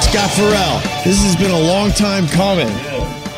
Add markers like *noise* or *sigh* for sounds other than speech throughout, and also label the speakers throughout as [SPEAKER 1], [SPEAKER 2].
[SPEAKER 1] Scott Farrell. This has been a long time coming.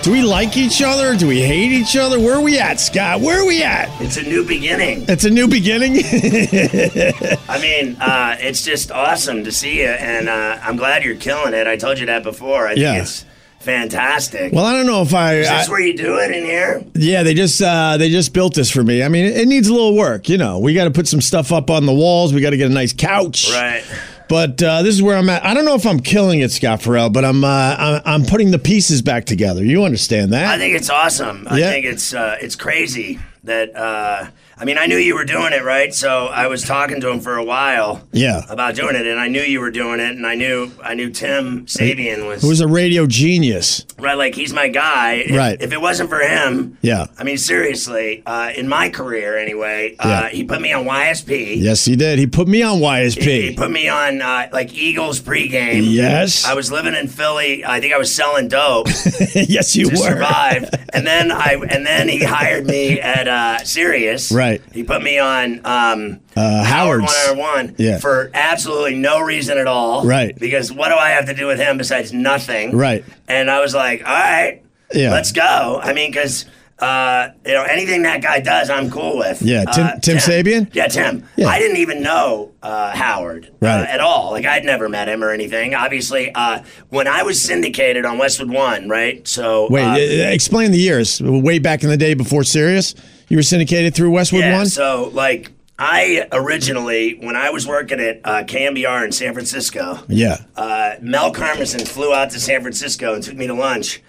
[SPEAKER 1] Do we like each other? Do we hate each other? Where are we at, Scott? Where are we at?
[SPEAKER 2] It's a new beginning.
[SPEAKER 1] It's a new beginning. *laughs*
[SPEAKER 2] I mean, uh, it's just awesome to see you, and uh, I'm glad you're killing it. I told you that before. I
[SPEAKER 1] Yeah.
[SPEAKER 2] think it's fantastic.
[SPEAKER 1] well, I don't know if I.
[SPEAKER 2] Is this
[SPEAKER 1] I-
[SPEAKER 2] where you do it in here?
[SPEAKER 1] yeah, they just uh, they just built this for me. I mean, it, it needs a little work. You know, we got to put some stuff up on the walls. We got to get a nice couch.
[SPEAKER 2] Right.
[SPEAKER 1] But uh, this is where I'm at. I don't know if I'm killing it, Scott Farrell, but I'm uh, I'm, I'm putting the pieces back together. You understand that?
[SPEAKER 2] I think it's awesome. I
[SPEAKER 1] Yeah.
[SPEAKER 2] think it's uh, it's crazy that uh, I mean I knew you were doing it right, so I was talking to him for a while
[SPEAKER 1] yeah.
[SPEAKER 2] about doing it, and I knew you were doing it, and I knew I knew Tim Sabian was,
[SPEAKER 1] It was a radio genius.
[SPEAKER 2] right, like he's my guy. If-
[SPEAKER 1] Right.
[SPEAKER 2] If it wasn't for him,
[SPEAKER 1] Yeah.
[SPEAKER 2] I mean seriously, uh, in my career anyway, uh,
[SPEAKER 1] Yeah.
[SPEAKER 2] he put me on YSP.
[SPEAKER 1] Yes, he did. He put me on
[SPEAKER 2] He
[SPEAKER 1] YSP.
[SPEAKER 2] put me on uh, like Eagles pregame.
[SPEAKER 1] Yes.
[SPEAKER 2] I was living in Philly. I think I was
[SPEAKER 1] *laughs*
[SPEAKER 2] selling dope.
[SPEAKER 1] *laughs* yes, you
[SPEAKER 2] to
[SPEAKER 1] were. *laughs*
[SPEAKER 2] survive. And then I and then he hired me at uh, Sirius.
[SPEAKER 1] Right.
[SPEAKER 2] He put me on um,
[SPEAKER 1] Uh,
[SPEAKER 2] Howard
[SPEAKER 1] Howard's.
[SPEAKER 2] 101
[SPEAKER 1] Yeah.
[SPEAKER 2] for absolutely no reason at all.
[SPEAKER 1] Right.
[SPEAKER 2] Because what do I have to do with him besides nothing?
[SPEAKER 1] Right.
[SPEAKER 2] And I was like, all right,
[SPEAKER 1] Yeah.
[SPEAKER 2] let's go. I mean, because. Uh, you know anything that guy does, I'm cool with.
[SPEAKER 1] Yeah, Tim-
[SPEAKER 2] Uh,
[SPEAKER 1] Tim Sabian?
[SPEAKER 2] Yeah, Tim.
[SPEAKER 1] Yeah.
[SPEAKER 2] I didn't even know uh, Howard uh,
[SPEAKER 1] Right.
[SPEAKER 2] at all. Like I'd never met him or anything. Obviously, uh, when I was syndicated on Westwood One, right? So
[SPEAKER 1] Wait,
[SPEAKER 2] uh,
[SPEAKER 1] uh, explain the years. Way back in the day before Sirius, you were syndicated through Westwood
[SPEAKER 2] Yeah,
[SPEAKER 1] One.
[SPEAKER 2] so like I originally, when I was working at uh, KMBR in San Francisco,
[SPEAKER 1] yeah.
[SPEAKER 2] uh, Mel Carmison flew out to San Francisco and took me to lunch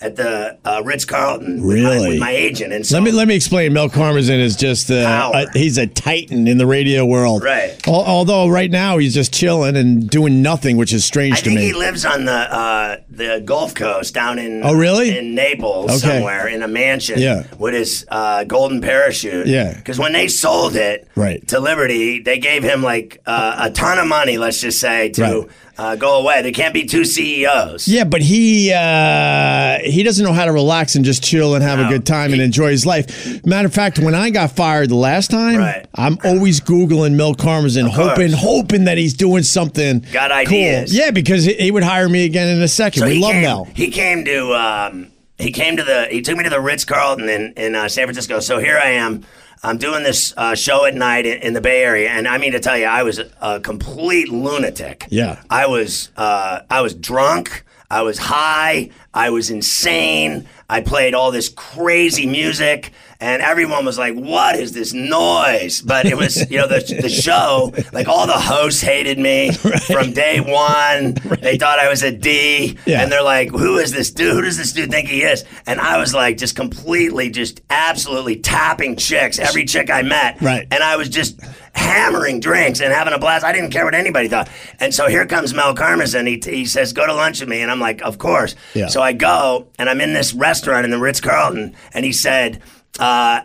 [SPEAKER 2] at the uh, Ritz Carlton. With my,
[SPEAKER 1] Really?
[SPEAKER 2] with my agent. And so,
[SPEAKER 1] Let me let me explain. Mel Karmazin is just uh,
[SPEAKER 2] Power.
[SPEAKER 1] a, he's a titan in the radio world.
[SPEAKER 2] Right.
[SPEAKER 1] Al- although right now he's just chilling and doing nothing, which is strange
[SPEAKER 2] I
[SPEAKER 1] to
[SPEAKER 2] think
[SPEAKER 1] me.
[SPEAKER 2] he lives on the uh, the Gulf Coast down in
[SPEAKER 1] Oh, really?
[SPEAKER 2] in Naples
[SPEAKER 1] Okay.
[SPEAKER 2] somewhere in a mansion
[SPEAKER 1] Yeah.
[SPEAKER 2] with his uh, golden parachute
[SPEAKER 1] Yeah.
[SPEAKER 2] because when they sold it
[SPEAKER 1] Right.
[SPEAKER 2] to Liberty they gave him like uh, a ton of money let's just say to
[SPEAKER 1] Right.
[SPEAKER 2] uh, go away there can't be two E CEOs
[SPEAKER 1] yeah, but he uh, he doesn't know how to relax and just chill and have a
[SPEAKER 2] No.
[SPEAKER 1] good time and enjoy his life. Matter of fact, when I got fired the last time,
[SPEAKER 2] Right.
[SPEAKER 1] I'm always googling Mel Karmazin,
[SPEAKER 2] course.
[SPEAKER 1] hoping hoping that he's doing something.
[SPEAKER 2] Got
[SPEAKER 1] cool.
[SPEAKER 2] ideas.
[SPEAKER 1] Yeah, because he, he would hire me again in a second.
[SPEAKER 2] So
[SPEAKER 1] we
[SPEAKER 2] he
[SPEAKER 1] love
[SPEAKER 2] came,
[SPEAKER 1] Mel.
[SPEAKER 2] He came to um, he came to the he took me to the Ritz Carlton in in uh, San Francisco. So here I am. I'm doing this uh, show at night in, in the Bay Area, and I mean to tell you, I was a complete lunatic.
[SPEAKER 1] Yeah.
[SPEAKER 2] I was uh, I was drunk. I was high. I was insane. I played all this crazy music, and everyone was like, "What is this noise?" But it was, you know, the, the show. Like all the hosts hated
[SPEAKER 1] *laughs*
[SPEAKER 2] me from day one. They thought I was a D,
[SPEAKER 1] Yeah.
[SPEAKER 2] and they're like, "Who is this dude? Who does this dude think he is?" And I was like, just completely, just absolutely tapping chicks, every chick I met,
[SPEAKER 1] Right.
[SPEAKER 2] And I was just hammering drinks and having a blast. I didn't care what anybody thought. And so here comes Mel Karmazin. He, he says, "Go to lunch with me," and I'm like, "Of course."
[SPEAKER 1] Yeah.
[SPEAKER 2] So I go, and I'm in this restaurant in the Ritz Carlton, and he said. Uh,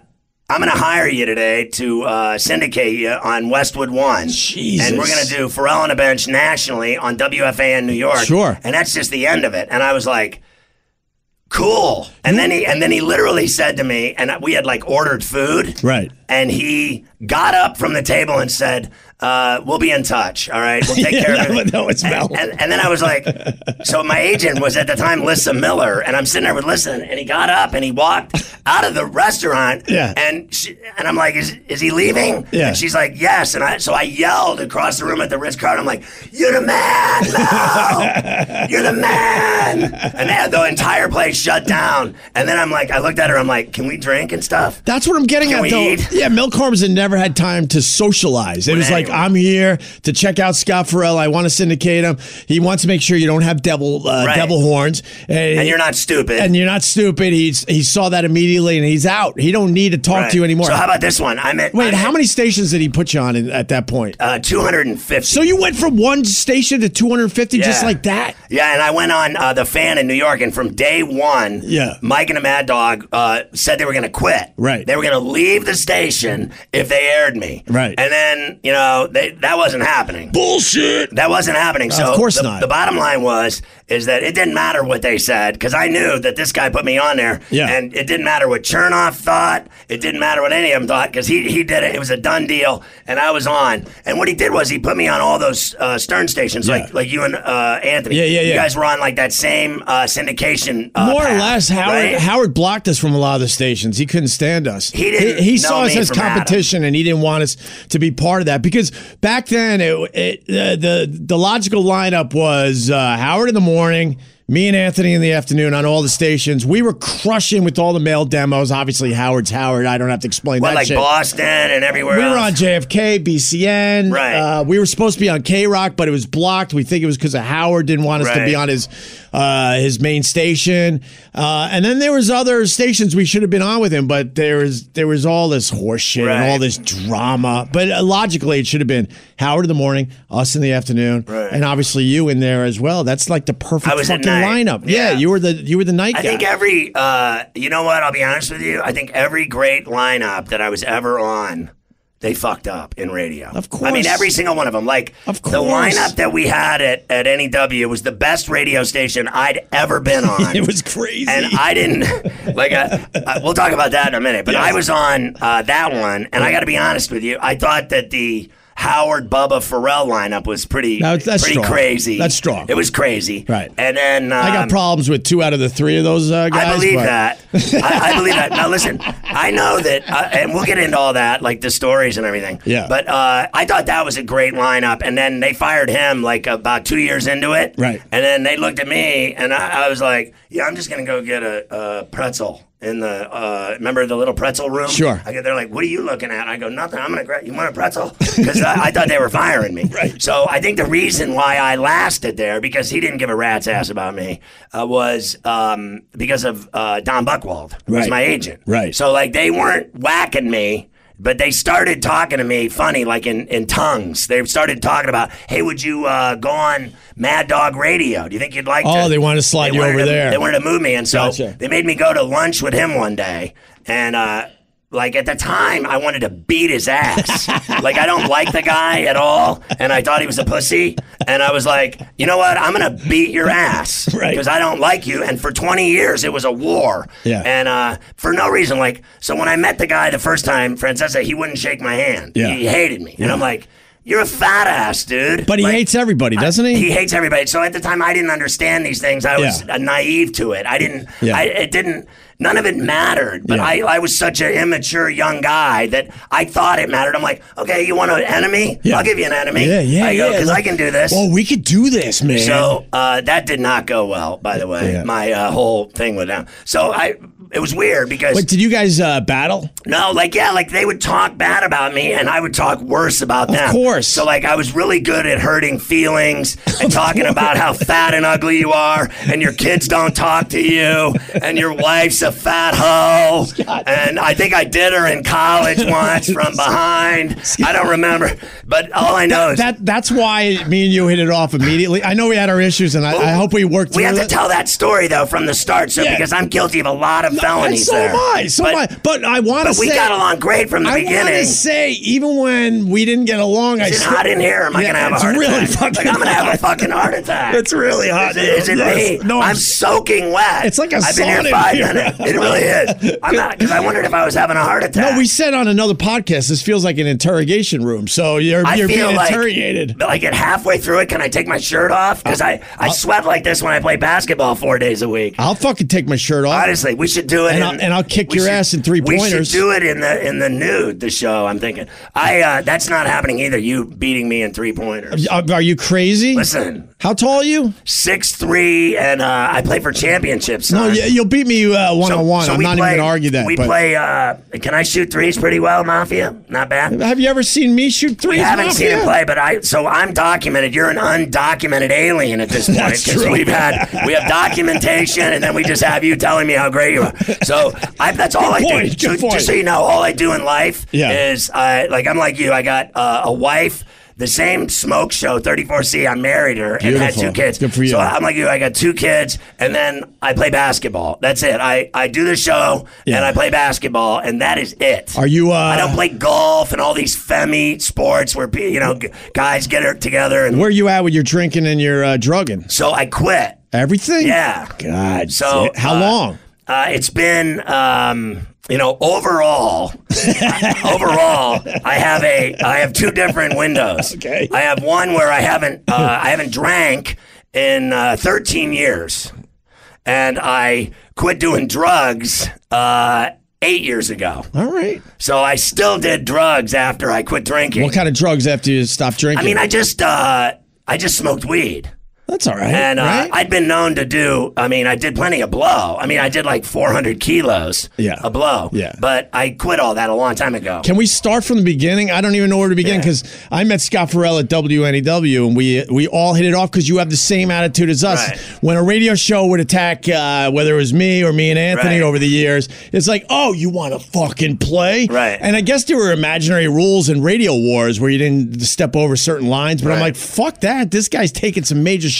[SPEAKER 2] I'm going to hire you today to uh, syndicate you on Westwood One.
[SPEAKER 1] Jesus.
[SPEAKER 2] And we're going to do Pharrell on a Bench nationally on WFAN New York.
[SPEAKER 1] Sure.
[SPEAKER 2] And that's just the end of it. And I was like, cool. And then he and then he literally said to me, and we had like ordered food.
[SPEAKER 1] Right.
[SPEAKER 2] And he got up from the table and said, uh, we'll be in touch. All right. We'll
[SPEAKER 1] *laughs*
[SPEAKER 2] take
[SPEAKER 1] Yeah,
[SPEAKER 2] care
[SPEAKER 1] that
[SPEAKER 2] of
[SPEAKER 1] was-
[SPEAKER 2] it.
[SPEAKER 1] that was
[SPEAKER 2] and,
[SPEAKER 1] Mel.
[SPEAKER 2] and, and then I was like, so my agent was at the time Lissa Miller, and I'm sitting there with Lissa, and he got up and he walked out of the restaurant.
[SPEAKER 1] Yeah.
[SPEAKER 2] And she, and I'm like, is, is he leaving?
[SPEAKER 1] Yeah.
[SPEAKER 2] And she's like, yes. And I so I yelled across the room at the Ritz Carlton. I'm like, you're the man,
[SPEAKER 1] *laughs*
[SPEAKER 2] Mel! You're the man! And they had the entire place shut down. And then I'm like, I looked at her. I'm like, can we drink and stuff?
[SPEAKER 1] That's what I'm getting
[SPEAKER 2] Can
[SPEAKER 1] at,
[SPEAKER 2] we
[SPEAKER 1] though.
[SPEAKER 2] eat?
[SPEAKER 1] Yeah, Mel Karmazin never had time to socialize. It was like,
[SPEAKER 2] anyone.
[SPEAKER 1] I'm here to check out Scott Farrell. I want to syndicate him. He wants to make sure you don't have devil uh,
[SPEAKER 2] Right.
[SPEAKER 1] devil horns,
[SPEAKER 2] And you're not stupid.
[SPEAKER 1] and you're not stupid. He's he saw that immediately, and he's out. He don't need to talk
[SPEAKER 2] Right.
[SPEAKER 1] to you anymore.
[SPEAKER 2] So how about this one? I'm at
[SPEAKER 1] Wait,
[SPEAKER 2] I'm
[SPEAKER 1] how
[SPEAKER 2] at,
[SPEAKER 1] many stations did he put you on in, at that point?
[SPEAKER 2] Uh, 250.
[SPEAKER 1] So you went from one station to 250 just
[SPEAKER 2] Yeah.
[SPEAKER 1] like that?
[SPEAKER 2] Yeah, and I went on uh, the fan in New York, and from day one,
[SPEAKER 1] Yeah.
[SPEAKER 2] Mike and the Mad Dog uh, said they were going to quit.
[SPEAKER 1] Right.
[SPEAKER 2] they were going to leave the station if they aired me.
[SPEAKER 1] Right.
[SPEAKER 2] and then you know know, they, that wasn't happening.
[SPEAKER 1] Bullshit.
[SPEAKER 2] That wasn't happening. So
[SPEAKER 1] Of course
[SPEAKER 2] the,
[SPEAKER 1] not.
[SPEAKER 2] The bottom line was is that it didn't matter what they said because I knew that this guy put me on there,
[SPEAKER 1] Yeah.
[SPEAKER 2] and it didn't matter what Chernoff thought. It didn't matter what any of them thought because he he did it. It was a done deal, and I was on. And what he did was he put me on all those uh, Stern stations, like like you and uh, Anthony.
[SPEAKER 1] Yeah, yeah,
[SPEAKER 2] You
[SPEAKER 1] yeah.
[SPEAKER 2] guys were on like that same uh, syndication. Uh,
[SPEAKER 1] More or
[SPEAKER 2] path,
[SPEAKER 1] less, Howard
[SPEAKER 2] right?
[SPEAKER 1] Howard blocked us from a lot of the stations. He couldn't stand us.
[SPEAKER 2] He didn't
[SPEAKER 1] He, he
[SPEAKER 2] know
[SPEAKER 1] saw us
[SPEAKER 2] me
[SPEAKER 1] as
[SPEAKER 2] from Adam.
[SPEAKER 1] competition, and he didn't want us to be part of that because back then, it, it, the, the the logical lineup was uh, Howard in the morning. Me and Anthony in the afternoon on all the stations. We were crushing with all the mail demos. Obviously, Howard's Howard. I don't have to explain
[SPEAKER 2] Well,
[SPEAKER 1] that
[SPEAKER 2] like
[SPEAKER 1] shit.
[SPEAKER 2] Boston and everywhere.
[SPEAKER 1] We were on
[SPEAKER 2] else.
[SPEAKER 1] JFK, BCN.
[SPEAKER 2] Right.
[SPEAKER 1] Uh, we were supposed to be on K Rock, but it was blocked. We think it was because of Howard didn't want us to
[SPEAKER 2] Right.
[SPEAKER 1] be on his uh, his main station. Uh, and then there was other stations we should have been on with him, but there was there was all this horseshit and
[SPEAKER 2] Right.
[SPEAKER 1] all this drama. But uh, logically, it should have been Howard in the morning, us in the afternoon,
[SPEAKER 2] Right.
[SPEAKER 1] and obviously you in there as well. That's like the perfect
[SPEAKER 2] I was at
[SPEAKER 1] fucking
[SPEAKER 2] night.
[SPEAKER 1] lineup. Yeah.
[SPEAKER 2] Yeah.
[SPEAKER 1] you were the you were the night
[SPEAKER 2] I
[SPEAKER 1] guy.
[SPEAKER 2] think every, uh, you know what? I'll be honest with you. I think every great lineup that I was ever on, they fucked up in radio.
[SPEAKER 1] Of
[SPEAKER 2] I
[SPEAKER 1] course.
[SPEAKER 2] mean, every single one of them. Like,
[SPEAKER 1] Of
[SPEAKER 2] the
[SPEAKER 1] course.
[SPEAKER 2] lineup that we had at, at NEW was the best radio station I'd
[SPEAKER 1] *laughs*
[SPEAKER 2] ever been on.
[SPEAKER 1] *laughs* it was crazy.
[SPEAKER 2] And
[SPEAKER 1] *laughs*
[SPEAKER 2] I didn't like. I, I, we'll talk about that in a minute. But I was on uh, that one, and I got to be honest with you. I thought that the Howard Bubba Pharrell lineup was pretty,
[SPEAKER 1] Now, that's
[SPEAKER 2] pretty
[SPEAKER 1] strong.
[SPEAKER 2] crazy.
[SPEAKER 1] That's strong.
[SPEAKER 2] It was crazy.
[SPEAKER 1] Right.
[SPEAKER 2] And then um,
[SPEAKER 1] I got problems with two out of the three of those uh, guys.
[SPEAKER 2] I believe
[SPEAKER 1] but-
[SPEAKER 2] that.
[SPEAKER 1] *laughs*
[SPEAKER 2] I, I believe that. Now listen, I know that, uh, and we'll get into all that, like the stories and everything.
[SPEAKER 1] Yeah.
[SPEAKER 2] But uh, I thought that was a great lineup, and then they fired him like about two years into it.
[SPEAKER 1] Right.
[SPEAKER 2] And then they looked at me, and I, I was like, "Yeah, I'm just gonna go get a, a pretzel." In the uh, remember the little pretzel room?
[SPEAKER 1] Sure.
[SPEAKER 2] I get there like, what are you looking at? I go nothing. I'm gonna grab. You want a pretzel? Because I, I thought they were
[SPEAKER 1] *laughs*
[SPEAKER 2] firing me. Right. So I think the reason why I lasted there because he didn't give a rat's ass about me uh, was um, because of uh, Don Buckwald, who was
[SPEAKER 1] Right.
[SPEAKER 2] my agent.
[SPEAKER 1] Right.
[SPEAKER 2] So like they weren't whacking me. But they started talking to me funny, like in, in tongues. They started talking about, hey, would you uh, go on Mad Dog Radio? Do you think you'd like to?
[SPEAKER 1] Oh, they wanted to slide
[SPEAKER 2] they
[SPEAKER 1] you
[SPEAKER 2] wanted
[SPEAKER 1] over
[SPEAKER 2] to-
[SPEAKER 1] there.
[SPEAKER 2] They wanted to move me, and so
[SPEAKER 1] Gotcha.
[SPEAKER 2] they made me go to lunch with him one day, and uh, like at the time, I wanted to beat
[SPEAKER 1] *laughs*
[SPEAKER 2] his ass. like I don't like the guy at all, and I thought he was a pussy, and I was like, you know what? I'm gonna beat your ass because
[SPEAKER 1] *laughs* Right.
[SPEAKER 2] I don't like you. And for 20 years, it was a war.
[SPEAKER 1] Yeah.
[SPEAKER 2] And uh, for no reason, like so when I met the guy the first time, Francesa, he wouldn't shake my hand.
[SPEAKER 1] Yeah.
[SPEAKER 2] He hated me, and I'm like. You're a fat ass, dude.
[SPEAKER 1] But he
[SPEAKER 2] Like,
[SPEAKER 1] hates everybody, doesn't he?
[SPEAKER 2] he hates everybody. So at the time, I didn't understand these things. I was
[SPEAKER 1] Yeah.
[SPEAKER 2] uh naive to it. I didn't.
[SPEAKER 1] Yeah.
[SPEAKER 2] I, it didn't. None of it mattered. But
[SPEAKER 1] Yeah.
[SPEAKER 2] I, I was such an immature young guy that I thought it mattered. I'm like, okay, you want an enemy?
[SPEAKER 1] Yeah.
[SPEAKER 2] I'll give you an enemy.
[SPEAKER 1] Yeah, yeah,
[SPEAKER 2] I go
[SPEAKER 1] yeah.
[SPEAKER 2] because I can do this.
[SPEAKER 1] Oh, we could do this, man.
[SPEAKER 2] So uh, that did not go well, by the way.
[SPEAKER 1] Yeah.
[SPEAKER 2] My uh, whole thing with them. So I, it was weird because
[SPEAKER 1] Wait, did you guys uh, battle?
[SPEAKER 2] no, like yeah, like they would talk bad about me, and I would talk worse about them.
[SPEAKER 1] course.
[SPEAKER 2] So like I was really good at hurting feelings and talking about how fat and ugly you are, and your kids don't talk to you, and your wife's a
[SPEAKER 1] *laughs*
[SPEAKER 2] fat hoe. And I think I did her in college once from behind. I don't remember, but all I know is
[SPEAKER 1] That that's why me and you hit it off immediately. I know we had our issues, and I, I hope we worked through
[SPEAKER 2] we have to
[SPEAKER 1] it.
[SPEAKER 2] tell that story though from the start, so
[SPEAKER 1] Yeah.
[SPEAKER 2] because I'm guilty of a lot of
[SPEAKER 1] And
[SPEAKER 2] felonies
[SPEAKER 1] so
[SPEAKER 2] there.
[SPEAKER 1] am I. So
[SPEAKER 2] but,
[SPEAKER 1] am I. But I want to
[SPEAKER 2] but
[SPEAKER 1] say
[SPEAKER 2] we got along great from the
[SPEAKER 1] I want
[SPEAKER 2] beginning.
[SPEAKER 1] to say even when we didn't get along, I
[SPEAKER 2] Is it
[SPEAKER 1] still-
[SPEAKER 2] hot in here? or Am I
[SPEAKER 1] Yeah,
[SPEAKER 2] gonna have a
[SPEAKER 1] it's
[SPEAKER 2] heart
[SPEAKER 1] really
[SPEAKER 2] attack?
[SPEAKER 1] fucking
[SPEAKER 2] Like, I'm gonna have a
[SPEAKER 1] hot.
[SPEAKER 2] fucking heart attack.
[SPEAKER 1] It's really hot
[SPEAKER 2] Is
[SPEAKER 1] in
[SPEAKER 2] it,
[SPEAKER 1] here.
[SPEAKER 2] is it
[SPEAKER 1] Yes.
[SPEAKER 2] me?
[SPEAKER 1] No,
[SPEAKER 2] No, I'm,
[SPEAKER 1] I'm-
[SPEAKER 2] soaking wet.
[SPEAKER 1] It's like a
[SPEAKER 2] I've been
[SPEAKER 1] sauna in
[SPEAKER 2] here five
[SPEAKER 1] here.
[SPEAKER 2] minutes. It
[SPEAKER 1] *laughs*
[SPEAKER 2] really is. I'm not because I wondered if I was having a heart attack.
[SPEAKER 1] No, we said on another podcast, this feels like an interrogation room. So you're
[SPEAKER 2] I
[SPEAKER 1] you're
[SPEAKER 2] feel
[SPEAKER 1] being
[SPEAKER 2] like,
[SPEAKER 1] interrogated.
[SPEAKER 2] Like at halfway through it, can I take my shirt off? Because I, I sweat like this when I play basketball four days a week.
[SPEAKER 1] I'll fucking take my shirt off.
[SPEAKER 2] Honestly, we should do it,
[SPEAKER 1] And
[SPEAKER 2] in-
[SPEAKER 1] I'll- and I'll kick
[SPEAKER 2] we
[SPEAKER 1] your
[SPEAKER 2] should-
[SPEAKER 1] ass in three
[SPEAKER 2] We
[SPEAKER 1] pointers.
[SPEAKER 2] should do it in the in the nude. The show. I'm thinking. I uh, that's not happening either. You beating me in three pointers.
[SPEAKER 1] Are are you crazy?
[SPEAKER 2] Listen,
[SPEAKER 1] How tall are you?
[SPEAKER 2] six three, and uh, I play for championships.
[SPEAKER 1] No, yeah, you'll beat me one on one. I'm not even gonna argue that.
[SPEAKER 2] We
[SPEAKER 1] but
[SPEAKER 2] play. Uh, can I shoot threes pretty well, Mafia? Not bad.
[SPEAKER 1] have you ever seen me shoot threes?
[SPEAKER 2] I haven't seen him
[SPEAKER 1] Mafia?
[SPEAKER 2] play, but I so I'm documented. You're an undocumented alien at this point.
[SPEAKER 1] That's
[SPEAKER 2] 'cause
[SPEAKER 1] true.
[SPEAKER 2] We've had we have documentation, and then we just have you telling me how great you are. So I, that's all I
[SPEAKER 1] point,
[SPEAKER 2] do.
[SPEAKER 1] good
[SPEAKER 2] So-
[SPEAKER 1] point.
[SPEAKER 2] Just so you know, all I do in life
[SPEAKER 1] Yeah.
[SPEAKER 2] is I like I'm like you. I got uh, a wife. the same smoke show, 34C. I married her and had
[SPEAKER 1] Beautiful.
[SPEAKER 2] two kids.
[SPEAKER 1] Good for you.
[SPEAKER 2] So I'm like you. I got two kids, and then I play basketball. That's it. I, I do the show and I play basketball, and that is it.
[SPEAKER 1] Are you, uh,
[SPEAKER 2] I don't play golf and all these femi sports where pe- you know g- guys get it together and.
[SPEAKER 1] Where are you at with your drinking and your uh, drugging?
[SPEAKER 2] So I quit.
[SPEAKER 1] Everything?
[SPEAKER 2] Yeah.
[SPEAKER 1] God.
[SPEAKER 2] So,
[SPEAKER 1] how
[SPEAKER 2] uh,
[SPEAKER 1] long?
[SPEAKER 2] Uh, it's been, um, you know,
[SPEAKER 1] *laughs*
[SPEAKER 2] overall, overall, I have a, I have two different windows.
[SPEAKER 1] Okay.
[SPEAKER 2] I have one where I haven't, uh, I haven't drank in uh, 13 years, and I quit doing drugs uh, eight years ago.
[SPEAKER 1] All right.
[SPEAKER 2] So I still did drugs after I quit drinking.
[SPEAKER 1] What kind of drugs after you stop
[SPEAKER 2] I
[SPEAKER 1] drinking?
[SPEAKER 2] mean, I just, uh, I just smoked weed.
[SPEAKER 1] that's all right.
[SPEAKER 2] And uh,
[SPEAKER 1] right?
[SPEAKER 2] I'd been known to do, I mean, I did plenty of blow. I mean, I did like 400 kilos
[SPEAKER 1] Yeah.
[SPEAKER 2] of blow.
[SPEAKER 1] Yeah.
[SPEAKER 2] But I quit all that a long time ago.
[SPEAKER 1] Can we start from the beginning? I don't even know where to begin
[SPEAKER 2] Yeah.
[SPEAKER 1] because I met Scott Farrell at WNEW and we we all hit it off because you have the same attitude as us.
[SPEAKER 2] Right.
[SPEAKER 1] When a radio show would attack, uh, whether it was me or me and Anthony
[SPEAKER 2] Right.
[SPEAKER 1] over the years, it's like, oh, you want to fucking play?
[SPEAKER 2] Right.
[SPEAKER 1] And I guess there were imaginary rules in radio wars where you didn't step over certain lines, but I'm
[SPEAKER 2] Right.
[SPEAKER 1] like, fuck that. This guy's taking some major shots.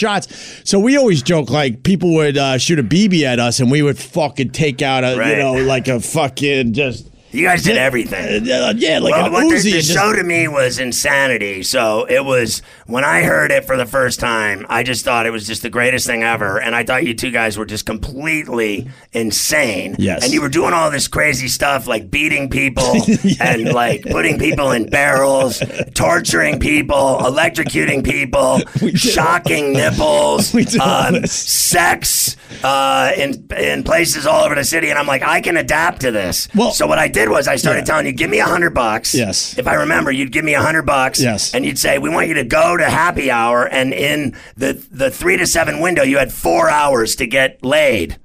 [SPEAKER 1] So we always joke like people would uh, shoot a BB at us and we would fucking take out a, you
[SPEAKER 2] Right.
[SPEAKER 1] know, like a fucking just.
[SPEAKER 2] you guys did
[SPEAKER 1] Uh,
[SPEAKER 2] everything.
[SPEAKER 1] yeah, like
[SPEAKER 2] Well,
[SPEAKER 1] an
[SPEAKER 2] what the,
[SPEAKER 1] Uzi.
[SPEAKER 2] the
[SPEAKER 1] and just-
[SPEAKER 2] show to me was insanity. So it was, when I heard it for the first time, I just thought it was just the greatest thing ever. And I thought you two guys were just completely insane.
[SPEAKER 1] Yes.
[SPEAKER 2] And you were doing all this crazy stuff like
[SPEAKER 1] *laughs*
[SPEAKER 2] beating people and like putting people in barrels, torturing people, electrocuting people,
[SPEAKER 1] *laughs*
[SPEAKER 2] shocking nipples,
[SPEAKER 1] We did all
[SPEAKER 2] um,
[SPEAKER 1] this.
[SPEAKER 2] sex uh, in in places all over the city. And I'm like, I can adapt to this.
[SPEAKER 1] Well-
[SPEAKER 2] so what I did was I started telling you, give me a hundred bucks.
[SPEAKER 1] Yes.
[SPEAKER 2] If I remember, you'd give me a hundred bucks.
[SPEAKER 1] Yes.
[SPEAKER 2] And you'd say, we want you to go to happy hour, and in the the three to seven window, you had four hours to get laid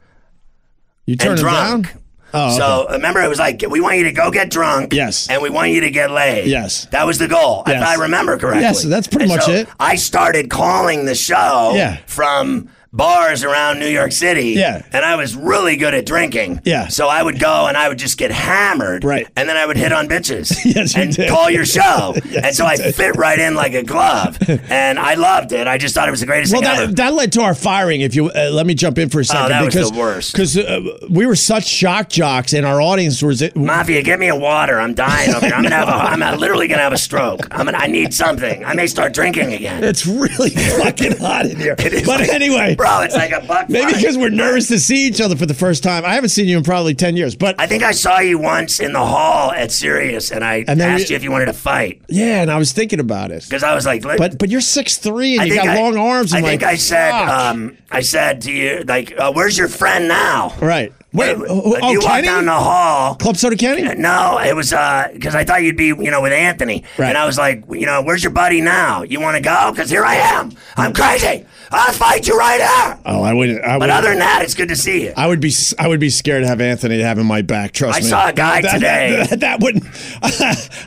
[SPEAKER 1] You turn
[SPEAKER 2] and
[SPEAKER 1] it
[SPEAKER 2] drunk.
[SPEAKER 1] down? Oh, okay.
[SPEAKER 2] so remember, it was like we want you to go get drunk,
[SPEAKER 1] Yes.
[SPEAKER 2] and we want you to get laid,
[SPEAKER 1] Yes.
[SPEAKER 2] That was the goal, if
[SPEAKER 1] Yes.
[SPEAKER 2] I remember correctly.
[SPEAKER 1] Yes, that's pretty
[SPEAKER 2] And
[SPEAKER 1] much
[SPEAKER 2] so
[SPEAKER 1] it.
[SPEAKER 2] I started calling the show,
[SPEAKER 1] Yeah.
[SPEAKER 2] from bars around New York City,
[SPEAKER 1] Yeah.
[SPEAKER 2] and I was really good at drinking,
[SPEAKER 1] Yeah.
[SPEAKER 2] So I would go and I would just get hammered,
[SPEAKER 1] Right.
[SPEAKER 2] and then I would hit on bitches,
[SPEAKER 1] *laughs* Yes, you
[SPEAKER 2] and
[SPEAKER 1] did.
[SPEAKER 2] call your show,
[SPEAKER 1] *laughs*
[SPEAKER 2] and so I fit right in like a glove, and I loved it. I just thought it was the greatest
[SPEAKER 1] Well,
[SPEAKER 2] thing ever.
[SPEAKER 1] that, that led to our firing. If you uh, let me jump in for a second,
[SPEAKER 2] Oh, that was
[SPEAKER 1] because
[SPEAKER 2] the worst.
[SPEAKER 1] Because uh, we were such shock jocks, and our audience was
[SPEAKER 2] Mafia, get me a water. I'm dying over here. I'm gonna have a, I'm literally gonna have a stroke. I'm gonna, I need something. I may start drinking again.
[SPEAKER 1] it's really *laughs* fucking hot in here.
[SPEAKER 2] *laughs* It is
[SPEAKER 1] But
[SPEAKER 2] like-
[SPEAKER 1] anyway,
[SPEAKER 2] bro, it's like a buck.
[SPEAKER 1] maybe
[SPEAKER 2] five.
[SPEAKER 1] because we're nervous to see each other for the first time. I haven't seen you in probably ten years, but
[SPEAKER 2] I think I saw you once in the hall at Sirius, and I
[SPEAKER 1] And then
[SPEAKER 2] asked
[SPEAKER 1] we-
[SPEAKER 2] you if you wanted to fight
[SPEAKER 1] yeah, and I was thinking about it.
[SPEAKER 2] because I was like, "Look,
[SPEAKER 1] But but you're six three and
[SPEAKER 2] I
[SPEAKER 1] you
[SPEAKER 2] think
[SPEAKER 1] got
[SPEAKER 2] I-
[SPEAKER 1] long arms.
[SPEAKER 2] I
[SPEAKER 1] and
[SPEAKER 2] think
[SPEAKER 1] like,
[SPEAKER 2] I said,
[SPEAKER 1] fuck.
[SPEAKER 2] um, I said to you, like, uh, "Where's your friend now?"
[SPEAKER 1] right. Wait,
[SPEAKER 2] Uh,
[SPEAKER 1] oh, oh,
[SPEAKER 2] you walked
[SPEAKER 1] Kenny?
[SPEAKER 2] down the hall.
[SPEAKER 1] Club Soda Kenny?
[SPEAKER 2] No, it was because I thought you'd be, you know, with Anthony,
[SPEAKER 1] Right.
[SPEAKER 2] and I was like, you know, where's your buddy now? You want to go? Because here I am. I'm crazy. I'll fight you right here.
[SPEAKER 1] Oh, I wouldn't. I
[SPEAKER 2] But
[SPEAKER 1] wouldn't.
[SPEAKER 2] other than that, it's good to see you.
[SPEAKER 1] I would be I would be scared to have Anthony having my back. Trust
[SPEAKER 2] I
[SPEAKER 1] me.
[SPEAKER 2] saw a guy
[SPEAKER 1] that,
[SPEAKER 2] today.
[SPEAKER 1] *laughs* That, that, wouldn't.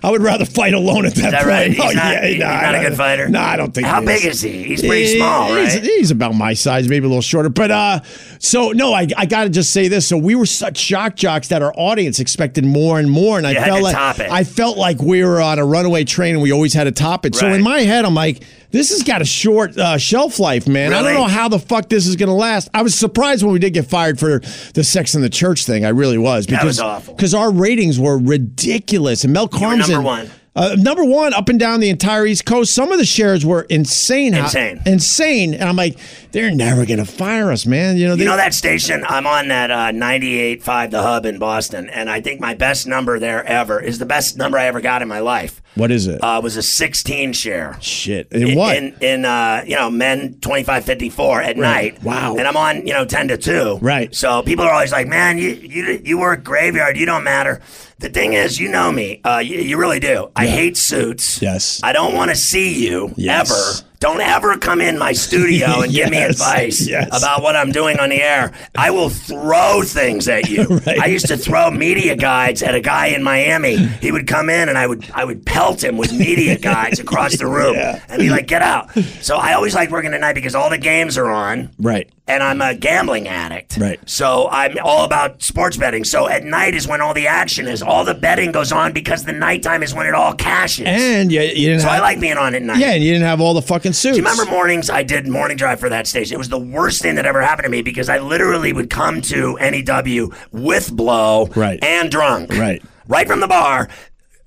[SPEAKER 1] I would rather fight alone at that,
[SPEAKER 2] that
[SPEAKER 1] point.
[SPEAKER 2] right?
[SPEAKER 1] *laughs*
[SPEAKER 2] He's
[SPEAKER 1] Oh,
[SPEAKER 2] not-
[SPEAKER 1] yeah,
[SPEAKER 2] he's
[SPEAKER 1] nah,
[SPEAKER 2] not a
[SPEAKER 1] I-
[SPEAKER 2] good fighter?
[SPEAKER 1] No, I don't think.
[SPEAKER 2] How
[SPEAKER 1] he
[SPEAKER 2] big
[SPEAKER 1] is.
[SPEAKER 2] is he? He's pretty small,
[SPEAKER 1] He's-
[SPEAKER 2] right?
[SPEAKER 1] He's about my size, maybe a little shorter. But uh, so no, I, I gotta just say this. So we were such shock jocks that our audience expected more and more, and I
[SPEAKER 2] had
[SPEAKER 1] felt
[SPEAKER 2] to
[SPEAKER 1] like
[SPEAKER 2] top it.
[SPEAKER 1] I felt like we were on a runaway train and we always had to top it. So
[SPEAKER 2] Right.
[SPEAKER 1] in my head, I'm like, this has got a short uh, shelf life, man. I don't
[SPEAKER 2] Really?
[SPEAKER 1] know how the fuck this is gonna last. I was surprised when we did get fired for the Sex in the Church thing. I really was because
[SPEAKER 2] was awful.
[SPEAKER 1] because our ratings were ridiculous, and Mel Carmson.
[SPEAKER 2] number one.
[SPEAKER 1] Uh, number one, up and down the entire East Coast. Some of the shares were insane. how-
[SPEAKER 2] Insane.
[SPEAKER 1] insane. And I'm like, they're never going to fire us, man. You know, they,
[SPEAKER 2] You know that station? I'm on that uh, 98.5 The Hub in Boston, and I think my best number there ever is the best number I ever got in my life.
[SPEAKER 1] what is it?
[SPEAKER 2] Uh, was a 16 share.
[SPEAKER 1] Shit. In what?
[SPEAKER 2] In, in uh, you know, men 25, 54 at night.
[SPEAKER 1] Wow.
[SPEAKER 2] And I'm on, you know, 10 to 2.
[SPEAKER 1] Right.
[SPEAKER 2] So people are always like, man, you, you, you work graveyard. You don't matter. The thing is, you know me. Uh, you, you really do. I hate suits.
[SPEAKER 1] Yes.
[SPEAKER 2] I don't want to see you
[SPEAKER 1] Yes.
[SPEAKER 2] ever. Don't ever come in my
[SPEAKER 1] *laughs*
[SPEAKER 2] studio and give me
[SPEAKER 1] Yes.
[SPEAKER 2] advice
[SPEAKER 1] Yes.
[SPEAKER 2] about what I'm doing on the air. I will throw things at you.
[SPEAKER 1] *laughs* Right.
[SPEAKER 2] I used to throw media guides at a guy in Miami. He would come in and I would I would pelt him with media guides across the room and be like, "Get out!" So I always like working at night because all the games are on.
[SPEAKER 1] right.
[SPEAKER 2] and I'm a gambling addict.
[SPEAKER 1] Right.
[SPEAKER 2] So I'm all about sports betting. So at night is when all the action is. All the betting goes on because the nighttime is when it all cashes.
[SPEAKER 1] And you, you didn't
[SPEAKER 2] so I
[SPEAKER 1] have
[SPEAKER 2] like being on at night.
[SPEAKER 1] yeah, and you didn't have all the fucking suits.
[SPEAKER 2] Do you remember mornings? I did morning drive for that station. It was the worst thing that ever happened to me because I literally would come to NEW with blow
[SPEAKER 1] Right.
[SPEAKER 2] and drunk.
[SPEAKER 1] Right.
[SPEAKER 2] Right from the bar.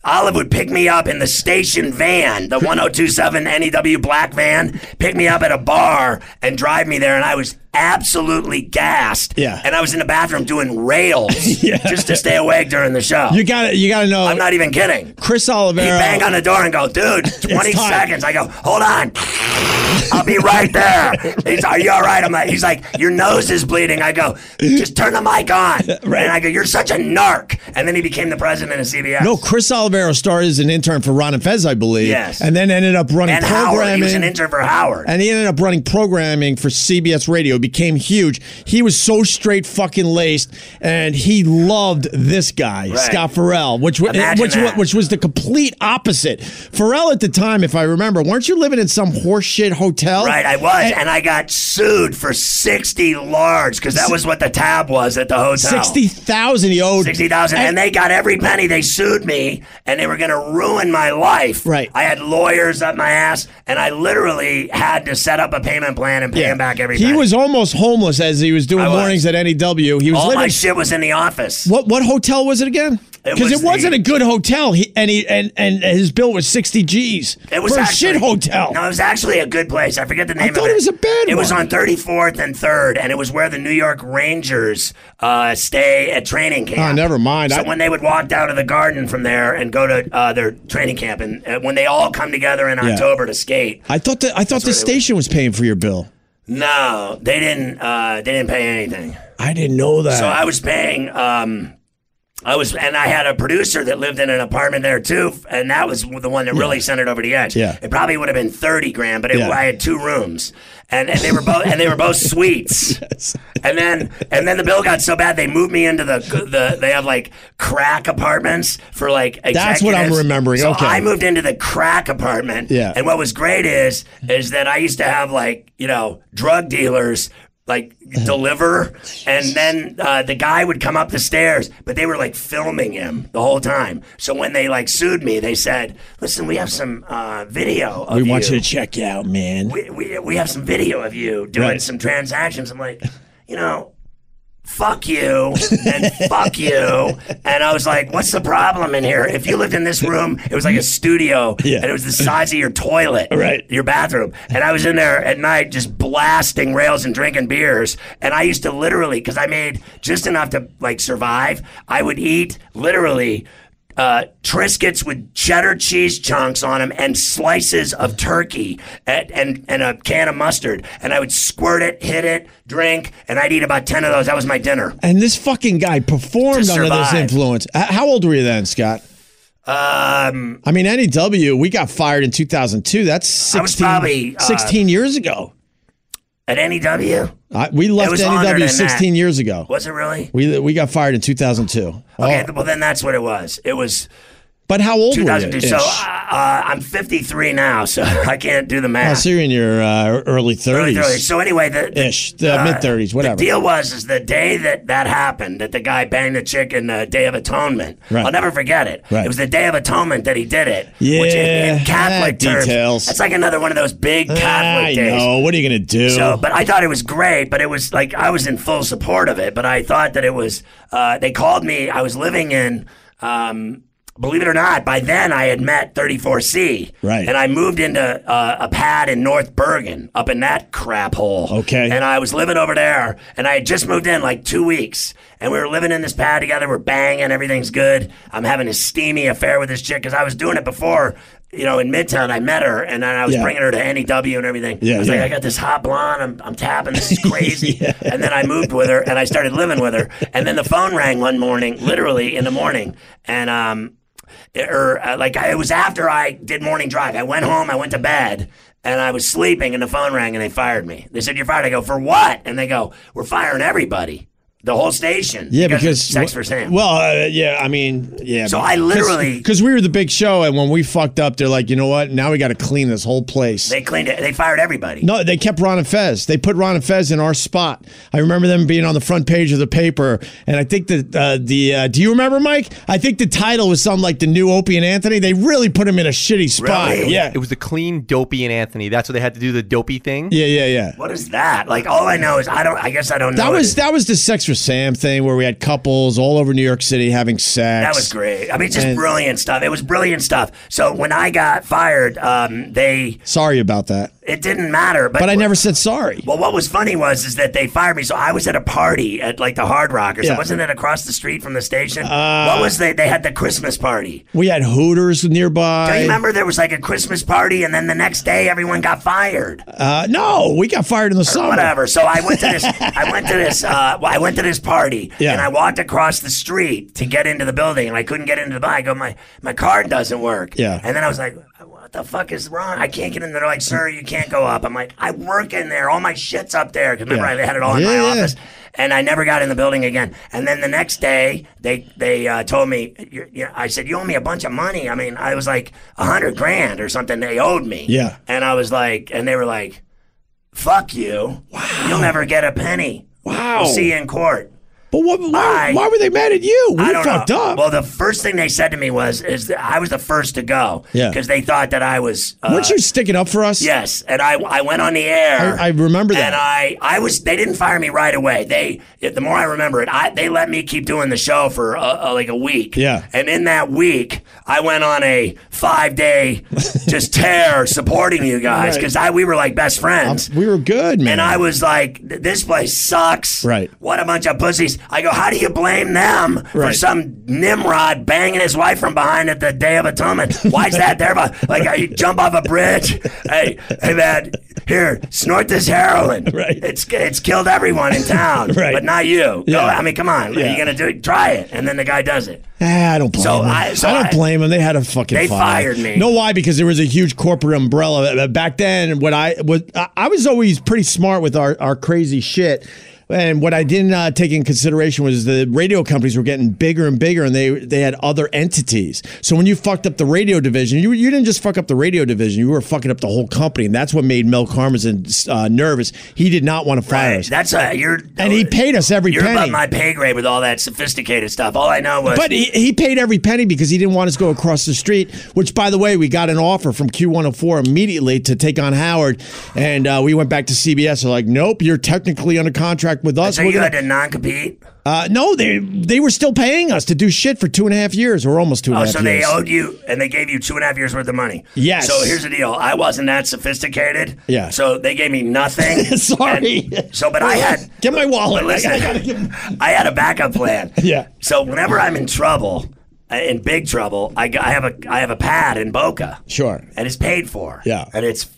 [SPEAKER 2] Olive would pick me up in the station van, the 1027 NEW E black van, pick me up at a bar and drive me there. And I was absolutely gassed.
[SPEAKER 1] Yeah.
[SPEAKER 2] And I was in the bathroom doing rails
[SPEAKER 1] *laughs* Yeah.
[SPEAKER 2] just to stay awake during the show.
[SPEAKER 1] You got to You got to know
[SPEAKER 2] I'm not even kidding.
[SPEAKER 1] Chris
[SPEAKER 2] He
[SPEAKER 1] Olivero.
[SPEAKER 2] bang on the door and go, dude, 20
[SPEAKER 1] time."
[SPEAKER 2] seconds. I go, hold on. I'll be right there. He's, are you all right? I'm like, he's like, your nose is bleeding. I go, just turn the
[SPEAKER 1] *laughs*
[SPEAKER 2] mic on. And I go, you're such a narc. And then he became the president of CBS.
[SPEAKER 1] No, Chris Olivero started as an intern for Ron and Fez, I believe.
[SPEAKER 2] Yes.
[SPEAKER 1] And then ended up running
[SPEAKER 2] and Howard, he
[SPEAKER 1] programming.
[SPEAKER 2] was an intern for Howard.
[SPEAKER 1] and he ended up running programming for CBS Radio. Became huge. He was so straight fucking laced, and he loved this guy, Scott Farrell, which wa-
[SPEAKER 2] Imagine
[SPEAKER 1] which wa-
[SPEAKER 2] that.
[SPEAKER 1] which was the complete opposite. Farrell at the time, if I remember, weren't you living in some horseshit hotel?
[SPEAKER 2] Right, I was, and, I got sued for sixty large because that was what the tab was at the hotel.
[SPEAKER 1] Sixty thousand he owed.
[SPEAKER 2] sixty thousand, and they got every penny. They sued me, and they were going to ruin my life.
[SPEAKER 1] Right.
[SPEAKER 2] I had lawyers up my ass, and I literally had to set up a payment plan and pay him back every.
[SPEAKER 1] He
[SPEAKER 2] penny.
[SPEAKER 1] was almost homeless as he was doing
[SPEAKER 2] was.
[SPEAKER 1] mornings at NEW. He was
[SPEAKER 2] all
[SPEAKER 1] living
[SPEAKER 2] my shit was in the office.
[SPEAKER 1] What what hotel was it again?
[SPEAKER 2] It
[SPEAKER 1] Because it,
[SPEAKER 2] was
[SPEAKER 1] was not
[SPEAKER 2] the-
[SPEAKER 1] a good hotel. He and he and, and his bill was sixty G's
[SPEAKER 2] It was
[SPEAKER 1] for
[SPEAKER 2] actually,
[SPEAKER 1] a shit hotel.
[SPEAKER 2] No, it was actually a good place. I forget the name
[SPEAKER 1] thought
[SPEAKER 2] of it.
[SPEAKER 1] it was a bad
[SPEAKER 2] It was
[SPEAKER 1] one.
[SPEAKER 2] on 34th and 3rd, and it was where the New York Rangers uh, stay at training camp.
[SPEAKER 1] Oh, never mind.
[SPEAKER 2] So
[SPEAKER 1] I-
[SPEAKER 2] when they would walk down to the garden from there and go to uh, their training camp, and uh, when they all come together in October to skate,
[SPEAKER 1] I thought that I thought the
[SPEAKER 2] what it was.
[SPEAKER 1] station was paying for your bill.
[SPEAKER 2] no, they didn't. Uh, they didn't pay anything.
[SPEAKER 1] I didn't know that.
[SPEAKER 2] So I was paying. Um, I was, and I had a producer that lived in an apartment there too, and that was the one that really sent it over the edge.
[SPEAKER 1] Yeah.
[SPEAKER 2] it probably would have been thirty grand, but it,
[SPEAKER 1] Yeah.
[SPEAKER 2] I had two rooms, and, and they were both and they were both suites.
[SPEAKER 1] *laughs*
[SPEAKER 2] And then and then the bill got so bad they moved me into the the they have like crack apartments for like
[SPEAKER 1] That's what I'm
[SPEAKER 2] executives.
[SPEAKER 1] remembering.
[SPEAKER 2] So
[SPEAKER 1] Okay.
[SPEAKER 2] I moved into the crack apartment.
[SPEAKER 1] Yeah.
[SPEAKER 2] and what was great is is that I used to have like you know drug dealers like
[SPEAKER 1] Uh-huh.
[SPEAKER 2] deliver, and then uh, the guy would come up the stairs, but they were like filming him the whole time. So when they like sued me, they said, "Listen, we have some uh, video. Of
[SPEAKER 1] we want
[SPEAKER 2] you
[SPEAKER 1] you to check you out, man.
[SPEAKER 2] we, we, we have some video of you doing
[SPEAKER 1] Right.
[SPEAKER 2] some transactions. I'm like, you know, fuck you and fuck you. And I was like, what's the problem in here? If you lived in this room, it was like a studio
[SPEAKER 1] Yeah.
[SPEAKER 2] and it was the size of your toilet,
[SPEAKER 1] Right.
[SPEAKER 2] your bathroom. And I was in there at night just blasting rails and drinking beers. And I used to literally, because I made just enough to like survive, I would eat literally. Uh, Triscuits with cheddar cheese chunks on them and slices of turkey and, and, and a can of mustard. And I would squirt it, hit it, drink, and I'd eat about 10 of those. That was my dinner.
[SPEAKER 1] and this fucking guy performed
[SPEAKER 2] To
[SPEAKER 1] under this
[SPEAKER 2] survive.
[SPEAKER 1] influence. H- How old were you then, Scott?
[SPEAKER 2] Um,
[SPEAKER 1] I mean, NEW, we got fired in 2002. That's 16,
[SPEAKER 2] was probably, uh,
[SPEAKER 1] 16 years ago.
[SPEAKER 2] at E NEW?
[SPEAKER 1] I, we left
[SPEAKER 2] was longer
[SPEAKER 1] NEW
[SPEAKER 2] than that.
[SPEAKER 1] 16 years ago.
[SPEAKER 2] Was it really?
[SPEAKER 1] We we got fired in 2002.
[SPEAKER 2] Okay,
[SPEAKER 1] Oh,
[SPEAKER 2] well, then that's what it was. It was
[SPEAKER 1] but how old were you?
[SPEAKER 2] 2002. So uh,
[SPEAKER 1] ish?
[SPEAKER 2] uh, I'm 53 now, so *laughs* I can't do the
[SPEAKER 1] Oh,
[SPEAKER 2] math.
[SPEAKER 1] so you're in your uh, early 30s.
[SPEAKER 2] Early 30s. So anyway, the, the
[SPEAKER 1] ish, the
[SPEAKER 2] Uh,
[SPEAKER 1] mid 30s, whatever.
[SPEAKER 2] The deal was is the day that that happened, that the guy banged the chick in the Day of Atonement.
[SPEAKER 1] Right.
[SPEAKER 2] I'll never forget it.
[SPEAKER 1] Right.
[SPEAKER 2] It was the Day of Atonement that he did it. which
[SPEAKER 1] Yeah,
[SPEAKER 2] in, in Catholic
[SPEAKER 1] ah,
[SPEAKER 2] terms,
[SPEAKER 1] details. Ah,
[SPEAKER 2] that's like another one of those big Catholic
[SPEAKER 1] I
[SPEAKER 2] days.
[SPEAKER 1] know. What are you gonna do?
[SPEAKER 2] So, but I thought it was great. But it was like I was in full support of it. But I thought that it was. Uh, they called me. I was living in. Um, believe it or not, by then I had met 34C.
[SPEAKER 1] Right.
[SPEAKER 2] And I moved into uh, a pad in North Bergen, up in that crap hole.
[SPEAKER 1] Okay.
[SPEAKER 2] And I was living over there, and I had just moved in like two weeks, and we were living in this pad together. We're banging, everything's good. I'm having a steamy affair with this chick because I was doing it before. You know, in Midtown, I met her, and then I was
[SPEAKER 1] Yeah.
[SPEAKER 2] bringing her to NEW and everything.
[SPEAKER 1] Yeah,
[SPEAKER 2] I was
[SPEAKER 1] yeah.
[SPEAKER 2] like, I got this hot blonde. I'm, I'm tapping. This is
[SPEAKER 1] *laughs*
[SPEAKER 2] crazy. And then I moved with her and I started living with her. And then the phone rang one morning, literally in the morning. And, um, or uh, like I, it was after I did morning drive. I went home, I went to bed, and I was sleeping, and the phone rang and they fired me. They said, You're fired. I go, For what? And they go, We're firing everybody. the whole station.
[SPEAKER 1] Yeah,
[SPEAKER 2] of
[SPEAKER 1] because
[SPEAKER 2] sex for Sam.
[SPEAKER 1] Well, uh, yeah, I mean, yeah.
[SPEAKER 2] So I literally-
[SPEAKER 1] because we were the big show, and when we fucked up, they're like, you know what? Now we got to clean this whole place.
[SPEAKER 2] they cleaned it. They fired everybody.
[SPEAKER 1] no, they kept Ron and Fez. They put Ron and Fez in our spot. I remember them being on the front page of the paper, and I think that uh, the uh, do you remember Mike? I think the title was something like the new Opie and Anthony. They really put him in a shitty spot.
[SPEAKER 2] Really?
[SPEAKER 1] Yeah,
[SPEAKER 3] It was the clean dopey and Anthony. That's what they had to do the dopey thing.
[SPEAKER 1] yeah, yeah, yeah.
[SPEAKER 2] What is that? Like all I know is I don't. I guess I don't know.
[SPEAKER 1] That
[SPEAKER 2] it.
[SPEAKER 1] was that was the sex for Sam thing where we had couples all over New York City having sex.
[SPEAKER 2] That was great. I mean, just
[SPEAKER 1] And-
[SPEAKER 2] brilliant stuff. It was brilliant stuff. So when I got fired, um, they
[SPEAKER 1] Sorry about that,
[SPEAKER 2] it didn't matter. But,
[SPEAKER 1] but I never said sorry.
[SPEAKER 2] Well, what was funny was is that they fired me. So I was at a party at like the Hard Rock or
[SPEAKER 1] Yeah. Uh,
[SPEAKER 2] something. Wasn't it across the street from the station? what was they? They had the Christmas party.
[SPEAKER 1] We had Hooters nearby.
[SPEAKER 2] Do you remember there was like a Christmas party, and then the next day everyone got fired.
[SPEAKER 1] Uh, no, we got fired in the summer.
[SPEAKER 2] whatever. So I went to
[SPEAKER 1] *laughs*
[SPEAKER 2] this. I went to this. Uh, well, I went to this party,
[SPEAKER 1] Yeah.
[SPEAKER 2] and I walked across the street to get into the building, and I couldn't get into the. building. I go, my my card doesn't work.
[SPEAKER 1] Yeah.
[SPEAKER 2] And then I was like, what the fuck is wrong? I can't get in. there. They're like, sir, you can't go up. I'm like, I work in there. All my shit's up there. Because remember,
[SPEAKER 1] Yeah.
[SPEAKER 2] I had it all in my
[SPEAKER 1] Yeah, yeah.
[SPEAKER 2] office. And I never got in the building again. And then the next day, they they uh, told me. You're, you I said, "You owe me a bunch of money." I mean, I was like a hundred grand or something. They owed me.
[SPEAKER 1] Yeah.
[SPEAKER 2] And I was like, and they were like, fuck you. You'll never get a penny.
[SPEAKER 1] Wow.
[SPEAKER 2] We'll see you in court.
[SPEAKER 1] But what, why,
[SPEAKER 2] I-
[SPEAKER 1] why were they mad at you? We
[SPEAKER 2] I don't
[SPEAKER 1] fucked
[SPEAKER 2] know.
[SPEAKER 1] up.
[SPEAKER 2] Well, the first thing they said to me was, is that I was the first to go.
[SPEAKER 1] Yeah.
[SPEAKER 2] Because they thought that I was. Uh,
[SPEAKER 1] Weren't you sticking up for us?
[SPEAKER 2] Yes, and I, I went on the air.
[SPEAKER 1] I- I remember that.
[SPEAKER 2] And I, I was they didn't fire me right away. They the more I remember it, I they let me keep doing the show for uh, uh, like a week.
[SPEAKER 1] Yeah.
[SPEAKER 2] And in that week, I went on a
[SPEAKER 1] *laughs*
[SPEAKER 2] five day just tear supporting you guys because I we were like best friends.
[SPEAKER 1] We were good, man.
[SPEAKER 2] And I was like, "Th- this place sucks.
[SPEAKER 1] Right.
[SPEAKER 2] What a bunch of pussies. I go, how do you blame them for
[SPEAKER 1] Right.
[SPEAKER 2] some Nimrod banging his wife from behind at the Day of Atonement? Why is that there? But, Like, uh, you jump off a bridge. hey, hey, man, here, snort this heroin.
[SPEAKER 1] *laughs* Right.
[SPEAKER 2] It's it's killed everyone in town,
[SPEAKER 1] *laughs* Right.
[SPEAKER 2] but not you.
[SPEAKER 1] Yeah.
[SPEAKER 2] Go- I mean, come on. Are
[SPEAKER 1] Yeah.
[SPEAKER 2] you going to do it? Try it. And then the guy does it.
[SPEAKER 1] Ah, I don't blame
[SPEAKER 2] So
[SPEAKER 1] them.
[SPEAKER 2] I- so
[SPEAKER 1] don't
[SPEAKER 2] I-
[SPEAKER 1] blame them. They had a fucking.
[SPEAKER 2] They
[SPEAKER 1] fire.
[SPEAKER 2] fired me.
[SPEAKER 1] Know why? Because there was a huge corporate umbrella Uh, back then. What I was, I I was always pretty smart with our our crazy shit. And what I didn't uh, take in consideration was the radio companies were getting bigger and bigger, and they they had other entities. So when you fucked up the radio division, you you didn't just fuck up the radio division; you were fucking up the whole company, and that's what made Mel Karmazin uh, nervous. He did not want to fire us,
[SPEAKER 2] That's a, you're.
[SPEAKER 1] and he paid us every
[SPEAKER 2] You're
[SPEAKER 1] penny.
[SPEAKER 2] above my pay grade with all that sophisticated stuff. All I know was.
[SPEAKER 1] But he, he paid every penny because he didn't want us to go across the street. Which, by the way, we got an offer from Q104 immediately to take on Howard, and uh, we went back to CBS. They're like, "Nope, you're technically under contract with us."
[SPEAKER 2] so
[SPEAKER 1] We're
[SPEAKER 2] you
[SPEAKER 1] gonna-
[SPEAKER 2] had to non compete?
[SPEAKER 1] uh, no, they they were still paying us to do shit for two and a half years, or almost two and
[SPEAKER 2] Oh,
[SPEAKER 1] a half
[SPEAKER 2] so they
[SPEAKER 1] years.
[SPEAKER 2] owed you, and they gave you two and a half years worth of money.
[SPEAKER 1] Yes.
[SPEAKER 2] So here's the deal: I wasn't that sophisticated.
[SPEAKER 1] Yeah.
[SPEAKER 2] So they gave me nothing.
[SPEAKER 1] *laughs* Sorry.
[SPEAKER 2] And so, but I had
[SPEAKER 1] Get my wallet.
[SPEAKER 2] But
[SPEAKER 1] *laughs*
[SPEAKER 2] listen,
[SPEAKER 1] I
[SPEAKER 2] I,
[SPEAKER 1] gotta get-
[SPEAKER 2] had a backup plan.
[SPEAKER 1] *laughs* Yeah.
[SPEAKER 2] So whenever I'm in trouble, uh, in big trouble, I, g- I have a I have a pad in Boca.
[SPEAKER 1] *laughs* Sure.
[SPEAKER 2] And it's paid for.
[SPEAKER 1] Yeah.
[SPEAKER 2] And it's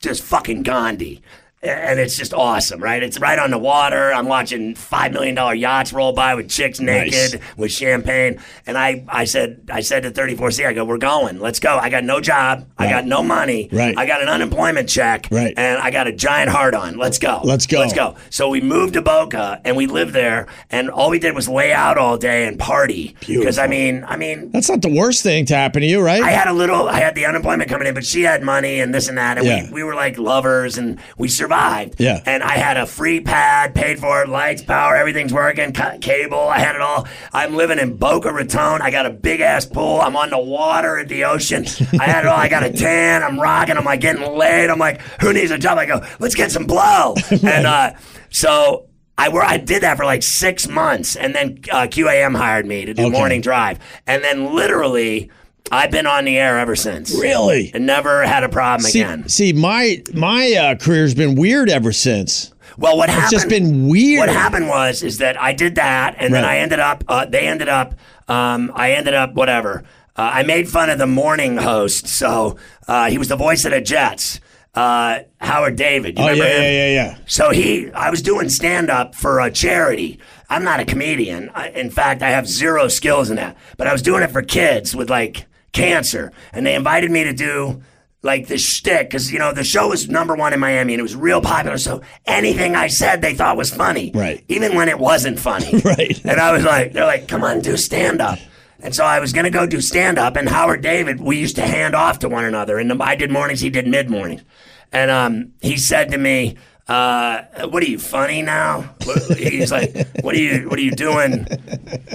[SPEAKER 2] just fucking Gandhi. And it's just awesome, right? It's right on the water. I'm watching five million dollar yachts roll by with chicks naked with champagne. And I, I said, I said to 34C, I go, we're going. Let's go. I got no job. I got no money.
[SPEAKER 1] Right.
[SPEAKER 2] I got an unemployment check.
[SPEAKER 1] Right.
[SPEAKER 2] And I got a giant heart on. Let's go.
[SPEAKER 1] Let's go.
[SPEAKER 2] Let's go. So we moved to Boca and we lived there. And all we did was lay out all day and party. Because I mean, I mean,
[SPEAKER 1] That's not the worst thing to happen to you, right?
[SPEAKER 2] I had a little. I had the unemployment coming in, but she had money and this and that, and
[SPEAKER 1] Yeah.
[SPEAKER 2] we, we were like lovers, and we survived.
[SPEAKER 1] Yeah.
[SPEAKER 2] And I had a free pad, paid for it, lights, power, everything's working, ca- cable. I had it all. I'm living in Boca Raton. I got a big ass pool. I'm on the water at
[SPEAKER 1] *laughs*
[SPEAKER 2] the ocean. I had it all. I got a tan. I'm rocking. I'm like getting laid. I'm like, who needs a job? I go, let's get
[SPEAKER 1] *laughs*
[SPEAKER 2] some blow. And uh, so. I, wor- I did that for like six months, and then uh, QAM hired me to do
[SPEAKER 1] Okay.
[SPEAKER 2] morning drive. And then literally, I've been on the air ever since.
[SPEAKER 1] really.
[SPEAKER 2] And never had a problem
[SPEAKER 1] See,
[SPEAKER 2] again.
[SPEAKER 1] see, my my uh, career's been weird ever since.
[SPEAKER 2] Well, what happened?
[SPEAKER 1] just been weird.
[SPEAKER 2] What happened was is that I did that, and then
[SPEAKER 1] Right.
[SPEAKER 2] I ended up. Uh, they ended up. Um, I ended up whatever. Uh, I made fun of the morning host, so uh, he was the voice of the Jets. Uh, Howard David. You
[SPEAKER 1] Oh yeah,
[SPEAKER 2] remember him?
[SPEAKER 1] yeah, yeah, yeah.
[SPEAKER 2] So he, I was doing stand up for a charity. I'm not a comedian. I, in fact, I have zero skills in that. But I was doing it for kids with like cancer, and they invited me to do like the shtick because you know the show was number one in Miami and it was real popular. So anything I said they thought was funny,
[SPEAKER 1] Right.
[SPEAKER 2] Even when it wasn't funny,
[SPEAKER 1] *laughs* Right.
[SPEAKER 2] And I was like, they're like, come on, do stand up. And so I was gonna go do stand up, and Howard David, we used to hand off to one another, and I did mornings, he did mid mornings, and um, he said to me. Uh, what are you funny now? What- He's like, what are you, what are you doing?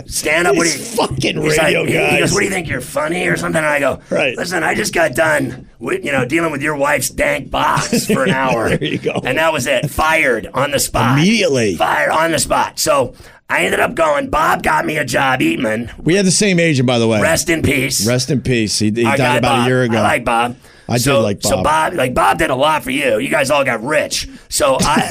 [SPEAKER 2] Stand up. What are you,
[SPEAKER 1] These fucking
[SPEAKER 2] He's
[SPEAKER 1] radio
[SPEAKER 2] he- He
[SPEAKER 1] guys.
[SPEAKER 2] goes, what do you think? You're funny or something? And I go,
[SPEAKER 1] Right.
[SPEAKER 2] Listen, I just got done with you know dealing with your wife's dank box for an hour.
[SPEAKER 1] *laughs* There you go.
[SPEAKER 2] And that was it. Fired on the spot.
[SPEAKER 1] Immediately.
[SPEAKER 2] Fired on the spot. So I ended up going. Bob got me a job. Eatman.
[SPEAKER 1] We had the same agent, by the way.
[SPEAKER 2] Rest in peace.
[SPEAKER 1] Rest in peace. He, he
[SPEAKER 2] Our
[SPEAKER 1] died
[SPEAKER 2] guy
[SPEAKER 1] about
[SPEAKER 2] Bob.
[SPEAKER 1] a year ago.
[SPEAKER 2] I like Bob.
[SPEAKER 1] I did
[SPEAKER 2] so,
[SPEAKER 1] like
[SPEAKER 2] So
[SPEAKER 1] Bob.
[SPEAKER 2] Bob, like Bob, did a lot for you. You guys all got rich. So
[SPEAKER 1] *laughs*
[SPEAKER 2] I,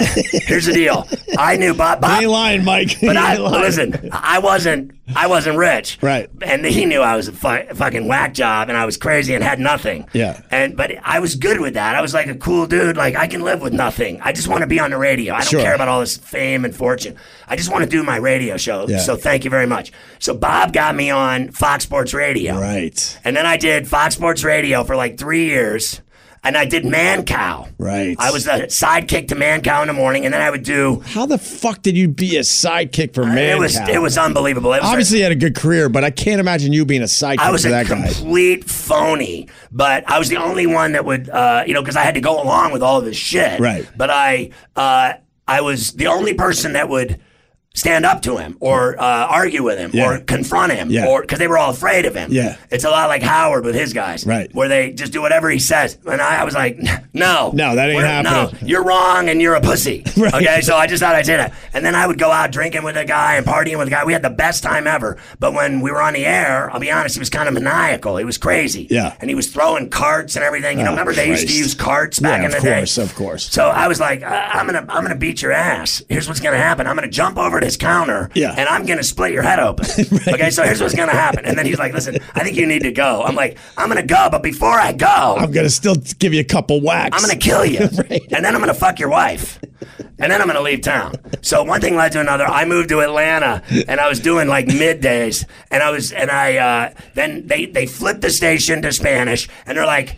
[SPEAKER 2] here's the deal. I knew Bob.
[SPEAKER 1] He
[SPEAKER 2] Bob
[SPEAKER 1] ain't lying, Mike. *laughs* He
[SPEAKER 2] but I *laughs*
[SPEAKER 1] ain't lying.
[SPEAKER 2] listen. I wasn't. I wasn't rich.
[SPEAKER 1] Right.
[SPEAKER 2] And he knew I was a fu- fucking whack job, and I was crazy and had nothing.
[SPEAKER 1] Yeah.
[SPEAKER 2] And but I was good with that. I was like a cool dude. Like I can live with nothing. I just want to be on the radio. I don't
[SPEAKER 1] Sure.
[SPEAKER 2] care about all this fame and fortune. I just want to do my radio show.
[SPEAKER 1] Yeah.
[SPEAKER 2] So thank you very much. So Bob got me on Fox Sports Radio.
[SPEAKER 1] Right.
[SPEAKER 2] And then I did Fox Sports Radio for like three years. And I did Man Cow.
[SPEAKER 1] Right.
[SPEAKER 2] I was the sidekick to Man Cow in the morning, and then I would do.
[SPEAKER 1] How the fuck did you be a sidekick for man?
[SPEAKER 2] Uh, it was
[SPEAKER 1] Cow?
[SPEAKER 2] it was unbelievable. It was like-
[SPEAKER 1] Obviously, you had a good career, but I can't imagine you being a
[SPEAKER 2] I
[SPEAKER 1] sidekick
[SPEAKER 2] was
[SPEAKER 1] for
[SPEAKER 2] a
[SPEAKER 1] that guy.
[SPEAKER 2] complete phony, but I was the only one that would, uh, you know, because I had to go along with all of his shit.
[SPEAKER 1] Right.
[SPEAKER 2] But I, uh, I was the only person that would stand up to him or uh, argue with him
[SPEAKER 1] Yeah.
[SPEAKER 2] or confront him
[SPEAKER 1] Yeah.
[SPEAKER 2] or because they were all afraid of him.
[SPEAKER 1] Yeah.
[SPEAKER 2] It's a lot like Howard with his guys.
[SPEAKER 1] Right.
[SPEAKER 2] Where they just do whatever he says, and I, I was like, *laughs* no,
[SPEAKER 1] No, that ain't
[SPEAKER 2] We're-
[SPEAKER 1] happening.
[SPEAKER 2] No, you're wrong, and you're a pussy.
[SPEAKER 1] *laughs* Right.
[SPEAKER 2] Okay. So I just thought I'd say that. And then I would go out drinking with a guy and partying with a guy. We had the best time ever. But when we were on the air, I'll be honest, he was kind of maniacal. He was crazy.
[SPEAKER 1] Yeah.
[SPEAKER 2] And he was throwing carts and everything. You know,
[SPEAKER 1] Oh,
[SPEAKER 2] remember they used to
[SPEAKER 1] Christ.
[SPEAKER 2] use carts back
[SPEAKER 1] yeah,
[SPEAKER 2] in the
[SPEAKER 1] of course,
[SPEAKER 2] day.
[SPEAKER 1] of course.
[SPEAKER 2] So I was like, uh, I'm gonna, I'm gonna beat your ass. Here's what's gonna happen. I'm gonna jump over to his counter,
[SPEAKER 1] Yeah.
[SPEAKER 2] and I'm gonna split your
[SPEAKER 1] *laughs*
[SPEAKER 2] head open. Okay, so here's what's gonna happen. And then he's like, Listen, I think you need to go. I'm like, I'm gonna go, but before I go,
[SPEAKER 1] I'm gonna still give you a couple whacks.
[SPEAKER 2] I'm gonna kill you, and then I'm gonna fuck your wife, and then I'm gonna leave town. So one thing led to another. I moved to Atlanta, and I was doing like middays, and I was, and I uh, then they they flipped the station to Spanish, and they're like,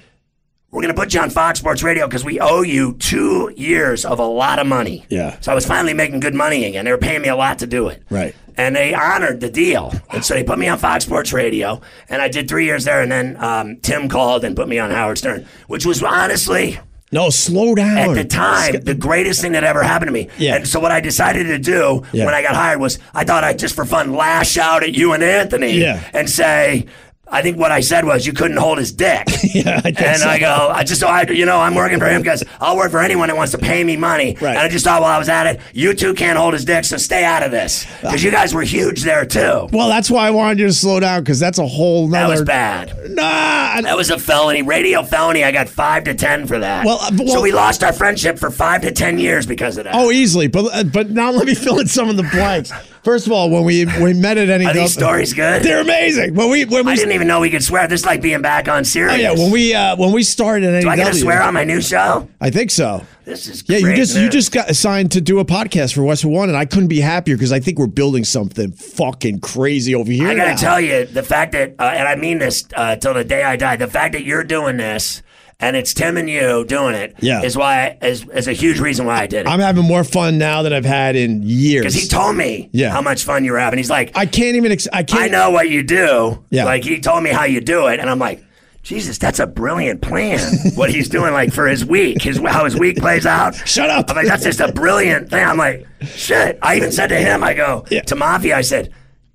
[SPEAKER 2] "We're gonna put you on Fox Sports Radio because we owe you two years of a lot of money."
[SPEAKER 1] Yeah.
[SPEAKER 2] So I was finally making good money again. They were paying me a lot to do it.
[SPEAKER 1] Right.
[SPEAKER 2] And they honored the deal. And so they put me on Fox Sports Radio, and I did three years there. And then um, Tim called and put me on Howard Stern, which was honestly,
[SPEAKER 1] No, slow down.
[SPEAKER 2] at the time, the greatest thing that ever happened to me.
[SPEAKER 1] Yeah.
[SPEAKER 2] And so what I decided to do
[SPEAKER 1] Yeah.
[SPEAKER 2] when I got hired was I thought I'd just for fun lash out at you and Anthony
[SPEAKER 1] Yeah.
[SPEAKER 2] and say, I think what I said was you couldn't hold
[SPEAKER 1] *laughs*
[SPEAKER 2] his dick.
[SPEAKER 1] *laughs* yeah, I
[SPEAKER 2] And
[SPEAKER 1] guess. so.
[SPEAKER 2] I go, I just, I, you know, I'm working for him because I'll work for anyone that wants to pay me money.
[SPEAKER 1] Right.
[SPEAKER 2] And I just thought while I was at it, you two can't hold his dick, so stay out of this.
[SPEAKER 1] Ah.
[SPEAKER 2] Because you guys were huge there too.
[SPEAKER 1] well, that's why I wanted you to slow down because that's a whole
[SPEAKER 2] That
[SPEAKER 1] nother.
[SPEAKER 2] was bad.
[SPEAKER 1] Nah, I-
[SPEAKER 2] That was a felony, radio felony. I got five to ten for that.
[SPEAKER 1] Well, uh, but-
[SPEAKER 2] so
[SPEAKER 1] well-
[SPEAKER 2] we lost our friendship for five to ten years because of that.
[SPEAKER 1] oh, easily. But uh, but now let me fill in some of the blanks. First of all, when we we met at any
[SPEAKER 2] Are these stories good?
[SPEAKER 1] they're amazing. When we when we
[SPEAKER 2] I didn't even know we could swear. This is like being back on serious.
[SPEAKER 1] oh yeah when we uh, when we started at
[SPEAKER 2] Do I
[SPEAKER 1] NEW,
[SPEAKER 2] get to swear on my new show?
[SPEAKER 1] I think so.
[SPEAKER 2] This is
[SPEAKER 1] Yeah, you
[SPEAKER 2] great
[SPEAKER 1] just you
[SPEAKER 2] news.
[SPEAKER 1] just got assigned to do a podcast for Westwood One, and I couldn't be happier because I think we're building something fucking crazy over here.
[SPEAKER 2] I gotta
[SPEAKER 1] now.
[SPEAKER 2] tell you the fact that, uh, and I mean this uh, till the day I die. The fact that you're doing this and it's Tim and you doing it is
[SPEAKER 1] Yeah.
[SPEAKER 2] why is is a huge reason why I did it.
[SPEAKER 1] I'm having more fun now than I've had in years.
[SPEAKER 2] Because he told me
[SPEAKER 1] Yeah.
[SPEAKER 2] how much fun you were having. He's like,
[SPEAKER 1] I can't even. Ex- I can't.
[SPEAKER 2] I know what you do.
[SPEAKER 1] Yeah.
[SPEAKER 2] Like he told me how you do it, and I'm like, Jesus, that's a
[SPEAKER 1] *laughs*
[SPEAKER 2] brilliant plan. what he's doing, like for his week, his how his week plays out.
[SPEAKER 1] Shut up.
[SPEAKER 2] I'm like, that's just a brilliant thing. I'm like, shit. I even said to him, I go
[SPEAKER 1] Yeah.
[SPEAKER 2] to Mafia. I said,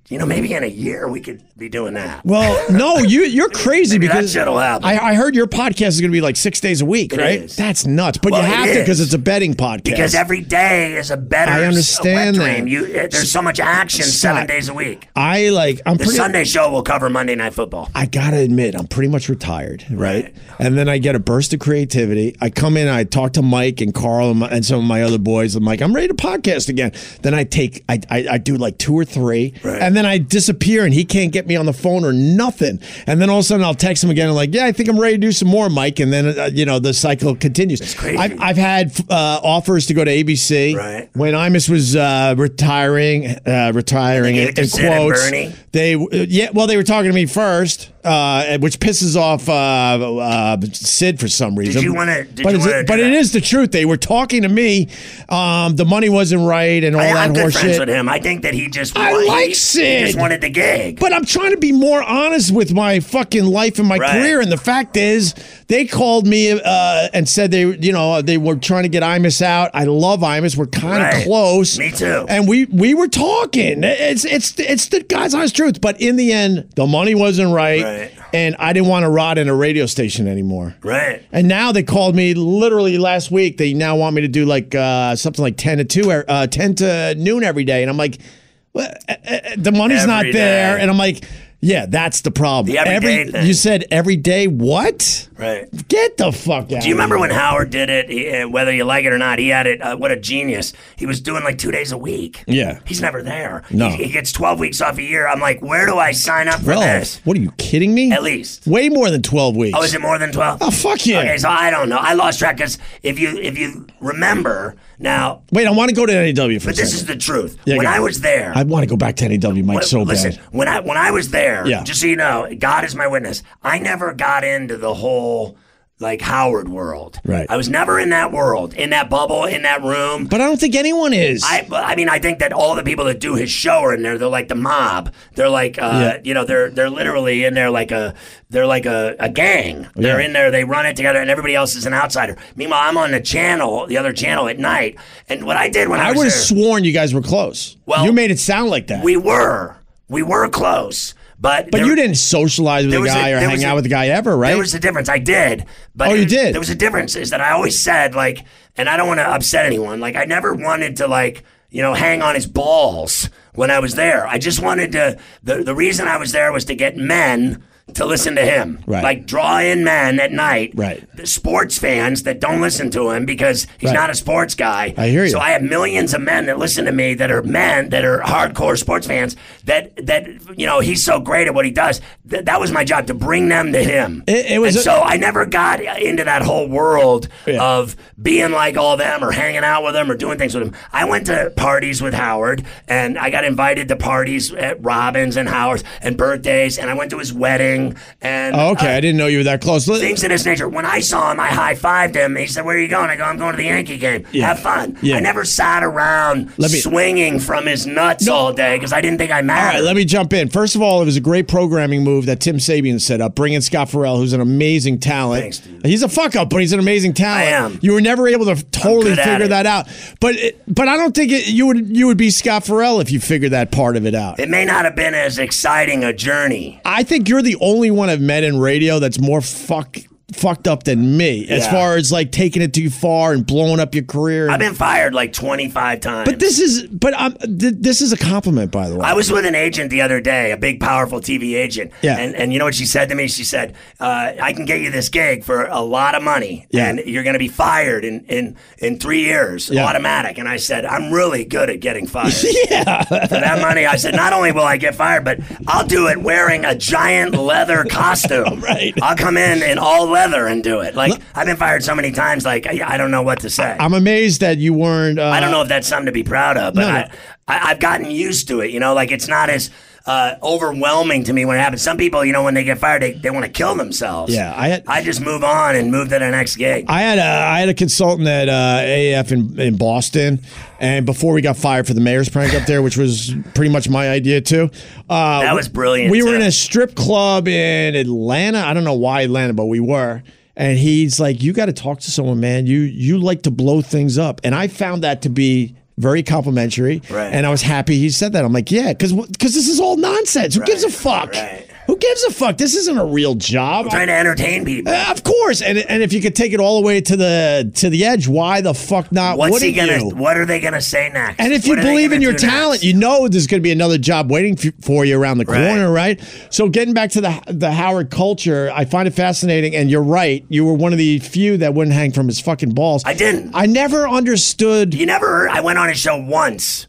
[SPEAKER 2] you know, maybe in a year we could be doing that.
[SPEAKER 1] Well, no, you you're crazy
[SPEAKER 2] Maybe that
[SPEAKER 1] because
[SPEAKER 2] shit'll happen.
[SPEAKER 1] I, I heard your podcast is going to be like six days a week, right?
[SPEAKER 2] is.
[SPEAKER 1] That's nuts. But
[SPEAKER 2] Well,
[SPEAKER 1] you
[SPEAKER 2] it
[SPEAKER 1] have to because
[SPEAKER 2] is.
[SPEAKER 1] it's a betting podcast.
[SPEAKER 2] Because every day is a better.
[SPEAKER 1] I understand
[SPEAKER 2] a wet dream.
[SPEAKER 1] that.
[SPEAKER 2] You, it- there's so much action seven
[SPEAKER 1] Scott,
[SPEAKER 2] days a week.
[SPEAKER 1] I like I'm
[SPEAKER 2] The
[SPEAKER 1] pretty.
[SPEAKER 2] Sunday show will cover Monday Night Football.
[SPEAKER 1] I gotta admit, I'm pretty much retired, right? And then I get a burst of creativity. I come in, I talk to Mike and Carl and, my, and some of my other boys. I'm like, I'm ready to podcast again. Then I take, I, I, I do like two or three,
[SPEAKER 2] Right.
[SPEAKER 1] and then I disappear, and he can't get me on the phone or nothing. And then all of a sudden, I'll text him again, and like, yeah, I think I'm ready to do some more, Mike. And then uh, you know, the cycle continues.
[SPEAKER 2] crazy.
[SPEAKER 1] I've, I've had uh, offers to go to ABC
[SPEAKER 2] Right.
[SPEAKER 1] when Imus was uh, retiring, uh, retiring
[SPEAKER 2] They
[SPEAKER 1] in,
[SPEAKER 2] gave it to
[SPEAKER 1] in
[SPEAKER 2] Sid and
[SPEAKER 1] quotes. uh,
[SPEAKER 2] Bernie?
[SPEAKER 1] They yeah, well, they were talking to me first. uh, which pisses off uh, uh, Sid for some reason.
[SPEAKER 2] you wanna- did
[SPEAKER 1] But,
[SPEAKER 2] you
[SPEAKER 1] is
[SPEAKER 2] wanna
[SPEAKER 1] it,
[SPEAKER 2] do
[SPEAKER 1] but it
[SPEAKER 2] that?
[SPEAKER 1] is the truth. They were talking to me. Um, the money wasn't right and all
[SPEAKER 2] I,
[SPEAKER 1] that
[SPEAKER 2] am good
[SPEAKER 1] horse
[SPEAKER 2] friends
[SPEAKER 1] shit.
[SPEAKER 2] with him. I think that he just.
[SPEAKER 1] I
[SPEAKER 2] wa-
[SPEAKER 1] like
[SPEAKER 2] he- He
[SPEAKER 1] Sid.
[SPEAKER 2] just wanted the gig.
[SPEAKER 1] But I'm trying to be more honest with my fucking life and my
[SPEAKER 2] Right.
[SPEAKER 1] career. And the fact is, they called me uh, and said they, you know, they were trying to get Imus out. I love Imus. We're kind of
[SPEAKER 2] Right.
[SPEAKER 1] close.
[SPEAKER 2] Me too.
[SPEAKER 1] And we we were talking. It's it's it's the guy's honest truth. But in the end, the money wasn't right,
[SPEAKER 2] Right.
[SPEAKER 1] and I didn't want to rot in a radio station anymore.
[SPEAKER 2] right.
[SPEAKER 1] And now they called me literally last week. They now want me to do like uh, something like ten to two, er- uh, ten to noon every day, and I'm like, well, uh, uh, the money's
[SPEAKER 2] Every
[SPEAKER 1] not there,
[SPEAKER 2] day.
[SPEAKER 1] and I'm like, yeah, that's the problem.
[SPEAKER 2] The everyday thing.
[SPEAKER 1] you said every day what?
[SPEAKER 2] Right.
[SPEAKER 1] Get the fuck out.
[SPEAKER 2] Do you remember when Howard did it? He, uh, whether you like it or not, he had it. Uh, what a genius! He was doing like two days a week.
[SPEAKER 1] Yeah.
[SPEAKER 2] he's never there.
[SPEAKER 1] No.
[SPEAKER 2] he, he gets twelve weeks off a year. I'm like, where do I sign up for
[SPEAKER 1] Twelve?
[SPEAKER 2] this?
[SPEAKER 1] What are you kidding me?
[SPEAKER 2] At least.
[SPEAKER 1] way more than twelve weeks.
[SPEAKER 2] Oh, is it more than twelve?
[SPEAKER 1] Oh, fuck yeah.
[SPEAKER 2] Okay, so I don't know. I lost track because if you if you remember now,
[SPEAKER 1] Wait, I want to go to NAW for a
[SPEAKER 2] but this is
[SPEAKER 1] second.
[SPEAKER 2] the truth.
[SPEAKER 1] Yeah,
[SPEAKER 2] when
[SPEAKER 1] go.
[SPEAKER 2] I was there,
[SPEAKER 1] I want to go back to NAW, Mike,
[SPEAKER 2] But
[SPEAKER 1] so
[SPEAKER 2] listen,
[SPEAKER 1] bad.
[SPEAKER 2] when I when I was there,
[SPEAKER 1] Yeah.
[SPEAKER 2] just so you know, God is my witness. I never got into the whole like Howard world.
[SPEAKER 1] Right.
[SPEAKER 2] I was never in that world, in that bubble, in that room.
[SPEAKER 1] But I don't think anyone is.
[SPEAKER 2] I, I mean, I think that all the people that do his show are in there. They're like the mob. They're like, uh,
[SPEAKER 1] Yeah.
[SPEAKER 2] you know, they're they're literally in there like a they're like a, a gang. They're
[SPEAKER 1] Yeah.
[SPEAKER 2] in there. They run it together, and everybody else is an outsider. Meanwhile, I'm on the channel, the other channel at night. And what I did when I,
[SPEAKER 1] I
[SPEAKER 2] was
[SPEAKER 1] would have
[SPEAKER 2] there-
[SPEAKER 1] sworn you guys were close.
[SPEAKER 2] Well,
[SPEAKER 1] you made it sound like that.
[SPEAKER 2] we were we were close, but
[SPEAKER 1] But
[SPEAKER 2] there-
[SPEAKER 1] you didn't socialize with
[SPEAKER 2] there
[SPEAKER 1] a
[SPEAKER 2] was a-
[SPEAKER 1] guy or
[SPEAKER 2] there
[SPEAKER 1] hang
[SPEAKER 2] was a-
[SPEAKER 1] out with a guy ever, right?
[SPEAKER 2] There was a difference. I did, but
[SPEAKER 1] Oh, you
[SPEAKER 2] it-
[SPEAKER 1] did?
[SPEAKER 2] There was a difference. Is that I always said like, and I don't want to upset anyone. Like I never wanted to like you know hang on his balls when I was there. I just wanted to. The the reason I was there was to get men to listen to him.
[SPEAKER 1] Right.
[SPEAKER 2] Like draw in men at night.
[SPEAKER 1] Right.
[SPEAKER 2] The sports fans that don't listen to him because he's
[SPEAKER 1] Right.
[SPEAKER 2] not a sports guy.
[SPEAKER 1] I hear you.
[SPEAKER 2] So I have millions of men that listen to me that are men that are hardcore sports fans that that you know he's so great at what he does. Th- that was my job to bring them to him.
[SPEAKER 1] It- it was
[SPEAKER 2] and
[SPEAKER 1] a-
[SPEAKER 2] so I never got into that whole world
[SPEAKER 1] Yeah.
[SPEAKER 2] of being like all them or hanging out with them or doing things with them. I went to parties with Howard and I got invited to parties at Robbins and Howard's and birthdays and I went to his wedding and
[SPEAKER 1] Oh, okay,
[SPEAKER 2] uh,
[SPEAKER 1] I didn't know you were that close. Li-
[SPEAKER 2] things of this nature. When I saw him, I high fived him. He said, "Where are you going?" I go, "I'm going to the Yankee game. Have fun."
[SPEAKER 1] Yeah.
[SPEAKER 2] I never sat around
[SPEAKER 1] Let me-
[SPEAKER 2] swinging from his nuts all day because I didn't think I mattered.
[SPEAKER 1] All right, let me jump in. First of all, it was a great programming move that Tim Sabian set up, bringing Scott Farrell, who's an amazing talent.
[SPEAKER 2] Thanks, dude.
[SPEAKER 1] he's a fuck up, but he's an amazing talent.
[SPEAKER 2] am.
[SPEAKER 1] You were never able to totally
[SPEAKER 2] good at
[SPEAKER 1] figure
[SPEAKER 2] it.
[SPEAKER 1] that out, but it, but I don't think it, you would you would be Scott Farrell if you figured that part of it out.
[SPEAKER 2] it may not have been as exciting a journey.
[SPEAKER 1] I think you're the only one I've met in radio that's more fuck fucked up than me as
[SPEAKER 2] Yeah.
[SPEAKER 1] far as like taking it too far and blowing up your career.
[SPEAKER 2] I've been fired like 25 times.
[SPEAKER 1] but this is but um, th- this is a compliment by the way.
[SPEAKER 2] I was with an agent the other day, a big, powerful TV agent.
[SPEAKER 1] Yeah.
[SPEAKER 2] And, and you know what she said to me? She said, uh, I can get you this gig for a lot of money,
[SPEAKER 1] Yeah.
[SPEAKER 2] and you're going to be fired in, in, in three years,
[SPEAKER 1] Yeah.
[SPEAKER 2] automatic. And I said, I'm really good at
[SPEAKER 1] *laughs*
[SPEAKER 2] getting fired. For that money, I said, not only will I get fired, but I'll do it wearing a
[SPEAKER 1] *laughs*
[SPEAKER 2] giant leather costume.
[SPEAKER 1] Right.
[SPEAKER 2] I'll come in in all leather and do it. Like, I've been fired so many times, like, I, I don't know what to say.
[SPEAKER 1] I'm amazed that you weren't. Uh,
[SPEAKER 2] I don't know if that's something to be proud of, but
[SPEAKER 1] No, no.
[SPEAKER 2] I, I, I've gotten used to it. You know, like it's not as uh, overwhelming to me when it happens. Some people, you know, when they get fired, they, they want to kill themselves.
[SPEAKER 1] Yeah, I had-
[SPEAKER 2] I just move on and move to the next gig.
[SPEAKER 1] I had a I had a consultant at uh, AF in, in Boston, and before we got fired for the mayor's prank up there, which was pretty much my idea too. Uh,
[SPEAKER 2] That was brilliant,
[SPEAKER 1] We were
[SPEAKER 2] too.
[SPEAKER 1] in a strip club in Atlanta. I don't know why Atlanta, but we were. And he's like, "You got to talk to someone, man. You you like to blow things up." And I found that to be very complimentary,
[SPEAKER 2] Right.
[SPEAKER 1] and I was happy he said that. I'm like, "Yeah, because because this is all nonsense. Who gives a fuck?
[SPEAKER 2] right.
[SPEAKER 1] Who gives a fuck? This isn't a real job.
[SPEAKER 2] Trying to entertain people.
[SPEAKER 1] Uh, Of course, and and if you could take it all the way to the to the edge, why the fuck not?
[SPEAKER 2] What's
[SPEAKER 1] wouldn't
[SPEAKER 2] he gonna?
[SPEAKER 1] you?
[SPEAKER 2] What are they gonna say next?
[SPEAKER 1] And if you
[SPEAKER 2] What are they
[SPEAKER 1] believe in
[SPEAKER 2] gonna
[SPEAKER 1] your
[SPEAKER 2] do next?
[SPEAKER 1] talent, you know there's going to be another job waiting f- for you around the
[SPEAKER 2] Right.
[SPEAKER 1] corner, right? So getting back to the the Howard culture, I find it fascinating. And you're right, you were one of the few that wouldn't hang from his fucking balls.
[SPEAKER 2] I didn't.
[SPEAKER 1] I never understood.
[SPEAKER 2] You never heard? I went on his show once.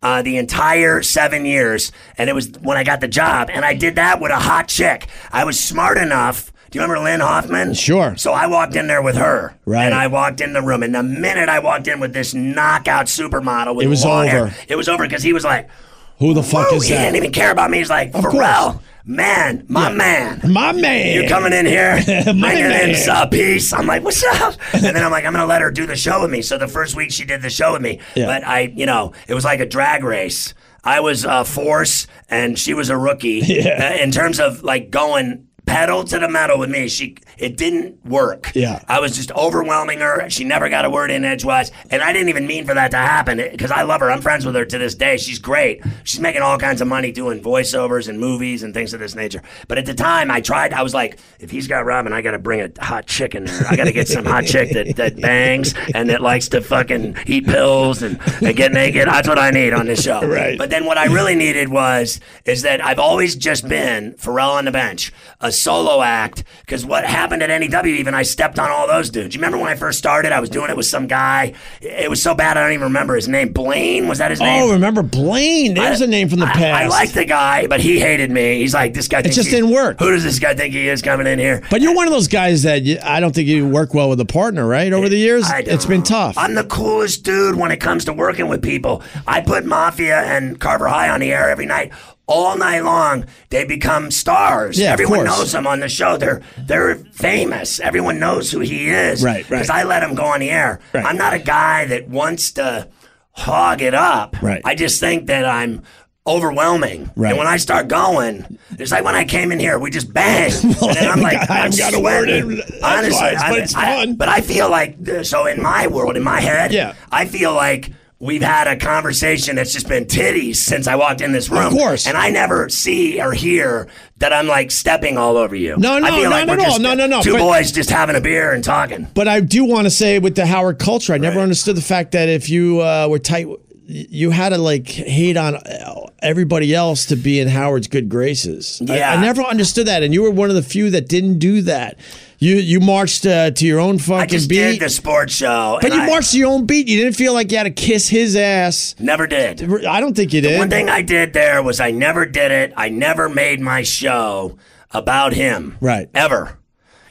[SPEAKER 2] Uh, the entire seven years, and it was when I got the job, and I did that with a hot chick. I was smart enough. Do you remember Lynn Hoffman?
[SPEAKER 1] Sure.
[SPEAKER 2] So I walked in there with her,
[SPEAKER 1] Right.
[SPEAKER 2] And I walked in the room, and the minute I walked in with this knockout supermodel, with
[SPEAKER 1] It was
[SPEAKER 2] long hair,
[SPEAKER 1] over.
[SPEAKER 2] it was over because he was like,
[SPEAKER 1] Who the fuck
[SPEAKER 2] "Woo,"
[SPEAKER 1] is
[SPEAKER 2] he didn't
[SPEAKER 1] that?
[SPEAKER 2] even care about me. He's like,
[SPEAKER 1] course.
[SPEAKER 2] Pharrell, man, my man.
[SPEAKER 1] My man.
[SPEAKER 2] You're coming in here,
[SPEAKER 1] My
[SPEAKER 2] bringing
[SPEAKER 1] man.
[SPEAKER 2] in some uh, peace. I'm like, what's up? And then I'm like, I'm gonna let her do the show with me. So the first week she did the show with me,
[SPEAKER 1] Yeah.
[SPEAKER 2] but I, you know, it was like a drag race. I was a force, and she was a rookie. Uh, In terms of like going pedal to the metal with me, she it didn't work.
[SPEAKER 1] Yeah.
[SPEAKER 2] I was just overwhelming her. She never got a word in edgewise, and I didn't even mean for that to happen because I love her. I'm friends with her to this day. She's great. She's making all kinds of money doing voiceovers and movies and things of this nature. But at the time, I tried. I was like, if he's got Robin, I got to bring a hot chick in there. I got to get some hot chick that, that bangs and that likes to fucking eat pills and, and get naked. That's what I need on this show.
[SPEAKER 1] *laughs* Right.
[SPEAKER 2] But then what I really needed was is that I've always just been Pharrell on the bench, a solo act. Because what happened at NEW, even I stepped on all those dudes. You remember when I first started? I was doing it with some guy. It was so bad I don't even remember his name. Blaine was that his name?
[SPEAKER 1] Oh, remember Blaine? There's a name from the past.
[SPEAKER 2] I, I like the guy, but he hated me. He's like, this guy. It
[SPEAKER 1] just didn't work.
[SPEAKER 2] Who does this guy think he is coming in here?
[SPEAKER 1] But you're one of those guys that you, I don't think you work well with a partner, right? Over the years,
[SPEAKER 2] I
[SPEAKER 1] it's been
[SPEAKER 2] don't.
[SPEAKER 1] tough.
[SPEAKER 2] I'm the coolest dude when it comes to working with people. I put Mafia and Carver High on the air every night. All night long, they become stars.
[SPEAKER 1] Yeah, of
[SPEAKER 2] Everyone
[SPEAKER 1] course.
[SPEAKER 2] knows him on the show. They're they're famous. Everyone knows who he is.
[SPEAKER 1] Right, right.
[SPEAKER 2] Because I let him go on the air.
[SPEAKER 1] Right.
[SPEAKER 2] I'm not a guy that wants to hog it up.
[SPEAKER 1] Right.
[SPEAKER 2] I just think that I'm overwhelming.
[SPEAKER 1] Right.
[SPEAKER 2] And when I start going, it's like when I came in here, we
[SPEAKER 1] *laughs*
[SPEAKER 2] just banged. and then I'm
[SPEAKER 1] I haven't
[SPEAKER 2] like,
[SPEAKER 1] got- I
[SPEAKER 2] I'm
[SPEAKER 1] haven't got a word in
[SPEAKER 2] sweating.
[SPEAKER 1] edgewise,
[SPEAKER 2] Honestly,
[SPEAKER 1] but
[SPEAKER 2] I-
[SPEAKER 1] it's
[SPEAKER 2] I-
[SPEAKER 1] fun.
[SPEAKER 2] but I feel like uh, so in my world, in my head,
[SPEAKER 1] Yeah.
[SPEAKER 2] I feel like we've had a conversation that's just been titties since I walked in this room.
[SPEAKER 1] course.
[SPEAKER 2] And I never see or hear that I'm like stepping all over you.
[SPEAKER 1] No, no,
[SPEAKER 2] I feel like
[SPEAKER 1] not
[SPEAKER 2] we're
[SPEAKER 1] at all.
[SPEAKER 2] just
[SPEAKER 1] No, no, no,
[SPEAKER 2] Two
[SPEAKER 1] but-
[SPEAKER 2] boys just having a beer and talking.
[SPEAKER 1] but I do want to say with the Howard culture, I never understood the fact that if you uh, were tight, you had to like hate on uh, everybody else to be in Howard's good graces. I- I,
[SPEAKER 2] Yeah.
[SPEAKER 1] never understood that, and you were one of the few that didn't do that. You you marched uh, to your own
[SPEAKER 2] I
[SPEAKER 1] fucking
[SPEAKER 2] just
[SPEAKER 1] beat,
[SPEAKER 2] did the sports show.
[SPEAKER 1] but
[SPEAKER 2] and
[SPEAKER 1] you
[SPEAKER 2] I
[SPEAKER 1] marched to your own beat. You didn't feel like you had to kiss his ass.
[SPEAKER 2] Never did.
[SPEAKER 1] I don't think you did.
[SPEAKER 2] One thing I did there was I never did it. I never made my show about him.
[SPEAKER 1] Right.
[SPEAKER 2] Ever.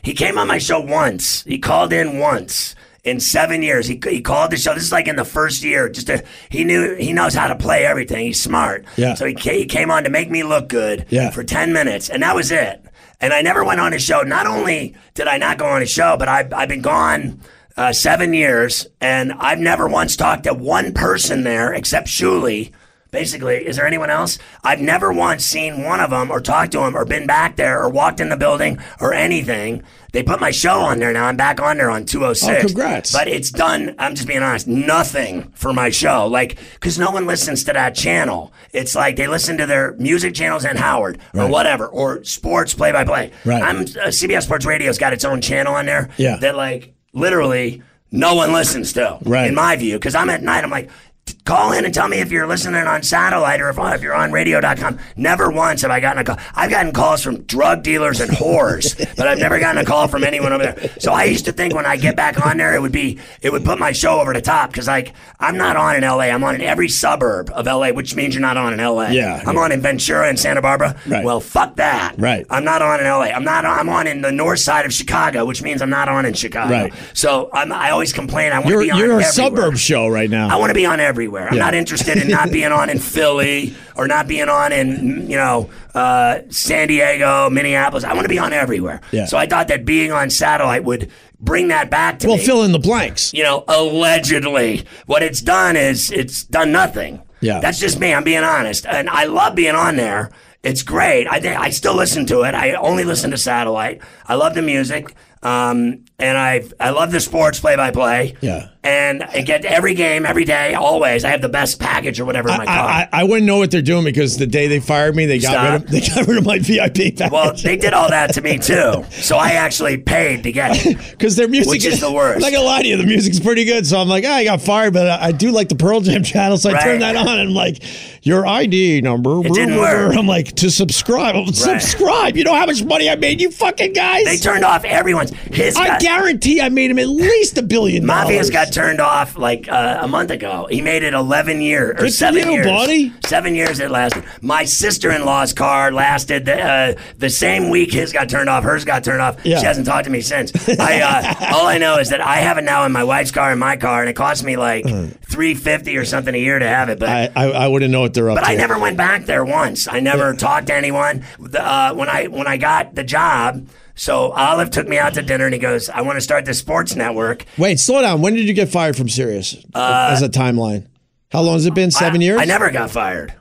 [SPEAKER 2] He came on my show once. He called in once in seven years. He, he called the show. This is like in the first year. Just to, he knew he knows how to play everything. He's smart.
[SPEAKER 1] Yeah.
[SPEAKER 2] So he, ca- he came on to make me look good.
[SPEAKER 1] Yeah.
[SPEAKER 2] For ten minutes, and that was it. And I never went on his show. Not only did I not go on his show, but I, I've been gone uh, seven years, and I've never once talked to one person there except Shuli. Basically, is there anyone else? I've never once seen one of them or talked to him or been back there or walked in the building or anything. They put my show on there now. I'm back on there on 206.
[SPEAKER 1] Oh, congrats.
[SPEAKER 2] But it's done. I'm just being honest. Nothing for my show, like, because no one listens to that channel. It's like they listen to their music channels and Howard or whatever or sports play by play.
[SPEAKER 1] Right.
[SPEAKER 2] I'm uh, CBS Sports Radio's got its own channel on there.
[SPEAKER 1] Yeah.
[SPEAKER 2] That like literally no one listens to.
[SPEAKER 1] Right.
[SPEAKER 2] In my view, because I'm at night. I'm like. "T- Call in and tell me if you're listening on satellite or if, if you're on radio.com. Never once have I gotten a call. I've gotten calls from drug dealers
[SPEAKER 1] *laughs*
[SPEAKER 2] and whores, but I've never gotten a call from anyone over there. So I used to think when I get back on there, it would be it would put my show over the top because like I'm not on in LA. I'm on in every suburb of LA, which means you're not on in LA.
[SPEAKER 1] Yeah,
[SPEAKER 2] I'm
[SPEAKER 1] yeah.
[SPEAKER 2] on in Ventura and Santa Barbara.
[SPEAKER 1] Right.
[SPEAKER 2] Well, fuck that.
[SPEAKER 1] Right.
[SPEAKER 2] I'm not on in LA. I'm not. I'm on in the north side of Chicago, which means I'm not on in Chicago.
[SPEAKER 1] Right.
[SPEAKER 2] So I'm, I always complain. I want to
[SPEAKER 1] you're
[SPEAKER 2] be on
[SPEAKER 1] you're a
[SPEAKER 2] everywhere.
[SPEAKER 1] suburb show right now.
[SPEAKER 2] I want to be on everywhere. I'm
[SPEAKER 1] Yeah.
[SPEAKER 2] not interested in not being on in Philly or not being on in you know uh, San Diego, Minneapolis. I want to be on everywhere.
[SPEAKER 1] Yeah.
[SPEAKER 2] So I thought that being on satellite would bring that back to
[SPEAKER 1] well,
[SPEAKER 2] me.
[SPEAKER 1] fill in the blanks.
[SPEAKER 2] you know, allegedly, what it's done is it's done nothing.
[SPEAKER 1] Yeah.
[SPEAKER 2] that's just me. I'm being honest, and I love being on there. It's great. I think I still listen to it. I only listen to satellite. I love the music, um, and I I love the sports play by play.
[SPEAKER 1] Yeah.
[SPEAKER 2] and I get every game every day, always. I have the best package or whatever in oh my
[SPEAKER 1] I,
[SPEAKER 2] car.
[SPEAKER 1] I, I wouldn't know what they're doing because the day they fired me, they got
[SPEAKER 2] Stop.
[SPEAKER 1] rid of they got rid of my VIP *laughs*
[SPEAKER 2] well,
[SPEAKER 1] package
[SPEAKER 2] they did all that to me too, so I actually paid to get it.
[SPEAKER 1] because their music
[SPEAKER 2] Which is the worst.
[SPEAKER 1] I'm not gonna lie to you, the music's pretty good. So I'm like, ah, I got fired, but I, I do like the Pearl Jam *laughs* channel, so I
[SPEAKER 2] Right.
[SPEAKER 1] turned that on. and I'm like, your ID number. It
[SPEAKER 2] didn't work.
[SPEAKER 1] I'm like, to subscribe, I'm, subscribe. You know how much money I made, you fucking guys.
[SPEAKER 2] They turned off everyone's. His
[SPEAKER 1] I
[SPEAKER 2] got-
[SPEAKER 1] guarantee I made him at least a billion dollars.
[SPEAKER 2] *laughs* Mafia's got turned off like uh, a month ago. He made it 11 year or
[SPEAKER 1] for
[SPEAKER 2] seven
[SPEAKER 1] you,
[SPEAKER 2] years.
[SPEAKER 1] buddy.
[SPEAKER 2] Seven years it lasted. My sister-in-law's car lasted the, uh, the same week. His got turned off. Hers got turned off.
[SPEAKER 1] Yeah.
[SPEAKER 2] She hasn't talked to me since.
[SPEAKER 1] *laughs*
[SPEAKER 2] I uh, all I know is that I have it now in my wife's car and my car, and it cost me like 350 or something a year to have it. But
[SPEAKER 1] Mm. I, I, I wouldn't know what they're up
[SPEAKER 2] but
[SPEAKER 1] to.
[SPEAKER 2] I never went back there once. I never talked to anyone. The, uh, when I when I got the job, so Olive took me out to dinner and he goes, "I want to start this sports network."
[SPEAKER 1] Wait, slow down. When did you get fired from Sirius as a timeline? How long has it been? Seven
[SPEAKER 2] Uh, I-
[SPEAKER 1] years?
[SPEAKER 2] I never got fired.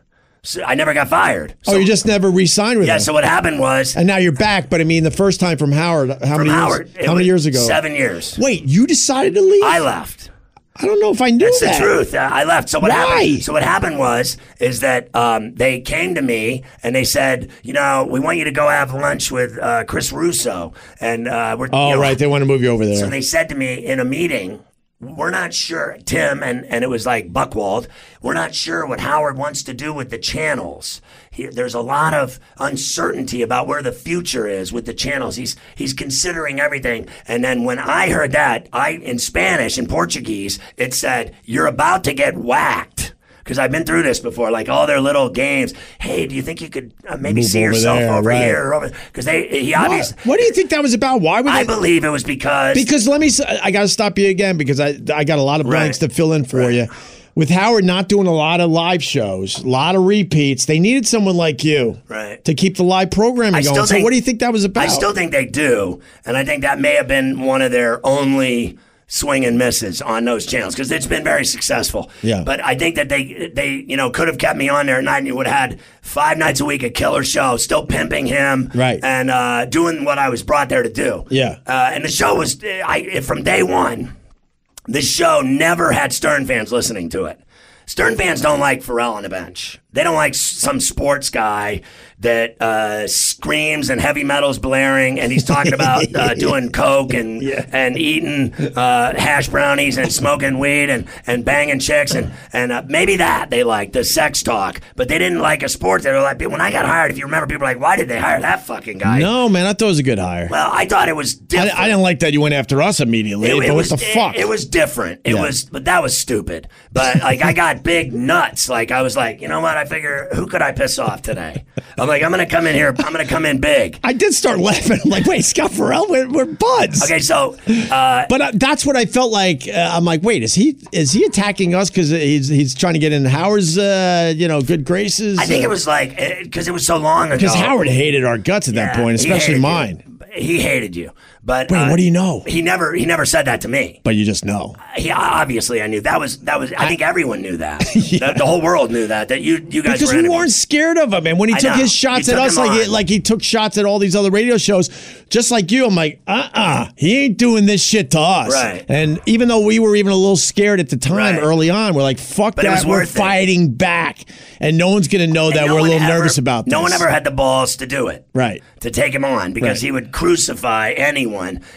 [SPEAKER 2] So I never got fired.
[SPEAKER 1] Oh,
[SPEAKER 2] So-
[SPEAKER 1] you just never re-signed with
[SPEAKER 2] yeah.
[SPEAKER 1] them.
[SPEAKER 2] So what happened was
[SPEAKER 1] and now you're back. But I mean, the first time from Howard. How
[SPEAKER 2] from
[SPEAKER 1] many
[SPEAKER 2] Howard.
[SPEAKER 1] years?
[SPEAKER 2] it
[SPEAKER 1] How many
[SPEAKER 2] was
[SPEAKER 1] years ago?
[SPEAKER 2] Seven years.
[SPEAKER 1] Wait, you decided to leave?
[SPEAKER 2] I left.
[SPEAKER 1] I don't know if I knew
[SPEAKER 2] That's
[SPEAKER 1] that.
[SPEAKER 2] the truth. Uh, I left. So what
[SPEAKER 1] Why?
[SPEAKER 2] happened? So what happened was is that um, they came to me and they said, you know, we want you to go have lunch with uh, Chris Russo, and uh, we're
[SPEAKER 1] Oh,
[SPEAKER 2] you know,
[SPEAKER 1] right. They want to move you over there.
[SPEAKER 2] So they said to me in a meeting, we're not sure, Tim, and, and it was like Buckwald, we're not sure what Howard wants to do with the channels. He, there's a lot of uncertainty about where the future is with the channels. He's he's considering everything. And then when I heard that, I in Spanish and Portuguese, it said, You're about to get whacked. Because I've been through this before, like all their little games. Hey, do you think you could uh, maybe
[SPEAKER 1] Move
[SPEAKER 2] see
[SPEAKER 1] over
[SPEAKER 2] yourself
[SPEAKER 1] there,
[SPEAKER 2] over
[SPEAKER 1] right.
[SPEAKER 2] here? Because they, he
[SPEAKER 1] what,
[SPEAKER 2] obviously,
[SPEAKER 1] what do you think that was about? Why would
[SPEAKER 2] I
[SPEAKER 1] they-
[SPEAKER 2] believe it was because
[SPEAKER 1] Because let me, s- I got to stop you again because I I got a lot of blanks
[SPEAKER 2] Right.
[SPEAKER 1] to fill in for you. With Howard not doing a lot of live shows, a lot of repeats, they needed someone like you
[SPEAKER 2] Right.
[SPEAKER 1] to keep the live programming
[SPEAKER 2] still
[SPEAKER 1] going. so
[SPEAKER 2] think-
[SPEAKER 1] what do you think that was about?
[SPEAKER 2] I still think they do, and I think that may have been one of their only swing and misses on those channels because it's been very successful.
[SPEAKER 1] Yeah.
[SPEAKER 2] But I think that they they you know could have kept me on there at night and you would have had five nights a week a killer show, still pimping him,
[SPEAKER 1] Right.
[SPEAKER 2] and uh, doing what I was brought there to do.
[SPEAKER 1] Yeah.
[SPEAKER 2] Uh, and the show was I from day one. This show never had Stern fans listening to it. Stern fans don't like Pharrell on the bench. They don't like s- some sports guy that uh, screams and heavy metal's blaring, and he's talking about
[SPEAKER 1] *laughs*
[SPEAKER 2] uh, doing coke and and eating uh, hash brownies and smoking weed and, and banging chicks and and uh, maybe that they like the sex talk, but they didn't like a sport. They were like, when I got hired, if you remember, people were like, why did they hire that fucking guy?
[SPEAKER 1] no, man, I thought it was a good hire.
[SPEAKER 2] Well, I thought it was
[SPEAKER 1] I,
[SPEAKER 2] different.
[SPEAKER 1] I didn't like that you went after us immediately.
[SPEAKER 2] It-
[SPEAKER 1] but
[SPEAKER 2] it
[SPEAKER 1] what
[SPEAKER 2] was-
[SPEAKER 1] the
[SPEAKER 2] it-
[SPEAKER 1] fuck?
[SPEAKER 2] It, was different. It
[SPEAKER 1] Yeah.
[SPEAKER 2] was, but that was stupid. But like, I got big nuts. Like, I was like, you know what? I figure, who could I piss off today? I'm like, I'm gonna come in here. I'm gonna come in big.
[SPEAKER 1] I did start laughing. *laughs* I'm like, wait, Scott Farrell, we're, we're buds.
[SPEAKER 2] Okay, so uh,
[SPEAKER 1] But uh, that's what I felt like. Uh, I'm like, wait, is he is he attacking us because he's he's trying to get in Howard's uh, you know good graces?
[SPEAKER 2] I think it was like because it was so long ago.
[SPEAKER 1] because Howard hated our guts at that
[SPEAKER 2] Yeah,
[SPEAKER 1] point,
[SPEAKER 2] he hated
[SPEAKER 1] especially
[SPEAKER 2] you.
[SPEAKER 1] mine.
[SPEAKER 2] He hated you. But
[SPEAKER 1] Wait,
[SPEAKER 2] uh,
[SPEAKER 1] what do you know?
[SPEAKER 2] He never, he never said that to me.
[SPEAKER 1] But you just know.
[SPEAKER 2] He obviously, I knew that was that was. I, think everyone
[SPEAKER 1] *laughs*
[SPEAKER 2] knew that. The- the whole world knew that. That you, you guys
[SPEAKER 1] Because
[SPEAKER 2] were
[SPEAKER 1] we
[SPEAKER 2] enemies.
[SPEAKER 1] weren't scared of him, and when he
[SPEAKER 2] I
[SPEAKER 1] took
[SPEAKER 2] know.
[SPEAKER 1] his shots
[SPEAKER 2] You
[SPEAKER 1] at
[SPEAKER 2] took
[SPEAKER 1] us,
[SPEAKER 2] him
[SPEAKER 1] like he,
[SPEAKER 2] on.
[SPEAKER 1] like he took shots at all these other radio shows, just like you, I'm like, uh, uh he ain't doing this shit to us.
[SPEAKER 2] Right.
[SPEAKER 1] And even though we were even a little scared at the time
[SPEAKER 2] Right.
[SPEAKER 1] early on, we're like, fuck
[SPEAKER 2] But it
[SPEAKER 1] that,
[SPEAKER 2] was
[SPEAKER 1] we're
[SPEAKER 2] worth it.
[SPEAKER 1] fighting back, and no one's gonna know that
[SPEAKER 2] And no
[SPEAKER 1] we're a
[SPEAKER 2] one
[SPEAKER 1] little
[SPEAKER 2] ever-
[SPEAKER 1] nervous about this.
[SPEAKER 2] No one ever had the balls to do it.
[SPEAKER 1] Right.
[SPEAKER 2] To take him on because
[SPEAKER 1] Right.
[SPEAKER 2] he would crucify anyone.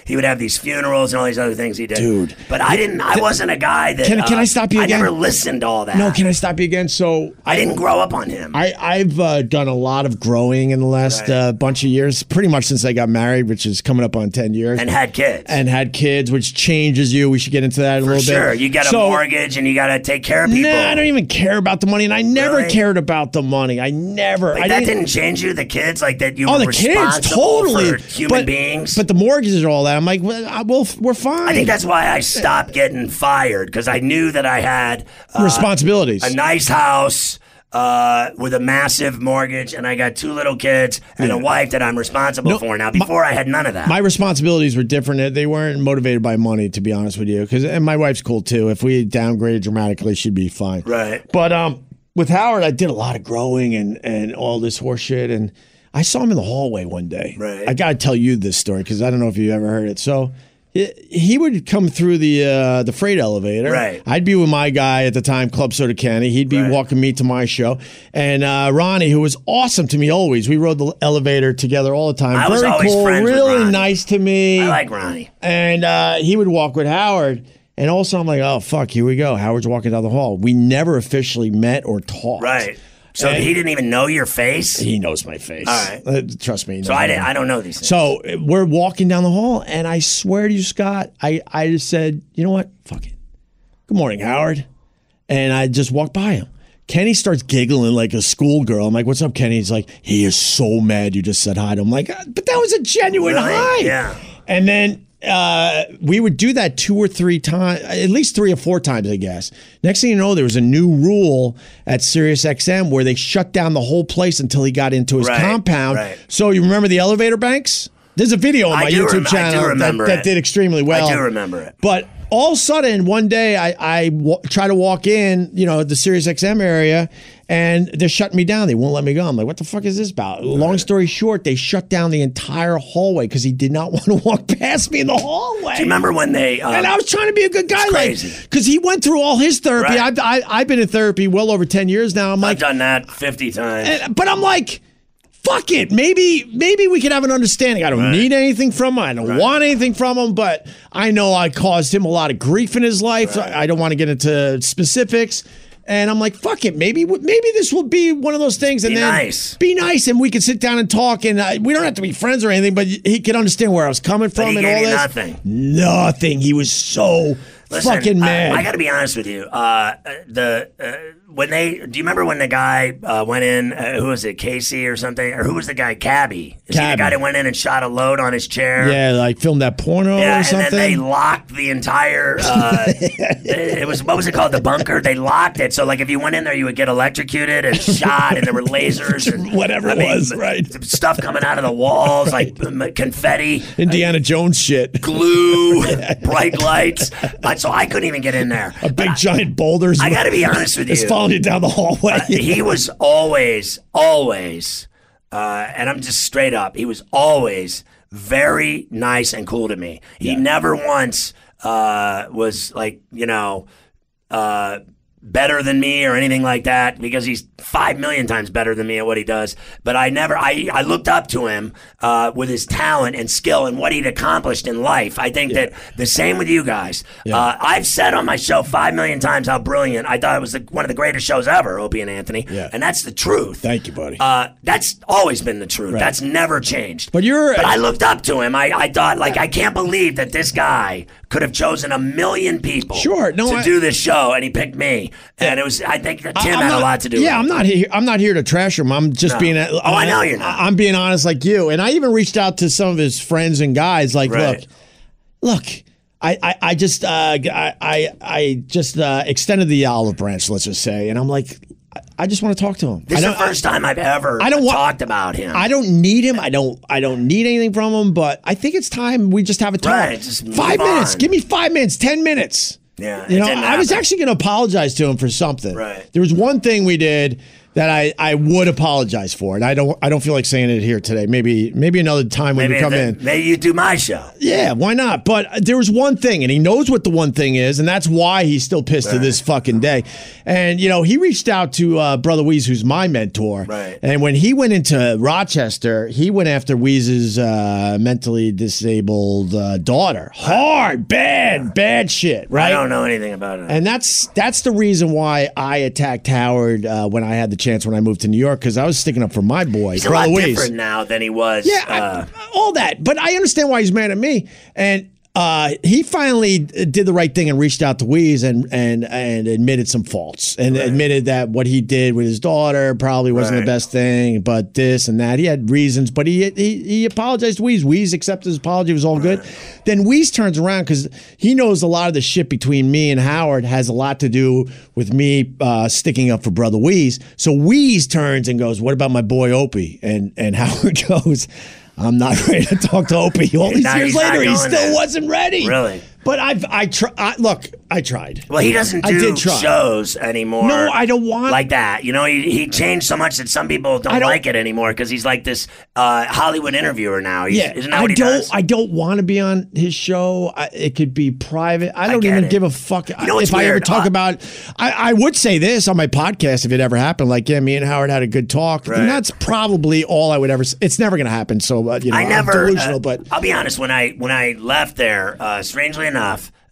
[SPEAKER 2] He would have these funerals and all these other things he did.
[SPEAKER 1] Dude.
[SPEAKER 2] But I didn't, I wasn't a guy that.
[SPEAKER 1] Can- can
[SPEAKER 2] uh,
[SPEAKER 1] I stop you
[SPEAKER 2] I
[SPEAKER 1] again?
[SPEAKER 2] never listened to all that.
[SPEAKER 1] No, can I stop you again? So
[SPEAKER 2] I didn't grow up on him.
[SPEAKER 1] I, I've uh, done a lot of growing in the last
[SPEAKER 2] Right.
[SPEAKER 1] uh, bunch of years, pretty much since I got married, which is coming up on 10 years,
[SPEAKER 2] and had kids.
[SPEAKER 1] and had kids, which changes you. We should get into that in a
[SPEAKER 2] For
[SPEAKER 1] little
[SPEAKER 2] sure.
[SPEAKER 1] bit.
[SPEAKER 2] You got a
[SPEAKER 1] So-
[SPEAKER 2] mortgage and you got to take care of people.
[SPEAKER 1] Nah, I don't even care about the money, and I never
[SPEAKER 2] Really?
[SPEAKER 1] cared about the money. I never.
[SPEAKER 2] Like,
[SPEAKER 1] I
[SPEAKER 2] that didn't change you, the kids? Like that you
[SPEAKER 1] Oh,
[SPEAKER 2] were
[SPEAKER 1] the kids,
[SPEAKER 2] responsible
[SPEAKER 1] totally.
[SPEAKER 2] for human
[SPEAKER 1] but,
[SPEAKER 2] beings?
[SPEAKER 1] But the mortgages are all that. I'm like, well, I, we'll we're fine.
[SPEAKER 2] I think that's why I stopped getting fired because I knew that I had uh,
[SPEAKER 1] responsibilities.
[SPEAKER 2] a nice house uh, with a massive mortgage, and I got two little kids and a wife that I'm responsible for now. Before I had none of that.
[SPEAKER 1] my responsibilities were different. They weren't motivated by money, to be honest with you. Because and my wife's cool too. If we downgraded dramatically, she'd be fine.
[SPEAKER 2] Right.
[SPEAKER 1] But um, with Howard, I did a lot of growing and and all this horseshit. And I saw him in the hallway one day.
[SPEAKER 2] Right.
[SPEAKER 1] I gotta tell you this story because I don't know if you ever heard it. So. He he would come through the uh, the freight elevator.
[SPEAKER 2] Right.
[SPEAKER 1] I'd be with my guy at the time, Club Soda Candy. He'd be
[SPEAKER 2] Right.
[SPEAKER 1] walking me to my show, and uh, Ronnie, who was awesome to me always. We rode the elevator together all the time.
[SPEAKER 2] I
[SPEAKER 1] Very
[SPEAKER 2] was always
[SPEAKER 1] cool,
[SPEAKER 2] friends with
[SPEAKER 1] really
[SPEAKER 2] Ronnie.
[SPEAKER 1] nice nice to me.
[SPEAKER 2] I like Ronnie.
[SPEAKER 1] and uh, he would walk with Howard. And also, I'm like, oh, fuck, here we go. Howard's walking down the hall. We never officially met or talked.
[SPEAKER 2] Right. So he didn't even know your face.
[SPEAKER 1] He knows my face.
[SPEAKER 2] All right.
[SPEAKER 1] Uh, trust me. he
[SPEAKER 2] so
[SPEAKER 1] knows
[SPEAKER 2] I
[SPEAKER 1] my
[SPEAKER 2] didn't.
[SPEAKER 1] face.
[SPEAKER 2] I don't know these. Things.
[SPEAKER 1] So uh, we're walking down the hall, and I swear to you, Scott, I, I just said, you know what? Fuck it. Good morning, Howard. And I just walked by him. Kenny starts giggling like a schoolgirl. I'm like, what's up, Kenny? He's like, he is so mad you just said hi to him. I'm like, "Ah, but that was a genuine
[SPEAKER 2] Really?
[SPEAKER 1] hi.
[SPEAKER 2] Yeah.
[SPEAKER 1] And then uh, we would do that two or three times, at least three or four times, I guess. Next thing you know, there was a new rule at SiriusXM where they shut down the whole place until he got into his
[SPEAKER 2] Right,
[SPEAKER 1] compound.
[SPEAKER 2] right.
[SPEAKER 1] So you remember the elevator banks? There's a video on
[SPEAKER 2] I
[SPEAKER 1] my
[SPEAKER 2] do
[SPEAKER 1] YouTube
[SPEAKER 2] rem- I do
[SPEAKER 1] channel that-
[SPEAKER 2] remember
[SPEAKER 1] that,
[SPEAKER 2] it.
[SPEAKER 1] did extremely well.
[SPEAKER 2] do remember it.
[SPEAKER 1] But all of a sudden, one day, I, I w- try to walk in, you know, the Sirius XM area, and they're shutting me down. They won't let me go. I'm like, what the fuck is this about? Long story short, they shut down the entire hallway because he did not *laughs* want to walk past me in the hallway.
[SPEAKER 2] Do you remember when they? Um,
[SPEAKER 1] And I was trying to be a good guy,
[SPEAKER 2] It's
[SPEAKER 1] like,
[SPEAKER 2] crazy.
[SPEAKER 1] because he went through all his therapy.
[SPEAKER 2] Right.
[SPEAKER 1] I, I, I've been in therapy well over ten years now. I'm
[SPEAKER 2] I've
[SPEAKER 1] like,
[SPEAKER 2] done that fifty times.
[SPEAKER 1] and- but I'm like, fuck it. Maybe maybe we could have an understanding. I don't need anything from him. I don't want anything from him. But I know I caused him a lot of grief in his life. I I don't want to get into specifics. And I'm like, fuck it. Maybe maybe this will be one of those things. And
[SPEAKER 2] Be
[SPEAKER 1] then
[SPEAKER 2] nice.
[SPEAKER 1] be nice, and we can sit down and talk. And I, we don't have to be friends or anything. But he could understand where I was coming from
[SPEAKER 2] but
[SPEAKER 1] and
[SPEAKER 2] he gave
[SPEAKER 1] all
[SPEAKER 2] you
[SPEAKER 1] this.
[SPEAKER 2] nothing.
[SPEAKER 1] Nothing. He was so
[SPEAKER 2] Listen,
[SPEAKER 1] fucking
[SPEAKER 2] I-
[SPEAKER 1] mad.
[SPEAKER 2] I, got to be honest with you. Uh, uh, the uh, when they do you remember when the guy uh, went in? Uh, who was it, Casey or something? Or who was the guy? Cabby. Is he the
[SPEAKER 1] Cabby.
[SPEAKER 2] guy that went in and shot a load on his chair?
[SPEAKER 1] yeah, like filmed that porno
[SPEAKER 2] Yeah,
[SPEAKER 1] or
[SPEAKER 2] and
[SPEAKER 1] something.
[SPEAKER 2] then they locked the entire.
[SPEAKER 1] *laughs*
[SPEAKER 2] Uh, it was what was it called? The bunker. They locked it, so like if you went in there, you would get
[SPEAKER 1] *laughs*
[SPEAKER 2] electrocuted and shot, and there were lasers and
[SPEAKER 1] Whatever it was, right.
[SPEAKER 2] Stuff coming out of the walls, like confetti
[SPEAKER 1] Indiana Jones shit. *laughs*
[SPEAKER 2] glue, bright lights. But so I couldn't even get in there.
[SPEAKER 1] a big giant boulders.
[SPEAKER 2] I Uh, got to be honest with
[SPEAKER 1] It's
[SPEAKER 2] you.
[SPEAKER 1] following you down the hallway. *laughs*
[SPEAKER 2] He was always, always, uh, and I'm just straight up. He was always very nice and cool to me. He never once uh, was like you know. Uh, better than me or anything like that because he's five million times better than me at what he does. But I never, I, I looked up to him uh, with his talent and skill and what he'd accomplished in life. I think that the same with you guys. Uh, I've said on my show five million times how brilliant I thought it was the, one of the greatest shows ever, Opie and Anthony.
[SPEAKER 1] Yeah.
[SPEAKER 2] And that's the truth.
[SPEAKER 1] Thank you, buddy.
[SPEAKER 2] Uh, that's always been the truth. That's never changed.
[SPEAKER 1] But you're-
[SPEAKER 2] But I looked up to him. I, I thought, like, I can't believe that this guy could have chosen a million people.
[SPEAKER 1] Sure, no,
[SPEAKER 2] to
[SPEAKER 1] I-
[SPEAKER 2] do this show, and he picked me. And it was, I think, that Tim
[SPEAKER 1] I'm
[SPEAKER 2] had
[SPEAKER 1] not-
[SPEAKER 2] a lot to do.
[SPEAKER 1] Yeah,
[SPEAKER 2] with
[SPEAKER 1] I'm
[SPEAKER 2] it.
[SPEAKER 1] not here. I'm not here to trash him. I'm just being. Oh,
[SPEAKER 2] I know you're not.
[SPEAKER 1] I'm being honest, like you. And I even reached out to some of his friends and guys. Like,
[SPEAKER 2] Right.
[SPEAKER 1] look, look. I, I, I just uh, I, I I just uh, extended the olive branch, let's just say, and I'm like, I, I just want to talk to him.
[SPEAKER 2] This
[SPEAKER 1] I
[SPEAKER 2] is the
[SPEAKER 1] don't-
[SPEAKER 2] first time I've ever
[SPEAKER 1] I don't wa-
[SPEAKER 2] talked about him.
[SPEAKER 1] I don't need him. I don't. I don't need anything from him. But I think it's time we just have a talk.
[SPEAKER 2] Right, just move
[SPEAKER 1] five
[SPEAKER 2] on.
[SPEAKER 1] minutes. Give me five minutes. Ten minutes.
[SPEAKER 2] Yeah, it
[SPEAKER 1] You know,
[SPEAKER 2] didn't
[SPEAKER 1] I was
[SPEAKER 2] happen.
[SPEAKER 1] actually going to apologize to him for something.
[SPEAKER 2] Right.
[SPEAKER 1] There was one thing we did that I, I would apologize for, and I don't I don't feel like saying it here today. Maybe maybe another time when
[SPEAKER 2] maybe,
[SPEAKER 1] you come
[SPEAKER 2] th-
[SPEAKER 1] in.
[SPEAKER 2] maybe you do my show.
[SPEAKER 1] Yeah, why not? But uh, there was one thing, and he knows what the one thing is, and that's why he's still pissed to this fucking day. And you know, he reached out to uh, Brother Weeze, who's my mentor.
[SPEAKER 2] Right.
[SPEAKER 1] And when he went into Rochester, he went after Weeze's uh, mentally disabled uh, daughter. Hard, bad, bad shit. Right.
[SPEAKER 2] I don't know anything about it.
[SPEAKER 1] And that's that's the reason why I attacked Howard uh, when I had the chance when I moved to New York because I was sticking up for my boy,
[SPEAKER 2] He's a lot
[SPEAKER 1] Brother Weeze.
[SPEAKER 2] different now than he was.
[SPEAKER 1] Yeah, I-
[SPEAKER 2] uh,
[SPEAKER 1] all that. But I understand why he's mad at me. And uh, he finally did the right thing and reached out to Weeze and and and admitted some faults and admitted that what he did with his daughter probably wasn't
[SPEAKER 2] Right.
[SPEAKER 1] the best thing, but this and that. He had reasons, but he he, he apologized to Weeze. Weeze accepted his apology. It was all good. Then Weeze turns around because he knows a lot of the shit between me and Howard has a lot to do with me uh, sticking up for brother Weeze. So Weeze turns and goes, "What about my boy Opie?" And and *laughs* Howard goes. I'm not ready to talk to Opie. All these
[SPEAKER 2] Now
[SPEAKER 1] years
[SPEAKER 2] he's not
[SPEAKER 1] later, he
[SPEAKER 2] going
[SPEAKER 1] still
[SPEAKER 2] there.
[SPEAKER 1] wasn't ready.
[SPEAKER 2] Really?
[SPEAKER 1] But I've I try. I, look, I tried.
[SPEAKER 2] Well, he doesn't
[SPEAKER 1] I
[SPEAKER 2] do
[SPEAKER 1] did try.
[SPEAKER 2] shows anymore.
[SPEAKER 1] No, I don't want-
[SPEAKER 2] like that. You know, he, he changed so much that some people don't,
[SPEAKER 1] I don't-
[SPEAKER 2] like it anymore because he's like this uh, Hollywood interviewer now. He's,
[SPEAKER 1] Yeah,
[SPEAKER 2] isn't that
[SPEAKER 1] I
[SPEAKER 2] what he
[SPEAKER 1] don't.
[SPEAKER 2] does?
[SPEAKER 1] I don't want to be on his show. I, it could be private. I don't
[SPEAKER 2] get
[SPEAKER 1] even
[SPEAKER 2] it.
[SPEAKER 1] give a fuck
[SPEAKER 2] You know what's
[SPEAKER 1] if I ever
[SPEAKER 2] weird?
[SPEAKER 1] talk
[SPEAKER 2] Uh,
[SPEAKER 1] about. I, I would say this on my podcast if it ever happened. Like, yeah, me and Howard had a good talk.
[SPEAKER 2] Right.
[SPEAKER 1] And that's probably all I would ever. s- It's never going to happen. So uh, you know,
[SPEAKER 2] I
[SPEAKER 1] I'm
[SPEAKER 2] never.
[SPEAKER 1] delusional,
[SPEAKER 2] uh,
[SPEAKER 1] but
[SPEAKER 2] I'll be honest. When I when I left there, uh, strangely enough,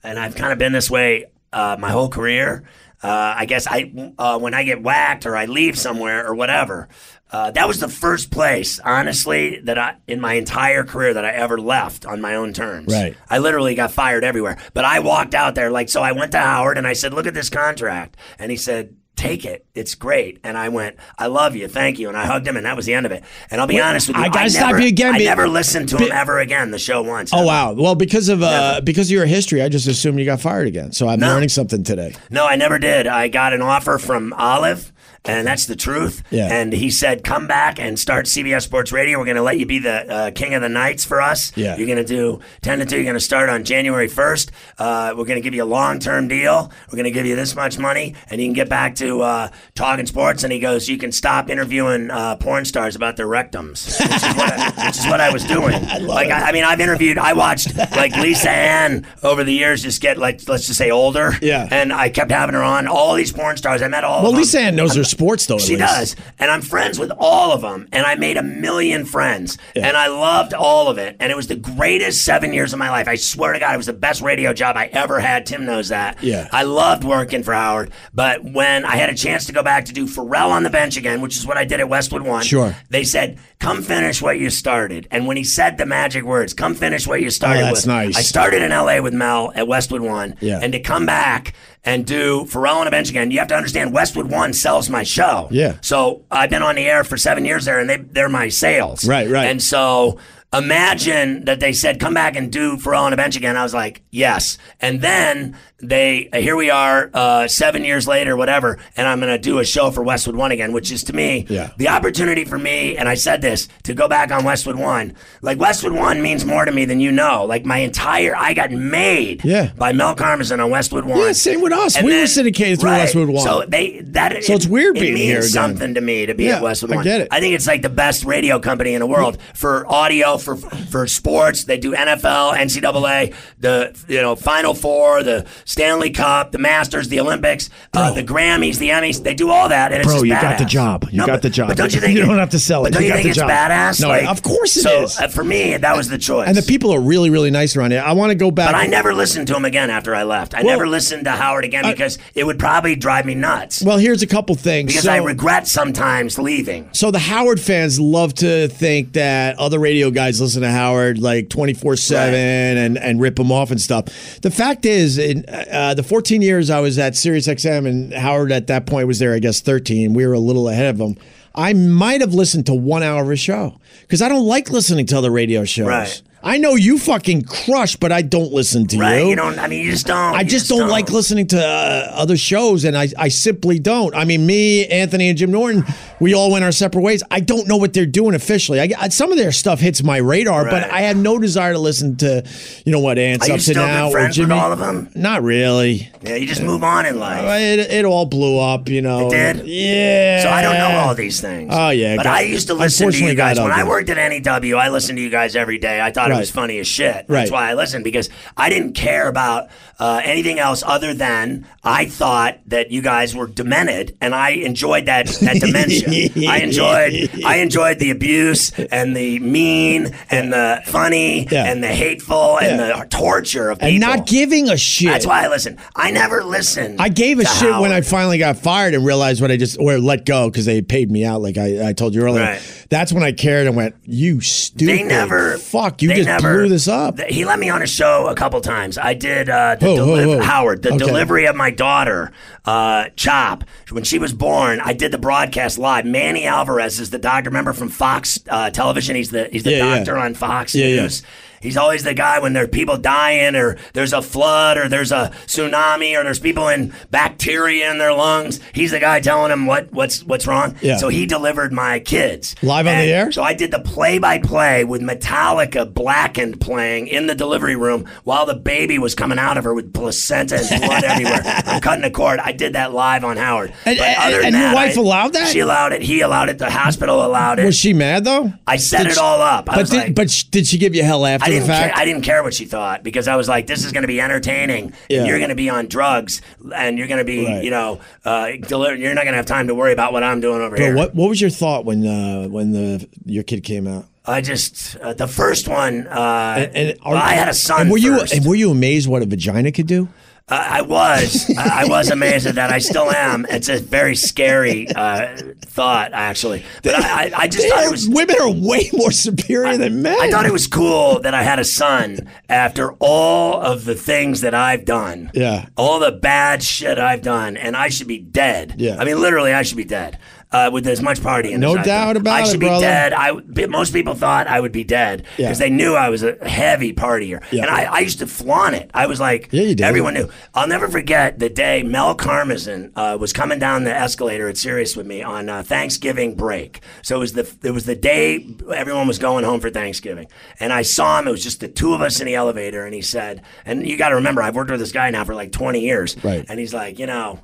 [SPEAKER 2] and I've kind of been this way uh, my whole career. Uh, I guess I uh, when I get whacked or I leave somewhere or whatever. Uh, that was the first place, honestly, that I in my entire career that I ever left on my own terms.
[SPEAKER 1] Right.
[SPEAKER 2] I literally got fired everywhere, but I walked out there like so. I went to Howard and I said, "Look at this contract," and he said. Take it. It's great. And I went, I love you. Thank you. And I hugged him, and that was the end of it. And I'll be honest with you.
[SPEAKER 1] I gotta stop
[SPEAKER 2] never-
[SPEAKER 1] you again,
[SPEAKER 2] I
[SPEAKER 1] be-
[SPEAKER 2] never listened to
[SPEAKER 1] be-
[SPEAKER 2] him ever again, the show once.
[SPEAKER 1] Oh wow! Well, because of uh, because of your history, I just assumed you got fired again. So I'm learning something today.
[SPEAKER 2] No, I never did. I got an offer from Olive, and that's the truth.
[SPEAKER 1] Yeah.
[SPEAKER 2] And he said, "Come back and start CBS Sports Radio. We're going to let you be the uh, king of the nights for us.
[SPEAKER 1] Yeah.
[SPEAKER 2] You're going to do ten to two. You're going to start on January first. Uh, we're going to give you a long term deal. We're going to give you this much money, and you can get back to uh, talking sports." And he goes, "You can stop interviewing uh, porn stars about their rectums." Which is what I, *laughs* which is what I
[SPEAKER 1] *laughs*
[SPEAKER 2] was doing. like, I, I mean, I've interviewed. I watched like Lisa Ann over the years just get like let's just say older.
[SPEAKER 1] Yeah.
[SPEAKER 2] And I kept having her on all these porn stars. I met all
[SPEAKER 1] Well,
[SPEAKER 2] of them.
[SPEAKER 1] Lisa Ann knows her sports though. At
[SPEAKER 2] Um, She
[SPEAKER 1] least.
[SPEAKER 2] does. And I'm friends with all of them. And I made a million friends. And I loved all of it. And it was the greatest seven years of my life. I swear to God, it was the best radio job I ever had. Tim knows that.
[SPEAKER 1] Yeah.
[SPEAKER 2] I loved working for Howard. But when I had a chance to go back to do Pharrell on the bench again, which is what I did at Westwood One,
[SPEAKER 1] Sure.
[SPEAKER 2] they said, come finish what you started. And when he said the magic words, come finish what you started
[SPEAKER 1] Oh, that's
[SPEAKER 2] with,
[SPEAKER 1] nice.
[SPEAKER 2] I started in LA with Mel at Westwood One.
[SPEAKER 1] Yeah.
[SPEAKER 2] And to come back and do Pharrell on a bench again, you have to understand Westwood One sells my show.
[SPEAKER 1] Yeah.
[SPEAKER 2] So I've been on the air for seven years there, and they they're my sales.
[SPEAKER 1] Right, right.
[SPEAKER 2] And so imagine that they said, "Come back and do Pharrell on a bench again." I was like, "Yes." And then they uh, here we are, uh, seven years later, whatever, and I'm gonna do a show for Westwood One again, which is to me
[SPEAKER 1] Yeah.
[SPEAKER 2] the opportunity for me. And I said this to go back on Westwood One. Like Westwood One means more to me than you know. Like my entire I got made
[SPEAKER 1] Yeah.
[SPEAKER 2] by Mel Karmazin on Westwood One.
[SPEAKER 1] Yeah, same with us.
[SPEAKER 2] And
[SPEAKER 1] we were
[SPEAKER 2] then-
[SPEAKER 1] syndicated through
[SPEAKER 2] right.
[SPEAKER 1] Westwood One.
[SPEAKER 2] So they that
[SPEAKER 1] So it's weird
[SPEAKER 2] it
[SPEAKER 1] being
[SPEAKER 2] means
[SPEAKER 1] here again.
[SPEAKER 2] something to me to be
[SPEAKER 1] Yeah,
[SPEAKER 2] at Westwood
[SPEAKER 1] I
[SPEAKER 2] One.
[SPEAKER 1] get it.
[SPEAKER 2] I think it's like the best radio company in the world for audio, for for sports. They do NFL, NCAA, the you know Final Four, the Stanley Cup, the Masters, the Olympics, uh, the Grammys, the Emmys. They do all that. And it's
[SPEAKER 1] Bro,
[SPEAKER 2] just
[SPEAKER 1] you got
[SPEAKER 2] badass.
[SPEAKER 1] the job. You
[SPEAKER 2] No,
[SPEAKER 1] got
[SPEAKER 2] but-
[SPEAKER 1] the job.
[SPEAKER 2] But don't you think
[SPEAKER 1] *laughs* You
[SPEAKER 2] it-
[SPEAKER 1] don't have to sell it.
[SPEAKER 2] But don't
[SPEAKER 1] You
[SPEAKER 2] you,
[SPEAKER 1] got
[SPEAKER 2] think
[SPEAKER 1] the
[SPEAKER 2] it's
[SPEAKER 1] job.
[SPEAKER 2] badass?
[SPEAKER 1] No,
[SPEAKER 2] Like,
[SPEAKER 1] of course it
[SPEAKER 2] so,
[SPEAKER 1] is.
[SPEAKER 2] uh, for me, that was the choice.
[SPEAKER 1] And the people are really, really nice around here. I want to go back.
[SPEAKER 2] But I never listened to him again after I left. I
[SPEAKER 1] Well,
[SPEAKER 2] never listened to Howard again because it would probably drive me nuts.
[SPEAKER 1] well, here's a couple things.
[SPEAKER 2] because
[SPEAKER 1] so,
[SPEAKER 2] I regret sometimes leaving.
[SPEAKER 1] so the Howard fans love to think that other radio guys listen to Howard like 24 7 and, and rip him off and stuff. The fact is, in uh, the 14 years I was at Sirius XM and Howard at that point was there, I guess, 13, we were a little ahead of him. I might have listened to one hour of his show because I don't like listening to other radio shows.
[SPEAKER 2] Right.
[SPEAKER 1] I know you fucking crush, but I don't listen to
[SPEAKER 2] Right?
[SPEAKER 1] you.
[SPEAKER 2] You don't. I mean, you just don't.
[SPEAKER 1] I
[SPEAKER 2] you
[SPEAKER 1] just don't, like listening to uh, other shows, and I, I simply don't. I mean, me, Anthony, and Jim Norton, we all went our separate ways. I don't know what they're doing officially. I, I- some of their stuff hits my radar, but
[SPEAKER 2] Right.
[SPEAKER 1] I have no desire to listen to, you know, what Ants
[SPEAKER 2] Are you
[SPEAKER 1] up to
[SPEAKER 2] still good
[SPEAKER 1] now or
[SPEAKER 2] friends with
[SPEAKER 1] Jimmy.
[SPEAKER 2] all of them?
[SPEAKER 1] Not really.
[SPEAKER 2] Yeah, you just move on in life.
[SPEAKER 1] It, it all blew up, you know.
[SPEAKER 2] It did?
[SPEAKER 1] Yeah.
[SPEAKER 2] So I don't know all these things.
[SPEAKER 1] Oh, yeah,
[SPEAKER 2] But
[SPEAKER 1] got-
[SPEAKER 2] I used to listen to
[SPEAKER 1] unfortunately
[SPEAKER 2] you guys
[SPEAKER 1] got
[SPEAKER 2] when I
[SPEAKER 1] ugly.
[SPEAKER 2] worked at NEW. I listened to you guys every day. I thought
[SPEAKER 1] Right.
[SPEAKER 2] it was funny as shit. That's
[SPEAKER 1] Right.
[SPEAKER 2] why I listened because I didn't care about uh, anything else other than I thought that you guys were demented, and I enjoyed that
[SPEAKER 1] *laughs*
[SPEAKER 2] that dementia. I enjoyed I enjoyed the abuse and the mean and the funny
[SPEAKER 1] Yeah.
[SPEAKER 2] and the hateful and
[SPEAKER 1] Yeah.
[SPEAKER 2] the torture of people.
[SPEAKER 1] And not giving a shit.
[SPEAKER 2] That's why I listened. I never listened.
[SPEAKER 1] I gave a
[SPEAKER 2] to
[SPEAKER 1] shit when I
[SPEAKER 2] Howard.
[SPEAKER 1] finally got fired and realized what I just or let go because they paid me out like I, I told you earlier.
[SPEAKER 2] Right.
[SPEAKER 1] That's when I cared and went, "You stupid
[SPEAKER 2] They never
[SPEAKER 1] oh, fuck! You
[SPEAKER 2] they
[SPEAKER 1] just
[SPEAKER 2] never-
[SPEAKER 1] blew this up."
[SPEAKER 2] th- he let me on a show a couple times. I did uh, the
[SPEAKER 1] Whoa, whoa,
[SPEAKER 2] deli-
[SPEAKER 1] whoa.
[SPEAKER 2] Howard the
[SPEAKER 1] Okay.
[SPEAKER 2] delivery of my daughter uh, Chop when she was born. I did the broadcast live. Manny Alvarez is the doctor. Remember from Fox uh, Television? He's the he's the
[SPEAKER 1] Yeah, yeah.
[SPEAKER 2] doctor on Fox
[SPEAKER 1] Yeah, yeah.
[SPEAKER 2] News. He's always the guy when there are people dying or there's a flood or there's a tsunami or there's people in bacteria in their lungs. He's the guy telling them what, what's what's wrong.
[SPEAKER 1] Yeah.
[SPEAKER 2] So he delivered my kids.
[SPEAKER 1] Live on the
[SPEAKER 2] And
[SPEAKER 1] air?
[SPEAKER 2] So I did the play by play with Metallica blackened playing in the delivery room while the baby was coming out of her with placenta and blood
[SPEAKER 1] *laughs*
[SPEAKER 2] everywhere. I'm cutting the cord. I did that live on Howard.
[SPEAKER 1] And-
[SPEAKER 2] But
[SPEAKER 1] and-
[SPEAKER 2] other than
[SPEAKER 1] and your
[SPEAKER 2] that,
[SPEAKER 1] wife
[SPEAKER 2] I-
[SPEAKER 1] allowed that?
[SPEAKER 2] She allowed it. He allowed it. The hospital allowed it.
[SPEAKER 1] was she mad though?
[SPEAKER 2] I set
[SPEAKER 1] Did
[SPEAKER 2] it
[SPEAKER 1] she-
[SPEAKER 2] all up. I
[SPEAKER 1] but
[SPEAKER 2] was
[SPEAKER 1] did,
[SPEAKER 2] like,
[SPEAKER 1] but sh- did she give you hell after the
[SPEAKER 2] I didn't care.
[SPEAKER 1] fact?
[SPEAKER 2] I didn't care what she thought because I was like, this is going to be entertaining.
[SPEAKER 1] Yeah.
[SPEAKER 2] You're going to be on drugs and you're going to be,
[SPEAKER 1] Right.
[SPEAKER 2] you know, uh, deli- you're not going to have time to worry about what I'm doing over
[SPEAKER 1] But
[SPEAKER 2] here.
[SPEAKER 1] what what was your thought when uh, when the your kid came out?
[SPEAKER 2] I just uh, the first one. Uh,
[SPEAKER 1] And are-
[SPEAKER 2] well, I had a son.
[SPEAKER 1] And were you
[SPEAKER 2] first.
[SPEAKER 1] and were you amazed what a vagina could do?
[SPEAKER 2] Uh, I was. I I was amazed at that. I still am. It's a very scary uh, thought, actually. But I, I, I just thought it was.
[SPEAKER 1] Eh, Women are way more superior than men.
[SPEAKER 2] I thought it was cool that I had a son after all of the things that I've done.
[SPEAKER 1] Yeah.
[SPEAKER 2] All the bad shit I've done, and I should be dead.
[SPEAKER 1] Yeah.
[SPEAKER 2] I mean, literally, I should be dead. Uh, with as much partying,
[SPEAKER 1] No
[SPEAKER 2] as I've
[SPEAKER 1] doubt
[SPEAKER 2] done.
[SPEAKER 1] about
[SPEAKER 2] I
[SPEAKER 1] it,
[SPEAKER 2] should be
[SPEAKER 1] brother.
[SPEAKER 2] dead. I but most people thought I would be dead
[SPEAKER 1] Yeah.
[SPEAKER 2] because they knew I was a heavy partier,
[SPEAKER 1] Yeah.
[SPEAKER 2] and I, I used to flaunt it. I was like,
[SPEAKER 1] Yeah, you did.
[SPEAKER 2] everyone knew. I'll never forget the day Mel Karmazin uh, was coming down the escalator at Sirius with me on uh, Thanksgiving break. So it was the it was the day everyone was going home for Thanksgiving, and I saw him. It was just the two of us in the elevator, and he said, and you got to remember, I've worked with this guy now for like twenty years,
[SPEAKER 1] Right.
[SPEAKER 2] And he's like, you know.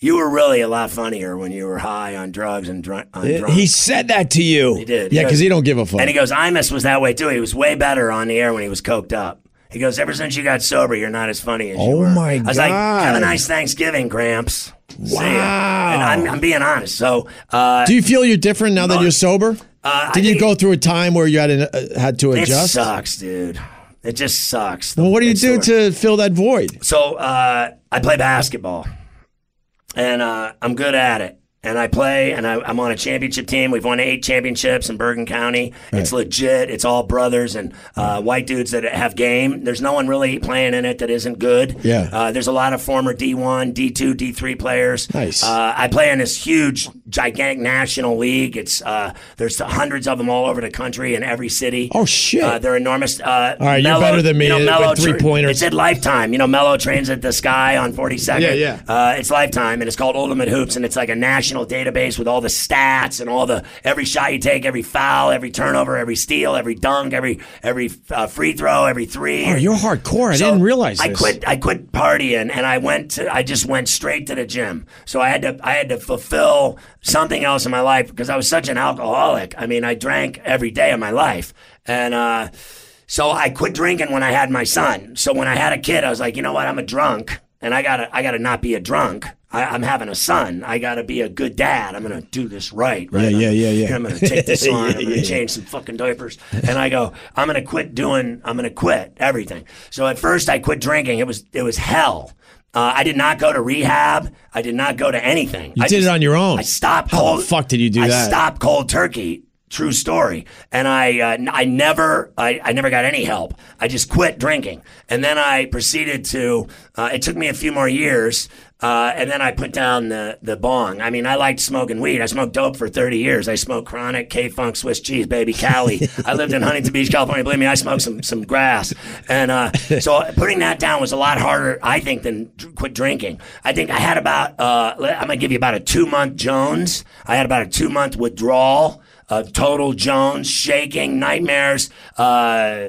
[SPEAKER 2] You were really a lot funnier when you were high on drugs and drunk. On
[SPEAKER 1] He-
[SPEAKER 2] drugs.
[SPEAKER 1] He said that to you. He
[SPEAKER 2] did.
[SPEAKER 1] Yeah,
[SPEAKER 2] He
[SPEAKER 1] because
[SPEAKER 2] goes-
[SPEAKER 1] he don't give a fuck.
[SPEAKER 2] And he goes, Imus was that way too. He was way better on the air when he was coked up. He goes, ever since you got sober, you're not as funny as you
[SPEAKER 1] Oh
[SPEAKER 2] were.
[SPEAKER 1] my
[SPEAKER 2] I was like, have
[SPEAKER 1] God.
[SPEAKER 2] a nice Thanksgiving, Gramps. Wow.
[SPEAKER 1] Wow.
[SPEAKER 2] And I'm, I'm being honest. So, uh,
[SPEAKER 1] Do you feel you're different now that you're sober?
[SPEAKER 2] I
[SPEAKER 1] Did you
[SPEAKER 2] think-
[SPEAKER 1] go through a time where you had to, uh, had to
[SPEAKER 2] it
[SPEAKER 1] adjust?
[SPEAKER 2] sucks, dude. It just sucks.
[SPEAKER 1] Well, what do you
[SPEAKER 2] It's
[SPEAKER 1] do
[SPEAKER 2] the-
[SPEAKER 1] to fill that void?
[SPEAKER 2] So uh, I play basketball, and uh, I'm good at it. And I play, and I, I'm on a championship team. We've won eight championships in Bergen County. It's legit. It's all brothers and uh, white dudes that have game. There's no one really playing in it that isn't good.
[SPEAKER 1] Yeah.
[SPEAKER 2] Uh, there's a lot of former D1, D2, D3 players.
[SPEAKER 1] Nice.
[SPEAKER 2] Uh, I play in this huge, gigantic national league. It's uh, there's hundreds of them all over the country in every city.
[SPEAKER 1] Oh, shit.
[SPEAKER 2] Uh, they're enormous. Uh,
[SPEAKER 1] All right, you're better than me with
[SPEAKER 2] Melo tra-
[SPEAKER 1] three-pointers.
[SPEAKER 2] It's at Lifetime. You know, Mello trains at the Sky on 42nd.
[SPEAKER 1] Yeah, yeah.
[SPEAKER 2] Uh, it's Lifetime, and it's called Ultimate Hoops, and it's like a national database with all the stats and all the every shot you take, every foul, every turnover, every steal, every dunk, every every uh, free throw, every three.
[SPEAKER 1] Oh, you're hardcore. I
[SPEAKER 2] So
[SPEAKER 1] didn't realize
[SPEAKER 2] I
[SPEAKER 1] this.
[SPEAKER 2] quit. I quit partying, and I went. To, I just went straight to the gym. So I had to. I had to fulfill something else in my life because I was such an alcoholic. I mean, I drank every day of my life, and uh, so I quit drinking when I had my son. So when I had a kid, I was like, you know what? I'm a drunk, and I gotta. I gotta not be a drunk. I, I'm having a son. I gotta be a good dad. I'm gonna do this right. Right.
[SPEAKER 1] Yeah, yeah, yeah, yeah.
[SPEAKER 2] I'm gonna
[SPEAKER 1] *laughs*
[SPEAKER 2] take this on. I'm gonna change some fucking diapers. And I go, I'm gonna quit doing. I'm gonna quit everything. So at first, I quit drinking. It was it was hell. Uh, I did not go to rehab. I did not go to anything.
[SPEAKER 1] You
[SPEAKER 2] I
[SPEAKER 1] did it on your own.
[SPEAKER 2] I stopped.
[SPEAKER 1] How the
[SPEAKER 2] cold,
[SPEAKER 1] fuck did you do
[SPEAKER 2] I
[SPEAKER 1] that?
[SPEAKER 2] stopped cold turkey. True story. And I, uh, n- I never, I, I never got any help. I just quit drinking, and then I proceeded to. Uh, it took me a few more years, uh, and then I put down the the bong. I mean, I liked smoking weed. I smoked dope for thirty years. I smoked chronic K Funk Swiss cheese,
[SPEAKER 1] *laughs*
[SPEAKER 2] baby Cali. I lived in Huntington Beach, California. Believe me, I smoked some some grass, and uh, so putting that down was a lot harder, I think, than dr- quit drinking. I think I had about uh, le- I'm gonna give you about a two month Jones. I had about a two month withdrawal of total Jones, shaking, nightmares. Uh,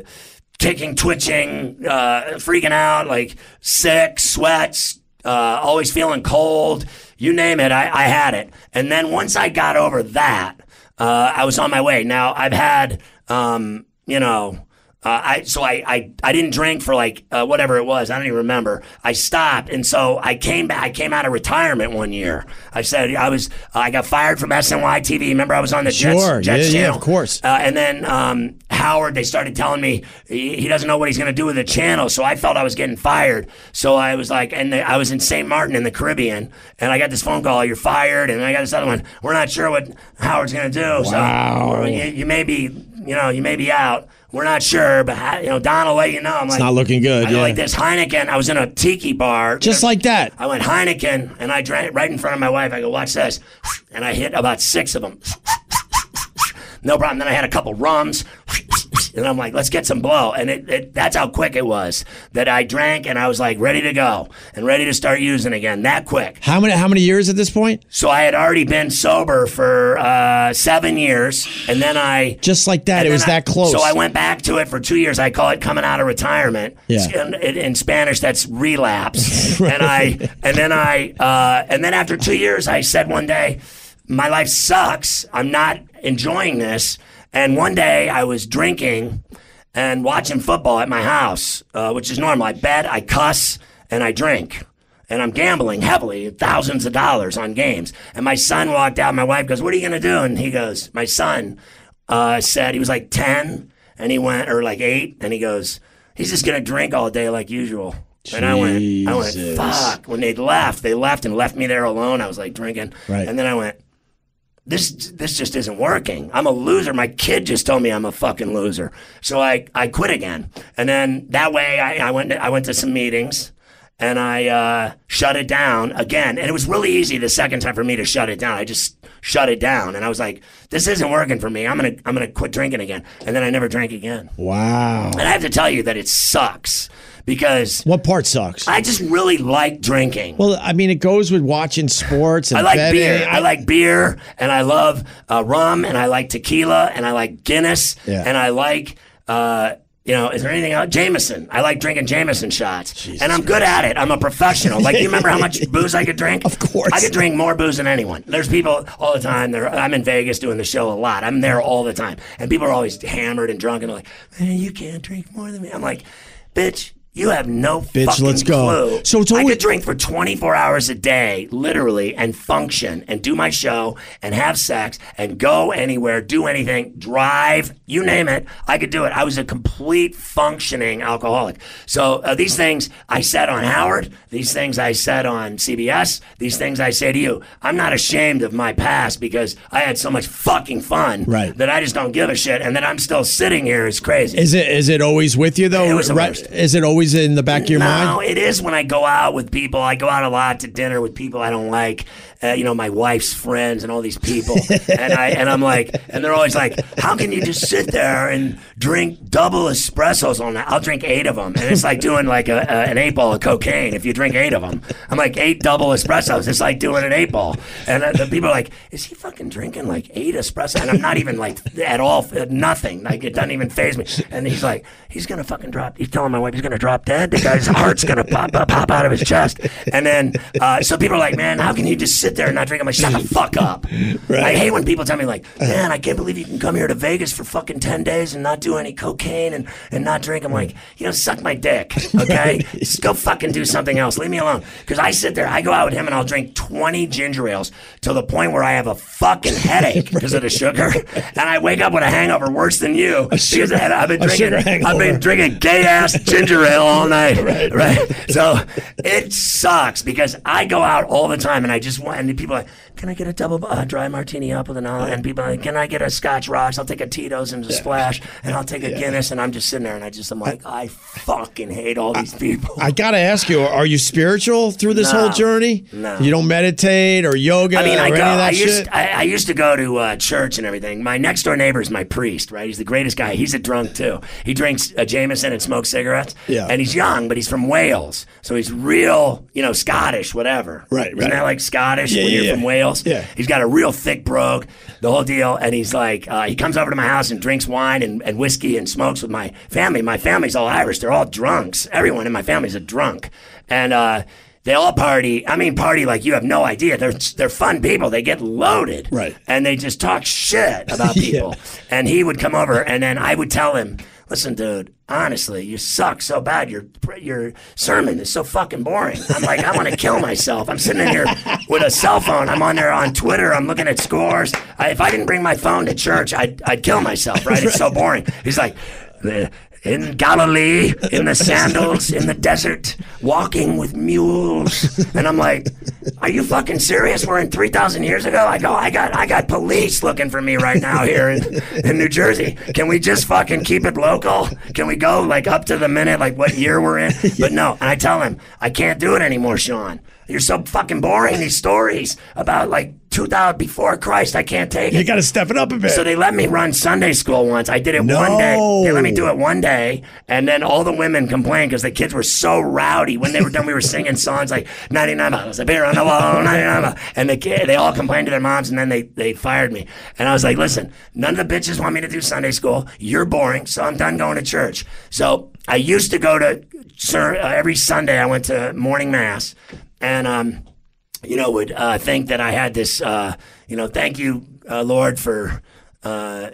[SPEAKER 2] Kicking, twitching, uh, freaking out, like sick, sweats, uh, always feeling cold. You name it, I, I had it. And then once I got over that, uh, I was on my way. Now I've had, um, you know, uh, I so I, I I didn't drink for like uh, whatever it was. I don't even remember. I stopped, and so I came back. I came out of retirement one year. I said I was I got fired from SNY TV. Remember I was on the
[SPEAKER 1] Sure.
[SPEAKER 2] Jets, Jets
[SPEAKER 1] Yeah, yeah,
[SPEAKER 2] channel.
[SPEAKER 1] of course.
[SPEAKER 2] Uh, and then um, Howard, they started telling me he, he doesn't know what he's going to do with the channel. So I felt I was getting fired. So I was like, and I was in St. Martin in the Caribbean, and I got this phone call, you're fired. And I got this other one, we're not sure what Howard's going to do.
[SPEAKER 1] Wow.
[SPEAKER 2] So or you, you may be, you know, you may be out. We're not sure, but how- you know, Don will let you know. I'm like,
[SPEAKER 1] Not looking good.
[SPEAKER 2] I
[SPEAKER 1] yeah.
[SPEAKER 2] go like this Heineken. I was in a tiki bar.
[SPEAKER 1] Just like that.
[SPEAKER 2] I went Heineken and I drank it right in front of my wife. I go, watch this. And I hit about six of them. No problem. Then I had a couple rums. And I'm like, let's get some blow. And it, it, that's how quick it was that I drank and I was like ready to go and ready to start using again that quick.
[SPEAKER 1] How many how many years at this point?
[SPEAKER 2] So I had already been sober for uh, seven years. And then I
[SPEAKER 1] Just like that. it
[SPEAKER 2] and
[SPEAKER 1] was
[SPEAKER 2] then I-
[SPEAKER 1] that close.
[SPEAKER 2] So I went back to it for two years. I call it coming out of retirement.
[SPEAKER 1] Yeah.
[SPEAKER 2] In, in- in Spanish, that's
[SPEAKER 1] *laughs*
[SPEAKER 2] relapse. and I and then I uh, and then after two years, I said one day, my life sucks. I'm not enjoying this. And one day, I was drinking and watching football at my house, uh, which is normal. I bet, I cuss, and I drink and I'm gambling heavily, thousands of dollars on games. And my son walked out. My wife goes, "What are you gonna do?" And he goes, "My son uh, said he was like ten, and he went or like eight, and he goes, he's just gonna drink all day like usual." And I went, I went,
[SPEAKER 1] Jesus.
[SPEAKER 2] fuck. When they left, they left and left me there alone. I was like drinking.
[SPEAKER 1] Right.
[SPEAKER 2] And then I went, this this just isn't working. I'm a loser. My kid just told me I'm a fucking loser. So I, I quit again. And then that way I, I went I went to some meetings and I uh, shut it down again. And it was really easy the second time for me to shut it down. I just shut it down and I was like, this isn't working for me. I'm gonna I'm gonna quit drinking again. And then I never drank again.
[SPEAKER 1] Wow.
[SPEAKER 2] And I have to tell you that it sucks because
[SPEAKER 1] What part sucks?
[SPEAKER 2] I just really like drinking.
[SPEAKER 1] well, I mean, it goes with watching sports and
[SPEAKER 2] I like
[SPEAKER 1] betting.
[SPEAKER 2] beer. I like beer, and I love uh, rum, and I like tequila, and I like Guinness,
[SPEAKER 1] Yeah.
[SPEAKER 2] and I like. Uh, you know, is there anything else? Jameson. I like drinking Jameson shots, and I'm good at it. I'm a professional. Like, you remember
[SPEAKER 1] *laughs*
[SPEAKER 2] how much booze I could drink? Of
[SPEAKER 1] course.
[SPEAKER 2] I could drink more booze than anyone. There's people all the time. There, I'm in Vegas doing the show a lot. I'm there all the time, and people are always hammered and drunk and they're like, "Man, you can't drink more than me." I'm like, "Bitch, you have no
[SPEAKER 1] Bitch,
[SPEAKER 2] fucking
[SPEAKER 1] let's go.
[SPEAKER 2] clue."
[SPEAKER 1] So it's
[SPEAKER 2] I
[SPEAKER 1] always-
[SPEAKER 2] could drink for 24 hours a day, literally, and function and do my show and have sex and go anywhere, do anything, drive, you name it. I could do it. I was a complete functioning alcoholic. So uh, these things I said on Howard, these things I said on CBS, these things I say to you. I'm not ashamed of my past because I had so much fucking fun
[SPEAKER 1] Right.
[SPEAKER 2] that I just don't give a shit. And that I'm still sitting here is crazy.
[SPEAKER 1] Is it is it always with you though?
[SPEAKER 2] It was the
[SPEAKER 1] Right-
[SPEAKER 2] worst.
[SPEAKER 1] Is it always in the back of your
[SPEAKER 2] No,
[SPEAKER 1] mind?
[SPEAKER 2] it is when I go out with people. I go out a lot to dinner with people I don't like. Uh, you know, my wife's friends and all
[SPEAKER 1] *laughs*
[SPEAKER 2] these people, and I and I'm like, and they're always like, "How can you just sit there and drink double espressos all night?" I'll drink eight of them, and it's like doing like a, a, an eight ball of cocaine if you drink eight of them. I'm like eight double espressos. It's like doing an eight ball, and uh, the people are like, "Is he fucking drinking like eight espressos?" And I'm not even like at all, uh, nothing. Like it doesn't even phase me. And he's like, "He's gonna fucking drop." He's telling my wife he's gonna drop dead. The guy's heart's gonna pop up, pop out of his chest. And then uh, so people are like, "Man, how can you just sit there and not drink?" I'm like, "Shut the fuck up." I hate when people tell me like, "Man, I can't believe you can come here to Vegas for fucking ten days and not do any cocaine and and not drink." I'm like, "You know, suck my dick, okay? just go fucking do something else. Leave me alone." Because I sit there, I go out with him, and I'll drink twenty ginger ales to the point where I have a fucking headache because of
[SPEAKER 1] *laughs*
[SPEAKER 2] the sugar, and I wake up with a hangover worse than you. because of that. I've been
[SPEAKER 1] a
[SPEAKER 2] drinking,
[SPEAKER 1] sugar
[SPEAKER 2] I've
[SPEAKER 1] hangover.
[SPEAKER 2] been drinking gay ass ginger ale all night, right, So it sucks because I go out all the time and I just want, and people are like, can I get a double uh, dry martini up with an olive? And people are like, can I get a scotch rocks? I'll take a Tito's and a splash and I'll take a Guinness. And I'm just sitting there and I just, I'm like, I fucking hate all these people.
[SPEAKER 1] I gotta ask you: Are you spiritual through this
[SPEAKER 2] No.
[SPEAKER 1] whole journey?
[SPEAKER 2] No.
[SPEAKER 1] You don't meditate or yoga
[SPEAKER 2] I mean,
[SPEAKER 1] or
[SPEAKER 2] I
[SPEAKER 1] any
[SPEAKER 2] go.
[SPEAKER 1] of that
[SPEAKER 2] I
[SPEAKER 1] shit.
[SPEAKER 2] used I, I used to go to uh, church and everything. My next door neighbor is my priest, right? He's the greatest guy. He's a drunk too. He drinks uh, Jameson and smokes cigarettes.
[SPEAKER 1] Yeah.
[SPEAKER 2] And he's young, but he's from Wales, so he's real, you know, Scottish, whatever.
[SPEAKER 1] Right,
[SPEAKER 2] Isn't
[SPEAKER 1] right.
[SPEAKER 2] that like Scottish
[SPEAKER 1] Yeah,
[SPEAKER 2] when
[SPEAKER 1] yeah,
[SPEAKER 2] you're
[SPEAKER 1] yeah.
[SPEAKER 2] from Wales?
[SPEAKER 1] Yeah.
[SPEAKER 2] He's got a real thick brogue, the whole deal, and he's like, uh, he comes over to my house and drinks wine and, and whiskey and smokes with my family. My family's all Irish. They're all drunks. Everyone in my family's a drunk, and. uh they all party. I mean, party like you have no idea. They're they're fun people. They get loaded,
[SPEAKER 1] Right.
[SPEAKER 2] And they just talk shit about people. And he would come over, and then I would tell him, "Listen, dude, honestly, you suck so bad. Your your sermon is so fucking boring. I'm like, I want to kill myself. I'm sitting in here with a cell phone. I'm on there on Twitter. I'm looking at scores. I, if I didn't bring my phone to church, I'd I'd kill myself. Right? It's so boring. He's like. "Eh, in Galilee, in the sandals, in the desert, walking with mules. And I'm like, are you fucking serious? We're in 3,000 years ago? I go, I got, I got police looking for me right now here in, in New Jersey. Can we just fucking keep it local? Can we go like up to the minute, like what year we're in? But no. And I tell him, I can't do it anymore, Sean. You're so fucking boring. These stories about like 2000 before Christ, I can't take it.
[SPEAKER 1] you gotta step it up a bit.
[SPEAKER 2] So they let me run Sunday school once. I did it one day. They let me do it one day, and then all the women complained because the kids were so rowdy. When they were done, we were singing songs like "99 miles of beer on the wall," "99 miles," and the kid, they all complained to their moms, and then they they fired me. And I was like, "Listen, none of the bitches want me to do Sunday school. You're boring, so I'm done going to church." So I used to go to sir, uh, every Sunday. I went to morning mass, and um you know, would uh, think that I had this, uh, you know, thank you, uh, Lord, for uh,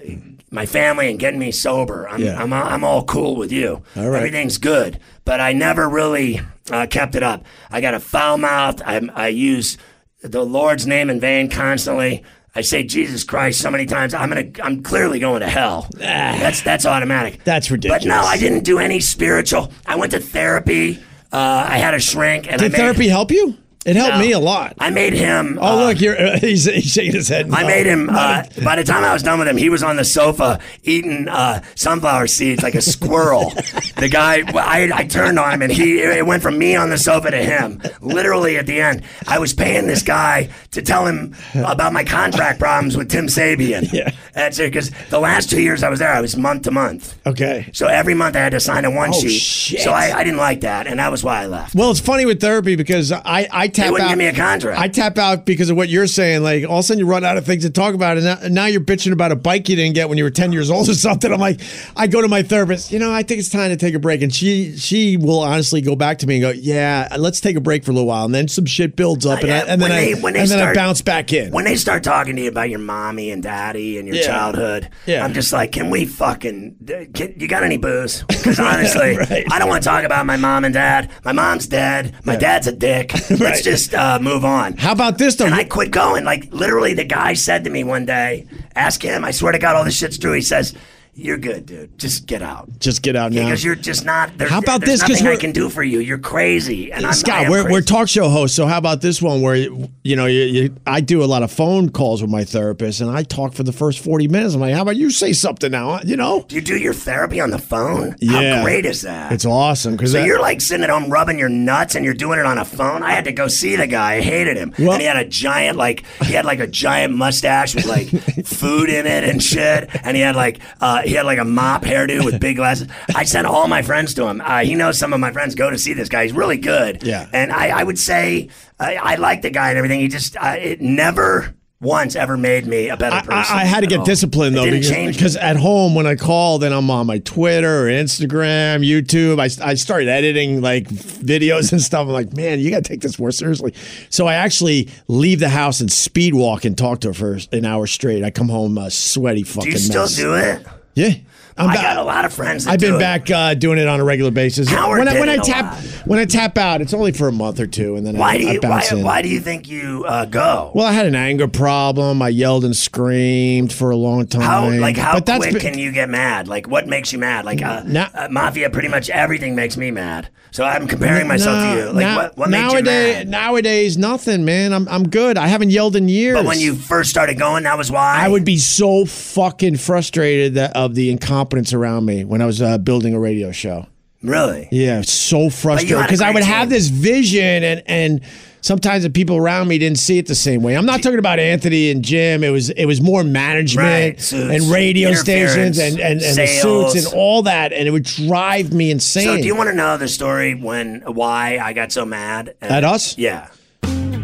[SPEAKER 2] my family and getting me sober. I'm,
[SPEAKER 1] Yeah.
[SPEAKER 2] I'm, I'm all cool with you.
[SPEAKER 1] All right.
[SPEAKER 2] Everything's good. But I never really uh, kept it up. I got a foul mouth. I, I use the Lord's name in vain constantly. I say Jesus Christ so many times. I'm gonna. I'm clearly going to hell. That's that's automatic.
[SPEAKER 1] Ah. That's
[SPEAKER 2] But
[SPEAKER 1] ridiculous.
[SPEAKER 2] no, I didn't do any spiritual. I went to therapy. Uh, I had a shrink, and I
[SPEAKER 1] Did
[SPEAKER 2] made,
[SPEAKER 1] therapy help you? It helped
[SPEAKER 2] No.
[SPEAKER 1] me a lot.
[SPEAKER 2] I made him.
[SPEAKER 1] Oh,
[SPEAKER 2] uh,
[SPEAKER 1] look, you're, *laughs* he's, he's shaking his head.
[SPEAKER 2] I
[SPEAKER 1] no.
[SPEAKER 2] made him. Uh, by the time I was done with him, he was on the sofa eating uh, sunflower seeds like
[SPEAKER 1] *laughs*
[SPEAKER 2] a squirrel. the guy, I, I turned on him, and he it went from me on the sofa to him. Literally at the end, I was paying this guy to tell him about my contract problems with Tim Sabian.
[SPEAKER 1] Yeah.
[SPEAKER 2] that's it. Because the last two years I was there, I was month to month.
[SPEAKER 1] Okay.
[SPEAKER 2] So every month I had to sign a one
[SPEAKER 1] Oh,
[SPEAKER 2] sheet.
[SPEAKER 1] shit.
[SPEAKER 2] So I, I didn't like that, and that was why I left.
[SPEAKER 1] Well, it's funny with therapy because I, I tap out.
[SPEAKER 2] wouldn't give me a contract.
[SPEAKER 1] I tap out because of what you're saying. Like all of a sudden you run out of things to talk about, and now, and now you're bitching about a bike you didn't get when you were 10 years old or *laughs* something. I'm like, I go to my therapist. You know, I think it's time to take a break, and she she will honestly go back to me and go, Yeah, let's take a break for a little while, and then some shit builds up, and, I,
[SPEAKER 2] Yeah,
[SPEAKER 1] and then
[SPEAKER 2] when
[SPEAKER 1] I
[SPEAKER 2] they- when they
[SPEAKER 1] and then I
[SPEAKER 2] start-
[SPEAKER 1] bounce back in.
[SPEAKER 2] when they start talking to you about your mommy and daddy and your
[SPEAKER 1] Yeah.
[SPEAKER 2] childhood,
[SPEAKER 1] Yeah.
[SPEAKER 2] I'm just like, can we fucking, can, you got any booze?
[SPEAKER 1] *laughs*
[SPEAKER 2] Because honestly,
[SPEAKER 1] Right.
[SPEAKER 2] I don't want to talk about my mom and dad. My mom's dead. My dad's
[SPEAKER 1] *laughs*
[SPEAKER 2] a dick. Let's just uh, move on.
[SPEAKER 1] How about this though?
[SPEAKER 2] and I quit going. Like literally, the guy said to me one day, "Ask him." I swear to God, all this shit's true. He says, "You're good, dude. Just get out."
[SPEAKER 1] Just get out now.
[SPEAKER 2] Because you're just not. There,
[SPEAKER 1] How about this?
[SPEAKER 2] there's
[SPEAKER 1] 'Cause
[SPEAKER 2] Nothing I
[SPEAKER 1] we're-
[SPEAKER 2] can do for you. You're crazy. And I'm, I
[SPEAKER 1] Scott,
[SPEAKER 2] am
[SPEAKER 1] we're,
[SPEAKER 2] crazy.
[SPEAKER 1] we're talk show hosts, so how about this one where you know you, you, I do a lot of phone calls with my therapist, and I talk for the first forty minutes. I'm like, how about you say something now? You know,
[SPEAKER 2] Do you do your therapy on the phone?
[SPEAKER 1] Yeah.
[SPEAKER 2] How great is that?
[SPEAKER 1] it's awesome because
[SPEAKER 2] so you're like sitting at home rubbing your nuts and you're doing it on a phone. I had to go see the guy. I hated him.
[SPEAKER 1] Well-
[SPEAKER 2] and he had a giant like he had like a giant mustache
[SPEAKER 1] *laughs*
[SPEAKER 2] with like food in it and shit. And he had like uh, he had like a mop hairdo with big glasses. I sent all my friends to him. Uh, he knows some of my friends go to see this guy. He's really good.
[SPEAKER 1] Yeah.
[SPEAKER 2] And I, I would say I, I like the guy and everything. He just uh, it never once ever made me a better
[SPEAKER 1] I,
[SPEAKER 2] person.
[SPEAKER 1] I, I had to
[SPEAKER 2] at
[SPEAKER 1] get
[SPEAKER 2] all.
[SPEAKER 1] disciplined
[SPEAKER 2] It
[SPEAKER 1] though
[SPEAKER 2] didn't
[SPEAKER 1] because
[SPEAKER 2] change
[SPEAKER 1] because at home when I call, then I'm on my Twitter or Instagram, YouTube. I, I started editing like videos and stuff. I'm like, man, you got to take this more seriously. So I actually leave the house and speed walk and talk to her for an hour straight. I come home a sweaty fucking.
[SPEAKER 2] Do you still
[SPEAKER 1] mess.
[SPEAKER 2] do it?
[SPEAKER 1] Yeah. I'm
[SPEAKER 2] i
[SPEAKER 1] ba-
[SPEAKER 2] got a lot of friends. That
[SPEAKER 1] I've been
[SPEAKER 2] do it.
[SPEAKER 1] back uh, doing it on a regular basis.
[SPEAKER 2] Howard
[SPEAKER 1] when I,
[SPEAKER 2] did
[SPEAKER 1] when
[SPEAKER 2] it
[SPEAKER 1] I
[SPEAKER 2] a
[SPEAKER 1] tap
[SPEAKER 2] lot.
[SPEAKER 1] when I tap out, it's only for a month or two, and then I,
[SPEAKER 2] Why do
[SPEAKER 1] I
[SPEAKER 2] you why,
[SPEAKER 1] bounce in.
[SPEAKER 2] why do you think you uh, go?
[SPEAKER 1] well, I had an anger problem. I yelled and screamed for a long time.
[SPEAKER 2] how like how
[SPEAKER 1] But that's
[SPEAKER 2] quick
[SPEAKER 1] been-
[SPEAKER 2] can you get mad? Like what makes you mad? Like uh,
[SPEAKER 1] Na-
[SPEAKER 2] uh, mafia, pretty much everything makes me mad. So I'm comparing myself
[SPEAKER 1] Nah,
[SPEAKER 2] to you. Like
[SPEAKER 1] nah,
[SPEAKER 2] what what makes you
[SPEAKER 1] nowadays,
[SPEAKER 2] mad?
[SPEAKER 1] Nowadays, nothing, man. I'm I'm good. I haven't yelled in years.
[SPEAKER 2] But when you first started going, that was why.
[SPEAKER 1] I would be so fucking frustrated that, of the incompetence around me when I was uh, building a radio show.
[SPEAKER 2] really.
[SPEAKER 1] Yeah, so frustrated
[SPEAKER 2] had a
[SPEAKER 1] because I
[SPEAKER 2] great
[SPEAKER 1] would have
[SPEAKER 2] team.
[SPEAKER 1] this vision, and and sometimes the people around me didn't see it the same way. I'm not talking about Anthony and Jim. It was it was more management
[SPEAKER 2] Right, suits,
[SPEAKER 1] and radio stations
[SPEAKER 2] interference,
[SPEAKER 1] and and, and the
[SPEAKER 2] sales.
[SPEAKER 1] suits and all that, and it would drive me insane.
[SPEAKER 2] So do you want to know the story when why I got so mad And-
[SPEAKER 1] At us?
[SPEAKER 2] Yeah.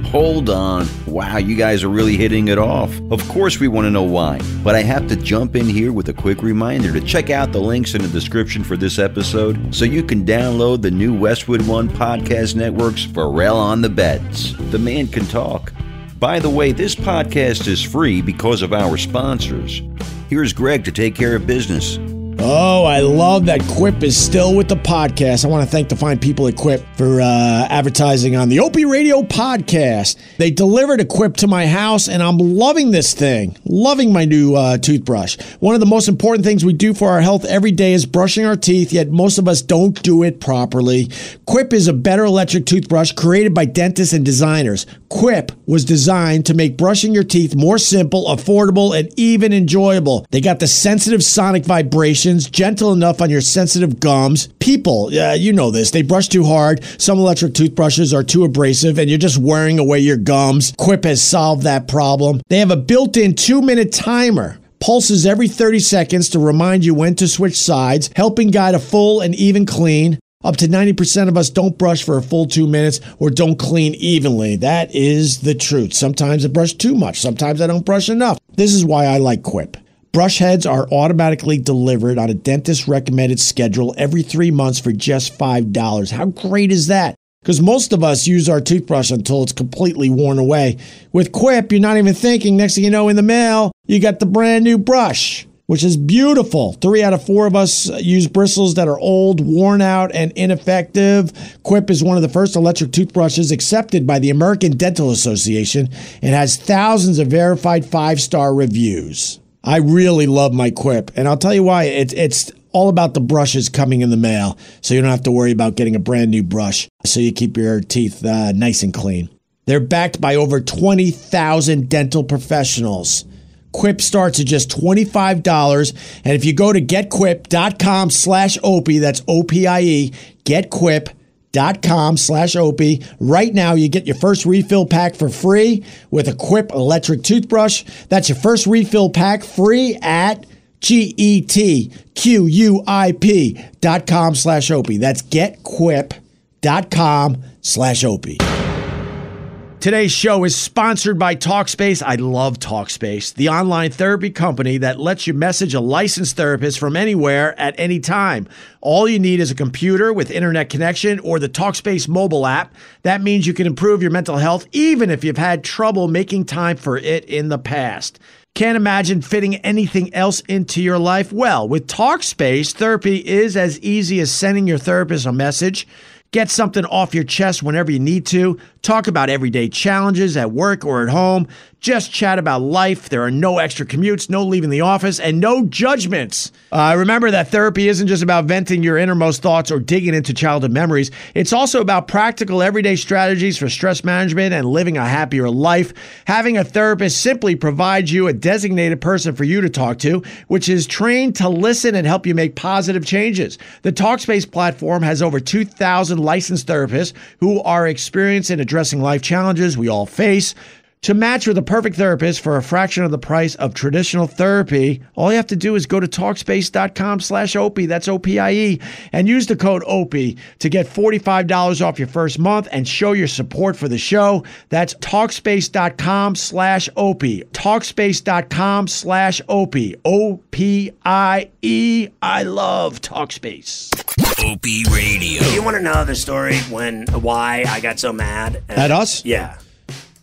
[SPEAKER 4] Hold on. Wow, you guys are really hitting it off. Of course, we want to know why, but I have to jump in here with a quick reminder to check out the links in the description for this episode so you can download the new Westwood One Podcast Network's Varel on the Beds. The man can talk. By the way, this podcast is free because of our sponsors. Here's Greg to take care of business.
[SPEAKER 1] Oh, I love that Quip is still with the podcast. I want to thank the fine people at Quip for uh, advertising on the Opie Radio podcast. They delivered a Quip to my house, and I'm loving this thing. Loving my new uh, toothbrush. One of the most important things we do for our health every day is brushing our teeth, yet most of us don't do it properly. Quip is a better electric toothbrush created by dentists and designers. Quip was designed to make brushing your teeth more simple, affordable, and even enjoyable. They got the sensitive sonic vibrations, gentle enough on your sensitive gums. People, yeah, you know this, they brush too hard. Some electric toothbrushes are too abrasive, and you're just wearing away your gums. Quip has solved that problem. They have a built in two minute timer pulses every 30 seconds to remind you when to switch sides, helping guide a full and even clean. Up to 90% of us don't brush for a full two minutes or don't clean evenly. That is the truth. Sometimes I brush too much, sometimes I don't brush enough. This is why I like Quip. Brush heads are automatically delivered on a dentist recommended schedule every three months for just $5. How great is that? Because most of us use our toothbrush until it's completely worn away. With Quip, you're not even thinking. Next thing you know, in the mail, you got the brand new brush, which is beautiful. Three out of four of us use bristles that are old, worn out, and ineffective. Quip is one of the first electric toothbrushes accepted by the American Dental Association and has thousands of verified five star reviews. I really love my Quip, and I'll tell you why. It, it's all about the brushes coming in the mail, so you don't have to worry about getting a brand new brush, so you keep your teeth uh, nice and clean. They're backed by over 20,000 dental professionals. Quip starts at just $25, and if you go to getquip.com slash opie, that's O-P-I-E, getquip.com slash opie, right now you get your first refill pack for free with a Quip electric toothbrush. That's your first refill pack free at E G-E-T-Q-U-I-P dot com slash opie. That's getquip.com slash opie. Today's show is sponsored by Talkspace. I love Talkspace, the online therapy company that lets you message a licensed therapist from anywhere at any time. All you need is a computer with internet connection or the Talkspace mobile app. That means you can improve your mental health even if you've had trouble making time for it in the past. Can't imagine fitting anything else into your life? Well, with Talkspace, therapy is as easy as sending your therapist a message. Get something off your chest whenever you need to. Talk about everyday challenges at work or at home. Just chat about life. There are no extra commutes, no leaving the office, and no judgments. Uh, remember that therapy isn't just about venting your innermost thoughts or digging into childhood memories. It's also about practical everyday strategies for stress management and living a happier life. Having a therapist simply provides you a designated person for you to talk to, which is trained to listen and help you make positive changes. The Talkspace platform has over 2,000 licensed therapists who are experienced in addressing life challenges we all face. To match with the perfect therapist for a fraction of the price of traditional therapy, all you have to do is go to Talkspace.com slash OPIE, that's O-P-I-E, E. and use the code OPIE to get $45 off your first month and show your support for the show. That's Talkspace.com slash OPIE, Talkspace.com slash OPIE, O-P-I-E. I love Talkspace.
[SPEAKER 5] Opie Radio.
[SPEAKER 2] You want to know the story when why I got so mad And-
[SPEAKER 1] At us?
[SPEAKER 2] Yeah.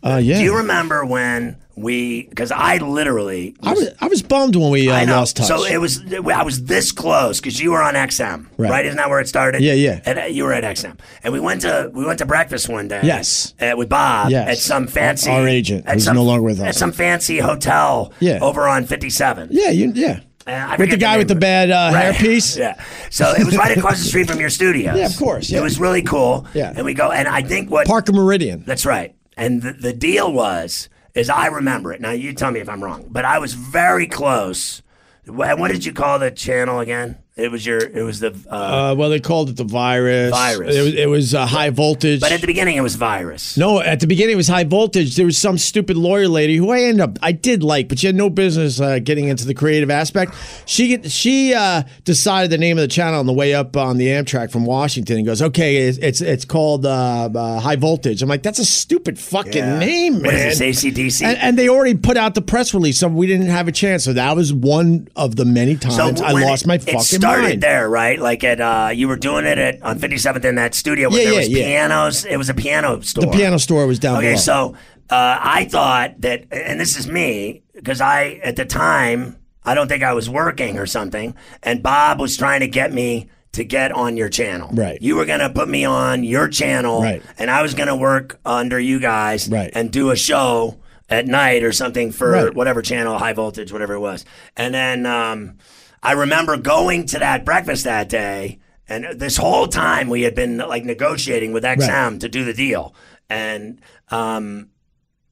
[SPEAKER 1] Uh,
[SPEAKER 2] Do you
[SPEAKER 1] yeah.
[SPEAKER 2] remember when we? Because I literally
[SPEAKER 1] I was, I was bummed when we
[SPEAKER 2] I
[SPEAKER 1] uh,
[SPEAKER 2] know.
[SPEAKER 1] lost touch.
[SPEAKER 2] So it was I was this close because you were on XM,
[SPEAKER 1] Right.
[SPEAKER 2] right. Isn't that where it started?
[SPEAKER 1] Yeah, yeah.
[SPEAKER 2] And uh, you were at XM, and we went to we went to breakfast one day.
[SPEAKER 1] Yes.
[SPEAKER 2] uh, with Bob.
[SPEAKER 1] Yes.
[SPEAKER 2] at some fancy
[SPEAKER 1] Our- our agent,
[SPEAKER 2] at
[SPEAKER 1] who's
[SPEAKER 2] some-
[SPEAKER 1] no longer with us.
[SPEAKER 2] At some fancy hotel.
[SPEAKER 1] Yeah.
[SPEAKER 2] over on Fifty Seven.
[SPEAKER 1] yeah, you, yeah.
[SPEAKER 2] I
[SPEAKER 1] With the
[SPEAKER 2] forget
[SPEAKER 1] guy
[SPEAKER 2] name
[SPEAKER 1] with the
[SPEAKER 2] of it.
[SPEAKER 1] bad uh,
[SPEAKER 2] Right.
[SPEAKER 1] hairpiece?
[SPEAKER 2] *laughs* Yeah. So it was right across the street from your studio.
[SPEAKER 1] *laughs* Yeah, of course, yeah.
[SPEAKER 2] It was really cool.
[SPEAKER 1] Yeah.
[SPEAKER 2] And we go, and I think what
[SPEAKER 1] Parker Meridian.
[SPEAKER 2] that's right. And the, the deal was, is I remember it. Now you tell me if I'm wrong, but I was very close. Wha- What did you call the channel again? It was your. It was the. Uh,
[SPEAKER 1] Uh, well, they called it the virus.
[SPEAKER 2] Virus.
[SPEAKER 1] It was, it was uh, high voltage.
[SPEAKER 2] but at the beginning, it was virus.
[SPEAKER 1] no, at the beginning it was high voltage. There was some stupid lawyer lady who I ended up I did like, but she had no business uh, getting into the creative aspect. She get- she uh, decided the name of the channel on the way up on the Amtrak from Washington and goes, okay, it's it's, it's called uh, uh, high voltage. I'm like, that's a stupid fucking name, man.
[SPEAKER 2] What is this? ACDC.
[SPEAKER 1] And, and they already put out the press release, so we didn't have a chance. So that was one of the many times I
[SPEAKER 2] when
[SPEAKER 1] lost
[SPEAKER 2] it,
[SPEAKER 1] my
[SPEAKER 2] it
[SPEAKER 1] fucking
[SPEAKER 2] started
[SPEAKER 1] mind.
[SPEAKER 2] there, right? Like at uh, you were doing it at on 57th in that studio where
[SPEAKER 1] Yeah,
[SPEAKER 2] there
[SPEAKER 1] yeah,
[SPEAKER 2] was
[SPEAKER 1] yeah.
[SPEAKER 2] pianos. It was a piano store.
[SPEAKER 1] The piano store was down
[SPEAKER 2] Okay,
[SPEAKER 1] below.
[SPEAKER 2] so uh, I thought that, and this is me, because I, at the time, I don't think I was working or something, and Bob was trying to get me to get on your channel.
[SPEAKER 1] Right.
[SPEAKER 2] You were going to put me on your channel,
[SPEAKER 1] Right.
[SPEAKER 2] and I was going to work under you guys
[SPEAKER 1] Right.
[SPEAKER 2] and do a show at night or something for
[SPEAKER 1] Right.
[SPEAKER 2] whatever channel, high voltage, whatever it was. And then um, I remember going to that breakfast that day, and this whole time we had been like negotiating with XM to do the deal. And um,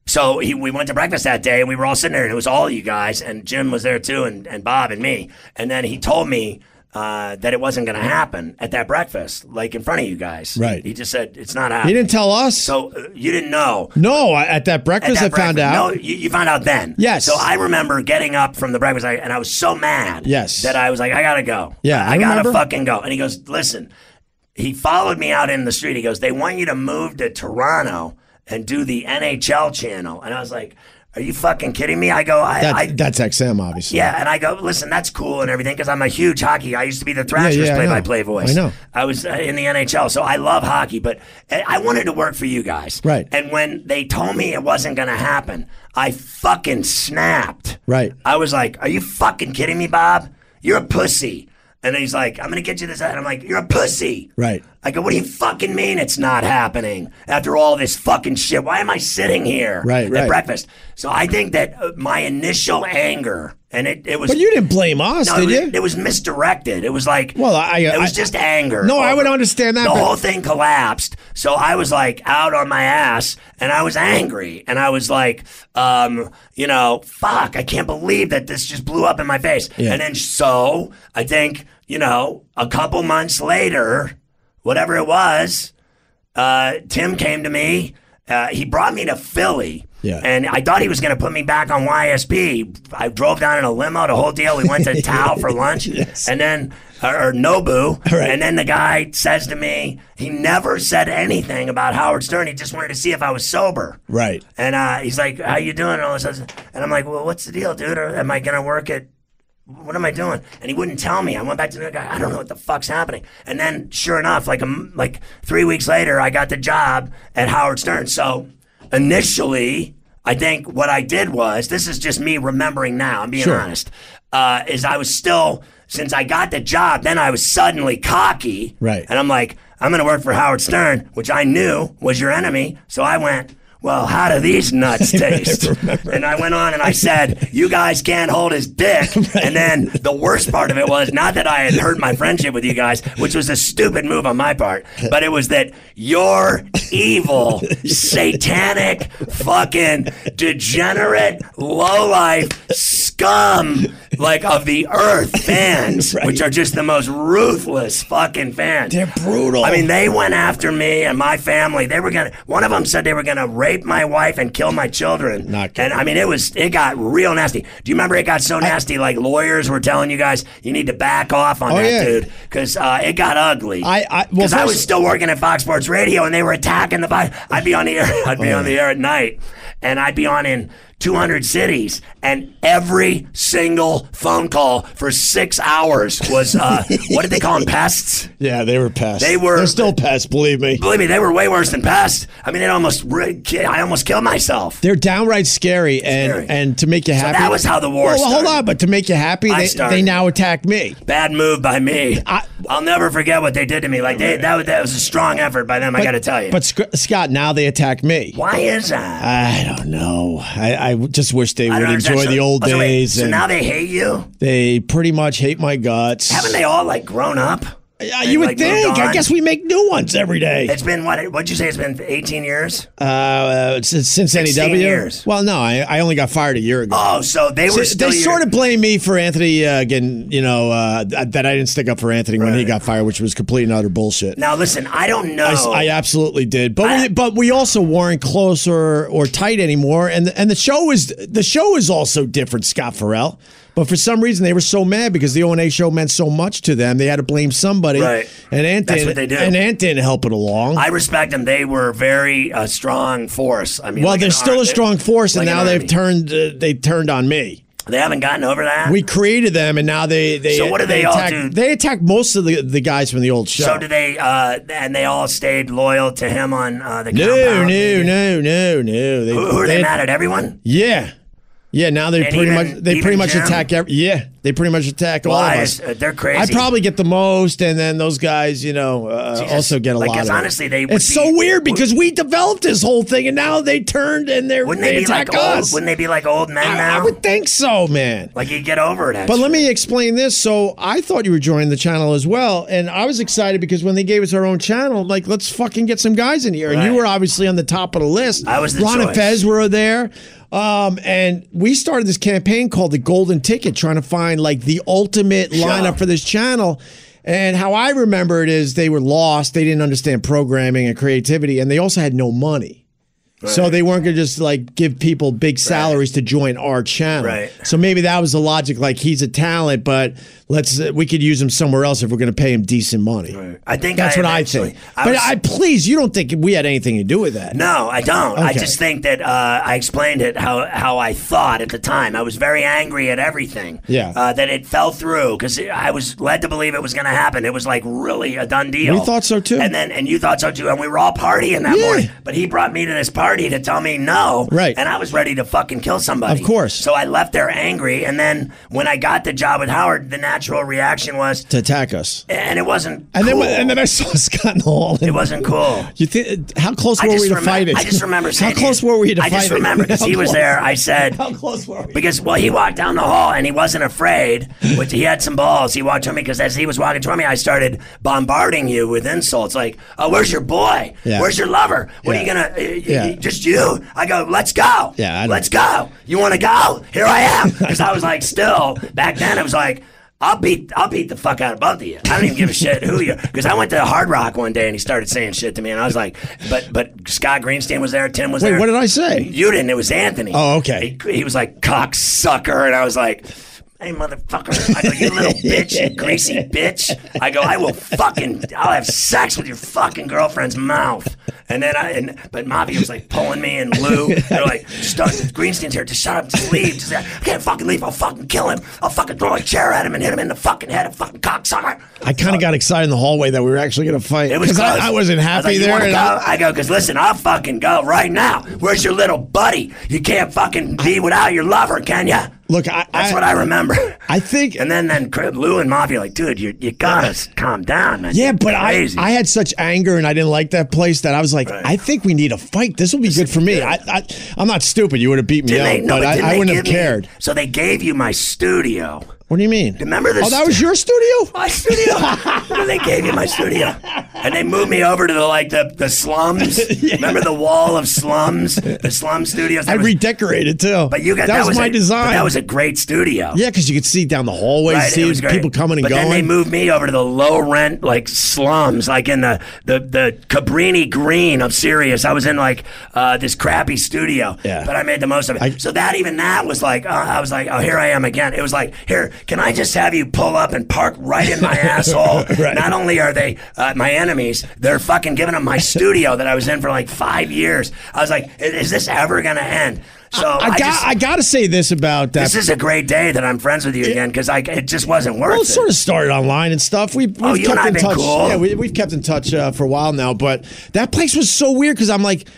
[SPEAKER 2] so he, we went to breakfast that day, and we were all sitting there, and it was all you guys, and Jim was there too, and, and Bob and me. And then he told me. Uh, that it wasn't going to happen at that breakfast, like in front of you guys.
[SPEAKER 1] Right.
[SPEAKER 2] He just said it's not
[SPEAKER 1] He
[SPEAKER 2] happening.
[SPEAKER 1] didn't tell us.
[SPEAKER 2] so uh, you didn't know.
[SPEAKER 1] no, I- at that
[SPEAKER 2] At
[SPEAKER 1] breakfast
[SPEAKER 2] that
[SPEAKER 1] I found
[SPEAKER 2] breakfast-
[SPEAKER 1] out.
[SPEAKER 2] No, you, you found out then.
[SPEAKER 1] Yes.
[SPEAKER 2] So I remember getting up from the breakfast, I- and I was so mad.
[SPEAKER 1] Yes.
[SPEAKER 2] That I was like, I gotta go.
[SPEAKER 1] Yeah, I
[SPEAKER 2] I, gotta
[SPEAKER 1] remember.
[SPEAKER 2] fucking go. And he goes, listen. He followed me out in the street. He goes, they want you to move to Toronto and do the NHL channel. And I was like, are you fucking kidding me? I go, I,
[SPEAKER 1] That,
[SPEAKER 2] I
[SPEAKER 1] that's XM, obviously.
[SPEAKER 2] yeah, and I go, listen, that's cool and everything because I'm a huge hockey. I used to be the Thrashers
[SPEAKER 1] yeah, I know.
[SPEAKER 2] play-by-play voice.
[SPEAKER 1] I know.
[SPEAKER 2] I was uh, in the NHL, so I love hockey. But eh, I I wanted to work for you guys,
[SPEAKER 1] Right.
[SPEAKER 2] And when they told me it wasn't going to happen, I fucking snapped.
[SPEAKER 1] Right.
[SPEAKER 2] I was like, "Are you fucking kidding me, Bob? You're a pussy." And he's like, "I'm going to get you this," and I'm like, "You're a pussy."
[SPEAKER 1] Right.
[SPEAKER 2] I go, what do you fucking mean it's not happening after all this fucking shit? Why am I sitting here
[SPEAKER 1] Right,
[SPEAKER 2] at
[SPEAKER 1] right.
[SPEAKER 2] breakfast? So I think that uh, my initial anger and it, it was.
[SPEAKER 1] But you didn't blame us,
[SPEAKER 2] No,
[SPEAKER 1] did
[SPEAKER 2] it,
[SPEAKER 1] you?
[SPEAKER 2] was- It was misdirected. It was like
[SPEAKER 1] Well, I-
[SPEAKER 2] it was
[SPEAKER 1] I-
[SPEAKER 2] just anger.
[SPEAKER 1] No, I
[SPEAKER 2] over-
[SPEAKER 1] would understand that,
[SPEAKER 2] The
[SPEAKER 1] but-
[SPEAKER 2] whole thing collapsed. So I was like out on my ass, and I was angry, and I was like, um, you know, fuck, I can't believe that this just blew up in my face.
[SPEAKER 1] Yeah.
[SPEAKER 2] And then so I think you know, a couple months later, whatever it was, uh, Tim came to me. Uh, he brought me to Philly.
[SPEAKER 1] Yeah.
[SPEAKER 2] And I thought he was going to put me back on YSP. I drove down in a limo, the whole deal. We
[SPEAKER 1] *laughs*
[SPEAKER 2] went to Tao for lunch. And then, or, or Nobu.
[SPEAKER 1] Right.
[SPEAKER 2] And then the guy says to me, he never said anything about Howard Stern. He just wanted to see if I was sober.
[SPEAKER 1] Right.
[SPEAKER 2] And uh, he's like, "How you doing?" And all this, other- and I'm like, "Well, what's the deal, dude? Or Am I gonna work at? What am I doing?" And he wouldn't tell me. I went back to the guy. I don't know what the fuck's happening. And then, sure enough, like a m like three weeks later, I got the job at Howard Stern. So initially, I think what I did was this is just me remembering now. I'm being
[SPEAKER 1] Sure.
[SPEAKER 2] honest. Uh, is I was still since I got the job, then I was suddenly cocky.
[SPEAKER 1] Right.
[SPEAKER 2] And I'm like, I'm going to work for Howard Stern, which I knew was your enemy. So I went, well, how do these nuts taste? and I went on and I said, you guys can't hold his dick. And then the worst part of it was not that I had hurt my friendship with you guys, which was a stupid move on my part, but it was that you're evil, satanic, fucking degenerate, lowlife scum like of the earth fans, which are just the most ruthless fucking fans.
[SPEAKER 1] They're brutal.
[SPEAKER 2] I mean, they went after me and my family. They were gonna. One of them said they were gonna rape my wife and kill my children.
[SPEAKER 1] Not good.
[SPEAKER 2] and I mean, it was it got real nasty. Do you remember it got so nasty? like lawyers were telling you guys, you need to back off on that
[SPEAKER 1] Oh, yeah.
[SPEAKER 2] dude because uh, it got ugly.
[SPEAKER 1] I- I- well,
[SPEAKER 2] because I was
[SPEAKER 1] first-
[SPEAKER 2] still working at Fox Sports Radio and they were attacking the. vi- I'd be on the air. *laughs* I'd
[SPEAKER 1] Oh,
[SPEAKER 2] be on the air at night, and I'd be on in. 200 cities, and every single phone call for six hours was uh, what did they call them? *laughs* Pests?
[SPEAKER 1] yeah, they were pests.
[SPEAKER 2] They were-
[SPEAKER 1] They're still pests. Believe me.
[SPEAKER 2] Believe me, they were way worse than past. I mean, it almost re- ki- I almost killed myself.
[SPEAKER 1] They're downright scary, and
[SPEAKER 2] Scary.
[SPEAKER 1] and to make you happy.
[SPEAKER 2] that was how the war
[SPEAKER 1] Well, well, hold
[SPEAKER 2] started.
[SPEAKER 1] on, but to make you happy,
[SPEAKER 2] I
[SPEAKER 1] they,
[SPEAKER 2] started.
[SPEAKER 1] they now attack me.
[SPEAKER 2] Bad move by me.
[SPEAKER 1] I-
[SPEAKER 2] I, will never forget what they did to me. Like they, that, was- that was a strong effort by them. I got to tell you.
[SPEAKER 1] But Sc- Scott, now they attack me.
[SPEAKER 2] why is
[SPEAKER 1] I
[SPEAKER 2] that?
[SPEAKER 1] don't know. I, I just wish they
[SPEAKER 2] I
[SPEAKER 1] would
[SPEAKER 2] don't understand.
[SPEAKER 1] enjoy the
[SPEAKER 2] So-
[SPEAKER 1] old
[SPEAKER 2] oh, so wait,
[SPEAKER 1] days.
[SPEAKER 2] So
[SPEAKER 1] and
[SPEAKER 2] now they hate you.
[SPEAKER 1] they pretty much hate my guts.
[SPEAKER 2] Haven't they all like grown up?
[SPEAKER 1] Yeah,
[SPEAKER 2] They've,
[SPEAKER 1] you would
[SPEAKER 2] like, moved
[SPEAKER 1] think. I
[SPEAKER 2] on?
[SPEAKER 1] guess we make new ones every day.
[SPEAKER 2] It's been what? What'd you say? It's been 18 years.
[SPEAKER 1] Uh, uh, since since NEW.
[SPEAKER 2] years.
[SPEAKER 1] Well, no, I, I only got fired a year ago.
[SPEAKER 2] Oh, so they were.
[SPEAKER 1] They-
[SPEAKER 2] still
[SPEAKER 1] they
[SPEAKER 2] your-
[SPEAKER 1] sort of blame me for Anthony uh, getting, you know, uh, th- that I didn't stick up for Anthony when he
[SPEAKER 2] Right.
[SPEAKER 1] got fired, which was complete and utter bullshit.
[SPEAKER 2] Now listen, I don't know.
[SPEAKER 1] I, s- I uh, absolutely did, but
[SPEAKER 2] I-
[SPEAKER 1] we, but we also weren't close or, or tight anymore, and and the show is the show is also different, Scott Farrell. But for some reason, they were so mad because the O and A show meant so much to them, they had to blame somebody.
[SPEAKER 2] Right.
[SPEAKER 1] and Ant
[SPEAKER 2] That's
[SPEAKER 1] didn't,
[SPEAKER 2] what they do.
[SPEAKER 1] and Ant didn't help it along.
[SPEAKER 2] I respect them. They were very uh, strong force. I mean,
[SPEAKER 1] well,
[SPEAKER 2] like
[SPEAKER 1] they're
[SPEAKER 2] an
[SPEAKER 1] still
[SPEAKER 2] ar-
[SPEAKER 1] a strong force, and
[SPEAKER 2] like an
[SPEAKER 1] now they've
[SPEAKER 2] army.
[SPEAKER 1] turned uh, they turned on me.
[SPEAKER 2] They haven't gotten over that.
[SPEAKER 1] We created them, and now they they
[SPEAKER 2] So what do they all
[SPEAKER 1] attack,
[SPEAKER 2] do?
[SPEAKER 1] They attack most of the, the guys from the old show.
[SPEAKER 2] So did they? Uh, and they all stayed loyal to him on uh, the
[SPEAKER 1] no,
[SPEAKER 2] compound?
[SPEAKER 1] no, no, no, no. They,
[SPEAKER 2] Who, who are they,
[SPEAKER 1] they-
[SPEAKER 2] mad at? Everyone?
[SPEAKER 1] Yeah, yeah. Now they pretty
[SPEAKER 2] even-
[SPEAKER 1] much they
[SPEAKER 2] even
[SPEAKER 1] pretty much
[SPEAKER 2] Jim?
[SPEAKER 1] attack. Every, yeah, they pretty much attack all
[SPEAKER 2] Why?
[SPEAKER 1] of
[SPEAKER 2] Is,
[SPEAKER 1] us.
[SPEAKER 2] uh, they're
[SPEAKER 1] I
[SPEAKER 2] crazy.
[SPEAKER 1] probably get the most, and then those guys, you know, uh, also get a
[SPEAKER 2] Like,
[SPEAKER 1] lot.
[SPEAKER 2] 'cause
[SPEAKER 1] of it.
[SPEAKER 2] honestly, they would
[SPEAKER 1] it's so
[SPEAKER 2] be-
[SPEAKER 1] weird because we developed this whole thing, and now they turned and they're
[SPEAKER 2] Wouldn't they, be
[SPEAKER 1] attack
[SPEAKER 2] like old?
[SPEAKER 1] us.
[SPEAKER 2] Wouldn't they be like old men
[SPEAKER 1] I,
[SPEAKER 2] now?
[SPEAKER 1] I would think so, man.
[SPEAKER 2] like you get over it.
[SPEAKER 1] But
[SPEAKER 2] Actually.
[SPEAKER 1] let me explain this. So I thought you were joining the channel as well, and I was excited because when they gave us our own channel, I'm like let's fucking get some guys in here. And you
[SPEAKER 2] Right.
[SPEAKER 1] were obviously on the top of the list.
[SPEAKER 2] I was the
[SPEAKER 1] Ron and
[SPEAKER 2] choice.
[SPEAKER 1] Fez were there, um, and we started this campaign called the Golden Ticket, trying to find like the ultimate lineup for this channel. And how I remember it is they were lost. They didn't understand programming and creativity, and they also had no money. So they weren't gonna just like give people big salaries to join our channel.
[SPEAKER 2] Right.
[SPEAKER 1] So maybe that was the logic. Like he's a talent, but let's uh, we could use him somewhere else if we're gonna pay him decent money.
[SPEAKER 2] I think
[SPEAKER 1] That's
[SPEAKER 2] I
[SPEAKER 1] what I
[SPEAKER 2] eventually-
[SPEAKER 1] think. but
[SPEAKER 2] was-
[SPEAKER 1] I please, you don't think we had anything to do with that?
[SPEAKER 2] No, I don't. I
[SPEAKER 1] Okay.
[SPEAKER 2] just think that uh, I explained it how, how I thought at the time. I was very angry at everything.
[SPEAKER 1] Yeah.
[SPEAKER 2] Uh, that it fell through because I was led to believe it was going to happen. It was like really a done deal.
[SPEAKER 1] We thought so, too.
[SPEAKER 2] And then and you thought so too. And we were all partying that
[SPEAKER 1] Yeah.
[SPEAKER 2] morning. But he brought me to this authority to tell me no.
[SPEAKER 1] Right.
[SPEAKER 2] And I was ready to fucking kill somebody.
[SPEAKER 1] Of course.
[SPEAKER 2] So I left there angry. And then when I got the job with Howard, the natural reaction was,
[SPEAKER 1] to attack us.
[SPEAKER 2] and it wasn't.
[SPEAKER 1] And
[SPEAKER 2] cool.
[SPEAKER 1] then and then I saw *laughs* Scott in the hall.
[SPEAKER 2] it wasn't cool.
[SPEAKER 1] You think how close
[SPEAKER 2] I
[SPEAKER 1] were
[SPEAKER 2] just
[SPEAKER 1] we to
[SPEAKER 2] remem-
[SPEAKER 1] fighting?
[SPEAKER 2] I just remember
[SPEAKER 1] how
[SPEAKER 2] saying
[SPEAKER 1] close
[SPEAKER 2] it.
[SPEAKER 1] were we to
[SPEAKER 2] I
[SPEAKER 1] fighting?
[SPEAKER 2] just remember because
[SPEAKER 1] How *laughs*
[SPEAKER 2] he was
[SPEAKER 1] close?
[SPEAKER 2] there. I said,
[SPEAKER 1] How close were we?
[SPEAKER 2] Because well, he walked down the hall and he wasn't afraid. Which he had some balls. He walked toward me because as he was walking toward me, I started bombarding you with insults like, "Oh, where's your boy?
[SPEAKER 1] Yeah.
[SPEAKER 2] Where's your lover? What
[SPEAKER 1] Yeah.
[SPEAKER 2] are you gonna?
[SPEAKER 1] Yeah.
[SPEAKER 2] yeah. Just you?" I go, "Let's go.
[SPEAKER 1] Yeah, I don't-
[SPEAKER 2] let's go. You want to go? Here I am." Because I was like, still back then, I was like. I'll beat I'll beat the fuck out of both of you. I don't even give a shit who you. Because I went to Hard Rock one day and he started saying shit to me, and I was like, but but Scott Greenstein was there, Tim was
[SPEAKER 1] Wait,
[SPEAKER 2] there.
[SPEAKER 1] what did I say?
[SPEAKER 2] You didn't. It was Anthony.
[SPEAKER 1] Oh, okay.
[SPEAKER 2] He, he was like cocksucker, and I was like, "Hey, motherfucker!" I go, "You little bitch, you greasy bitch!" I go, "I will fucking, I'll have sex with your fucking girlfriend's mouth." And then I, and, but Mavi was like pulling me and Lou. They're like, "Just don't- Greenstein's here. Just shut up. Just leave. Just, I can't fucking leave. I'll fucking kill him. I'll fucking throw a chair at him and hit him in the fucking head. A fucking cocksucker."
[SPEAKER 1] I kind of got excited in the hallway that we were actually going to fight
[SPEAKER 2] It was
[SPEAKER 1] because
[SPEAKER 2] close.
[SPEAKER 1] I, I wasn't
[SPEAKER 2] was
[SPEAKER 1] happy
[SPEAKER 2] like, "You
[SPEAKER 1] there.
[SPEAKER 2] wanna
[SPEAKER 1] and
[SPEAKER 2] go?"
[SPEAKER 1] I-
[SPEAKER 2] I, go, because listen, I'll fucking go right now. Where's your little buddy? You can't fucking be without your lover, can ya?
[SPEAKER 1] look, I,
[SPEAKER 2] That's
[SPEAKER 1] I,
[SPEAKER 2] what I remember.
[SPEAKER 1] I think
[SPEAKER 2] and then then Crib, Lou and Mafia like, dude, you you gotta s- calm down, man.
[SPEAKER 1] Yeah,
[SPEAKER 2] You're
[SPEAKER 1] but I,
[SPEAKER 2] crazy.
[SPEAKER 1] I had such anger and I didn't like that place that I was like,
[SPEAKER 2] Right.
[SPEAKER 1] I think we need a fight. This will be good for me. I, I, I'm not stupid. You would have beat me
[SPEAKER 2] Didn't
[SPEAKER 1] up,
[SPEAKER 2] they- no,
[SPEAKER 1] but
[SPEAKER 2] didn't
[SPEAKER 1] I, I
[SPEAKER 2] they
[SPEAKER 1] wouldn't have
[SPEAKER 2] give me-
[SPEAKER 1] cared.
[SPEAKER 2] so they gave you my studio.
[SPEAKER 1] What do you mean?
[SPEAKER 2] Remember this-
[SPEAKER 1] Oh, that was your studio? *laughs*
[SPEAKER 2] My studio. Remember they gave you my studio, and they moved me over to the like the,
[SPEAKER 1] *laughs*
[SPEAKER 2] the slums. Remember the wall of slums, the slum studios.
[SPEAKER 1] I
[SPEAKER 2] There was-
[SPEAKER 1] redecorated too.
[SPEAKER 2] but you got
[SPEAKER 1] that, was, my
[SPEAKER 2] a, but
[SPEAKER 1] design.
[SPEAKER 2] That was a great studio.
[SPEAKER 1] yeah, because you could see down the hallway,
[SPEAKER 2] Right, it
[SPEAKER 1] see
[SPEAKER 2] was great.
[SPEAKER 1] people coming and
[SPEAKER 2] but
[SPEAKER 1] going.
[SPEAKER 2] then they moved me over to the low rent like slums, like in the the, the Cabrini Green of Sirius. I was in like uh, this crappy studio,
[SPEAKER 1] Yeah.
[SPEAKER 2] but I made the most of it.
[SPEAKER 1] I-
[SPEAKER 2] so that even that was like uh, I was like, oh, here I am again. It was like, here, can I just have you pull up and park right
[SPEAKER 1] *laughs*
[SPEAKER 2] in my asshole?
[SPEAKER 1] Right.
[SPEAKER 2] Not only are they uh, my enemies, they're fucking giving them my studio that I was in for like five years. I was like, is, is this ever gonna end? So
[SPEAKER 1] I, got,
[SPEAKER 2] just-
[SPEAKER 1] I got to say this about that.
[SPEAKER 2] this is a great day that I'm friends with you again because I it just wasn't worth
[SPEAKER 1] well,
[SPEAKER 2] it.
[SPEAKER 1] it sort of started online and stuff. We, we've
[SPEAKER 2] Oh, you
[SPEAKER 1] kept
[SPEAKER 2] and I
[SPEAKER 1] in
[SPEAKER 2] been
[SPEAKER 1] touch.
[SPEAKER 2] cool.
[SPEAKER 1] Yeah, we, we've kept in touch uh, for a while now. But that place was so weird because I'm like,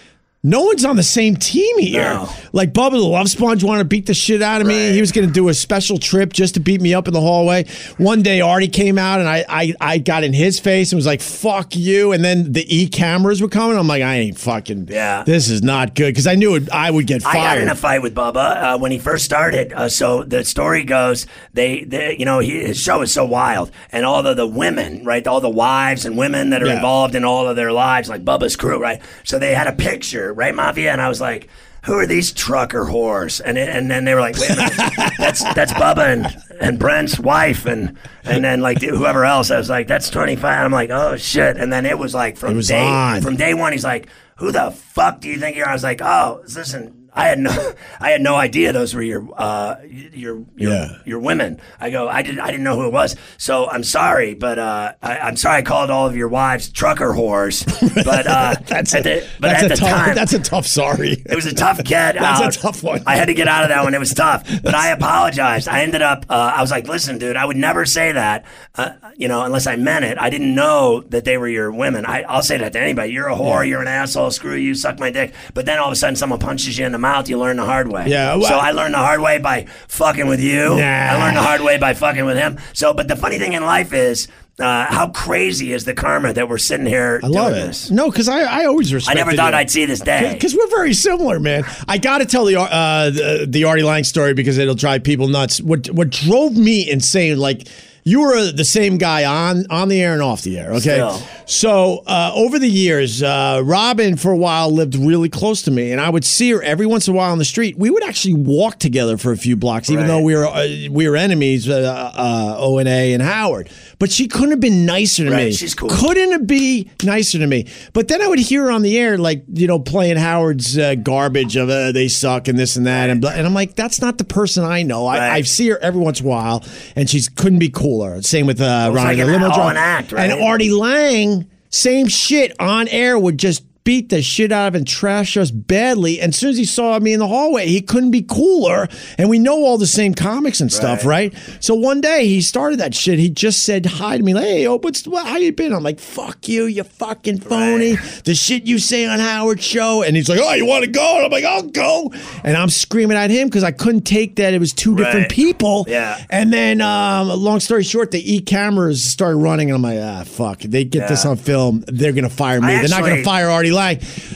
[SPEAKER 1] no one's on the same team here.
[SPEAKER 2] No.
[SPEAKER 1] Like Bubba the Love Sponge wanted to beat the shit out of me.
[SPEAKER 2] Right.
[SPEAKER 1] He was going to do a special trip just to beat me up in the hallway. One day, Artie came out and I, I, I got in his face and was like, "Fuck you!" And then the e cameras were coming. I'm like, I ain't fucking.
[SPEAKER 2] Yeah.
[SPEAKER 1] This is not good because I knew it, I would get
[SPEAKER 2] I got in
[SPEAKER 1] fired.
[SPEAKER 2] a fight with Bubba uh, when he first started. Uh, so the story goes, they, they you know, he, his show is so wild, and all the the women, right, all the wives and women that are
[SPEAKER 1] Yeah.
[SPEAKER 2] involved in all of their lives, like Bubba's crew, right. So they had a picture, right, Mafia, and I was like. Who are these trucker whores? And it, and then they were like, wait a minute,
[SPEAKER 1] *laughs*
[SPEAKER 2] that's that's Bubba and, and Brent's wife and and then like whoever else. I was like, that's twenty five. I'm like, oh shit. And then it was like from
[SPEAKER 1] It was
[SPEAKER 2] day
[SPEAKER 1] on.
[SPEAKER 2] from from day one, he's like, "Who the fuck do you think you are?" I was like, "Oh, listen, I had no, *laughs* I had no idea those were your, uh, your, your,
[SPEAKER 1] Yeah.
[SPEAKER 2] your women." I go, "I didn't, I didn't know who it was." So I'm sorry, but uh, I, I'm sorry I called all of your wives
[SPEAKER 1] *laughs*
[SPEAKER 2] trucker whores. But uh,
[SPEAKER 1] That's
[SPEAKER 2] at
[SPEAKER 1] a,
[SPEAKER 2] the, but
[SPEAKER 1] that's
[SPEAKER 2] at
[SPEAKER 1] a
[SPEAKER 2] the
[SPEAKER 1] tough.
[SPEAKER 2] time,
[SPEAKER 1] That's a tough. Sorry.
[SPEAKER 2] it was a tough get
[SPEAKER 1] *laughs* That's a
[SPEAKER 2] out.
[SPEAKER 1] tough one.
[SPEAKER 2] I had to get out of that one. It was tough,
[SPEAKER 1] *laughs*
[SPEAKER 2] but I apologized. I ended up. Uh, I was like, "Listen, dude, I would never say that. Uh, you know, unless I meant it. I didn't know that they were your women. I, I'll say that to anybody. You're a whore. You're an asshole. Screw you. Suck my dick." But then all of a sudden, someone punches you in the mouth. You learn the hard way.
[SPEAKER 1] Yeah, well-
[SPEAKER 2] so I learned the hard way by fucking with you.
[SPEAKER 1] Nah.
[SPEAKER 2] I learned the hard way by fucking with him. So, but the funny thing in life is. Uh, how crazy is the karma that we're sitting here
[SPEAKER 1] I love
[SPEAKER 2] doing
[SPEAKER 1] it.
[SPEAKER 2] this?
[SPEAKER 1] No, because I, I always
[SPEAKER 2] I
[SPEAKER 1] respect.
[SPEAKER 2] never thought I'd see this day.
[SPEAKER 1] Because we're very similar, man. I got to tell the, uh, the the Artie Lang story because it'll drive people nuts. What what drove me insane, like you were uh, the same guy on on the air and off the air. Okay,
[SPEAKER 2] Still.
[SPEAKER 1] so uh, over the years, uh, Robin for a while lived really close to me, and I would see her every once in a while on the street. We would actually walk together for a few blocks, even
[SPEAKER 2] Right.
[SPEAKER 1] though we were uh, we were enemies, uh, uh, O and A and Howard. But she couldn't have been nicer to
[SPEAKER 2] Right,
[SPEAKER 1] me.
[SPEAKER 2] she's cool.
[SPEAKER 1] Could couldn't be nicer to me. But then I would hear on the air, like, you know, playing Howard's uh, garbage of uh, they suck and this and that. And, blah, and I'm like, that's not the person I know. I,
[SPEAKER 2] Right.
[SPEAKER 1] I see her every once in a while, and she couldn't be cooler. Same with uh, Ronnie
[SPEAKER 2] like
[SPEAKER 1] the
[SPEAKER 2] an
[SPEAKER 1] limo
[SPEAKER 2] all
[SPEAKER 1] driver.
[SPEAKER 2] an act, right?
[SPEAKER 1] And Artie Lang, same shit on air would just beat the shit out of and trashed us badly. And as soon as he saw me in the hallway, he couldn't be cooler. And we know all the same comics and stuff, right? So one day he started that shit. He just said hi to me, like, "Hey, oh, what's what, how you been?" I'm like, "Fuck you, you fucking phony." The shit you say on Howard's show, and he's like, "Oh, you want to go?" And I'm like, "I'll go." And I'm screaming at him because I couldn't take that it was two different
[SPEAKER 2] Right.
[SPEAKER 1] people.
[SPEAKER 2] Yeah.
[SPEAKER 1] And then, um, long story short, the e cameras started running, and I'm like, "Ah, fuck!" They get this
[SPEAKER 2] Yeah.
[SPEAKER 1] on film, they're gonna fire me.
[SPEAKER 2] I
[SPEAKER 1] They're not gonna
[SPEAKER 2] actually-
[SPEAKER 1] fire Artie Lang.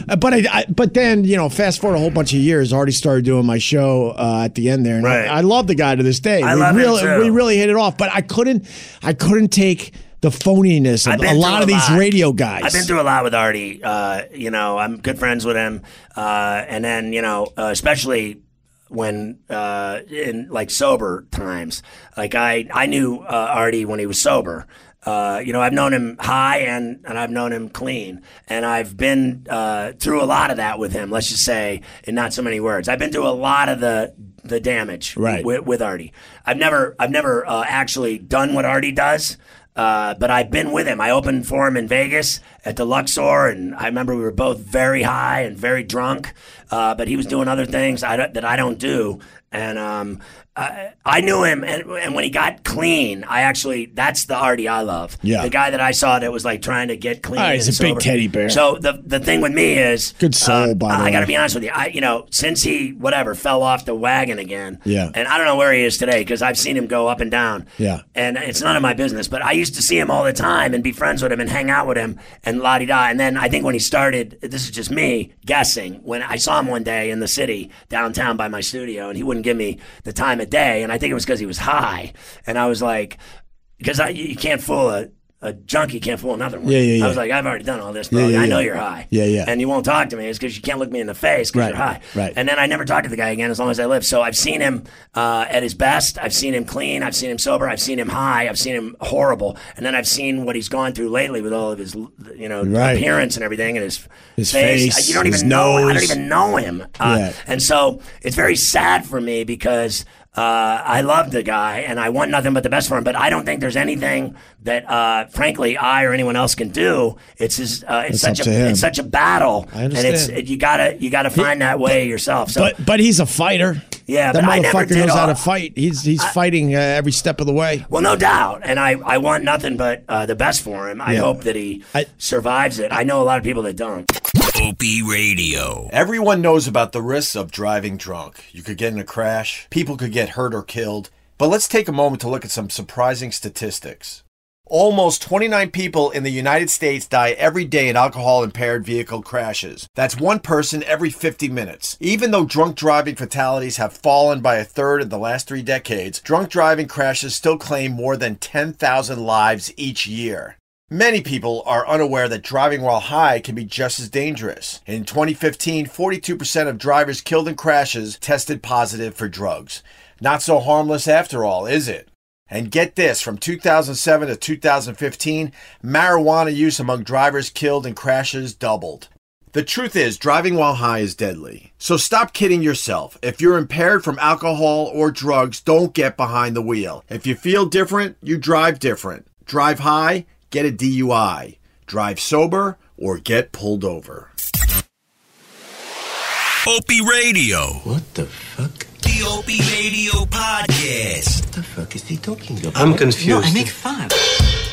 [SPEAKER 1] Uh, but I, I, but then you know, fast forward a whole bunch of years, Artie started doing my show uh, at the end there, and I-
[SPEAKER 2] Right.
[SPEAKER 1] I, love the guy to this day.
[SPEAKER 2] I
[SPEAKER 1] we
[SPEAKER 2] love him
[SPEAKER 1] really,
[SPEAKER 2] too.
[SPEAKER 1] we really hit it off. But I couldn't, I couldn't take the phoniness
[SPEAKER 2] I've
[SPEAKER 1] of
[SPEAKER 2] been
[SPEAKER 1] a lot
[SPEAKER 2] through
[SPEAKER 1] of these
[SPEAKER 2] lot.
[SPEAKER 1] radio guys.
[SPEAKER 2] I've been through a lot with Artie. Uh, you know, I'm good friends with him, uh, and then you know, uh, especially when uh, in like sober times. Like I, I knew uh, Artie when he was sober. Uh, you know, I've known him high and and I've known him clean, and I've been uh, through a lot of that with him. Let's just say, in not so many words, I've been through a lot of the the damage
[SPEAKER 1] Right.
[SPEAKER 2] with, with Artie. I've never I've never uh, actually done what Artie does, uh, but I've been with him. I opened for him in Vegas at the Luxor, and I remember we were both very high and very drunk. Uh, but he was doing other things I don't- that I don't do, and um, I, I knew him. And, and when he got clean, I actually that's the Artie I love.
[SPEAKER 1] Yeah.
[SPEAKER 2] the guy that I saw that was like trying to get clean.
[SPEAKER 1] Oh, he's
[SPEAKER 2] and
[SPEAKER 1] a big
[SPEAKER 2] sober.
[SPEAKER 1] teddy bear.
[SPEAKER 2] So the the thing with me is uh,
[SPEAKER 1] Good soul, by the
[SPEAKER 2] I, I
[SPEAKER 1] way.
[SPEAKER 2] got to be honest with you. I you know since he whatever fell off the wagon again.
[SPEAKER 1] Yeah.
[SPEAKER 2] And I don't know where he is today because I've seen him go up and down.
[SPEAKER 1] Yeah.
[SPEAKER 2] And it's none of my business, but I used to see him all the time and be friends with him and hang out with him and la di da. And then I think when he started, this is just me guessing, when I saw him one day in the city downtown by my studio and he wouldn't give me the time of day. And I think it was because he was high. And I was like, because I, you can't fool a, a junkie, can't fool another one.
[SPEAKER 1] Yeah, yeah, yeah.
[SPEAKER 2] I was like, I've already done all this, bro.
[SPEAKER 1] yeah,
[SPEAKER 2] I know
[SPEAKER 1] yeah.
[SPEAKER 2] you're high.
[SPEAKER 1] Yeah, yeah.
[SPEAKER 2] And you won't talk to me. It's because you can't look me in the face because
[SPEAKER 1] Right,
[SPEAKER 2] you're high.
[SPEAKER 1] right.
[SPEAKER 2] And then I never talked to the guy again as long as I live. So I've seen him uh, at his best. I've seen him clean. I've seen him sober. I've seen him high. I've seen him horrible. And then I've seen what he's gone through lately with all of his, you know,
[SPEAKER 1] Right.
[SPEAKER 2] appearance and everything, and his
[SPEAKER 1] His face,
[SPEAKER 2] you don't even
[SPEAKER 1] his
[SPEAKER 2] know.
[SPEAKER 1] nose.
[SPEAKER 2] I don't even know him. Uh,
[SPEAKER 1] Yeah.
[SPEAKER 2] And so it's very sad for me because. Uh, I love the guy, and I want nothing but the best for him. But I don't think there's anything that, uh, frankly, I or anyone else can do. It's his, uh, it's,
[SPEAKER 1] up
[SPEAKER 2] such
[SPEAKER 1] to him.
[SPEAKER 2] a, it's such a battle,
[SPEAKER 1] I
[SPEAKER 2] and it's
[SPEAKER 1] understand.
[SPEAKER 2] you gotta you gotta find that way yourself. So
[SPEAKER 1] but but he's a fighter.
[SPEAKER 2] Yeah,
[SPEAKER 1] that
[SPEAKER 2] but I never
[SPEAKER 1] motherfucker
[SPEAKER 2] did
[SPEAKER 1] knows how to
[SPEAKER 2] all-
[SPEAKER 1] fight. He's he's fighting uh, every step of the way.
[SPEAKER 2] Well, no doubt, and I, I want nothing but uh, the best for him. I
[SPEAKER 1] Yeah.
[SPEAKER 2] hope that he
[SPEAKER 1] I-
[SPEAKER 2] survives it. I know a lot of people that don't.
[SPEAKER 5] Opie Radio.
[SPEAKER 6] Everyone knows about the risks of driving drunk. You could get in a crash, people could get hurt or killed. But let's take a moment to look at some surprising statistics. Almost 29 people in the United States die every day in alcohol impaired vehicle crashes. That's one person every 50 minutes. Even though drunk driving fatalities have fallen by a third in the last three decades, drunk driving crashes still claim more than 10,000 lives each year. Many people are unaware that driving while high can be just as dangerous. In 2015, 42% of drivers killed in crashes tested positive for drugs. Not so harmless after all, is it? And get this from 2007 to 2015, marijuana use among drivers killed in crashes doubled. The truth is, driving while high is deadly. So stop kidding yourself. If you're impaired from alcohol or drugs, don't get behind the wheel. If you feel different, you drive different. Drive high, get a DUI. Drive sober, or get pulled over.
[SPEAKER 5] Opie Radio.
[SPEAKER 7] What the fuck?
[SPEAKER 5] The Opie Radio Podcast.
[SPEAKER 7] What the fuck is he talking about?
[SPEAKER 8] I'm confused.
[SPEAKER 9] No, I make fun.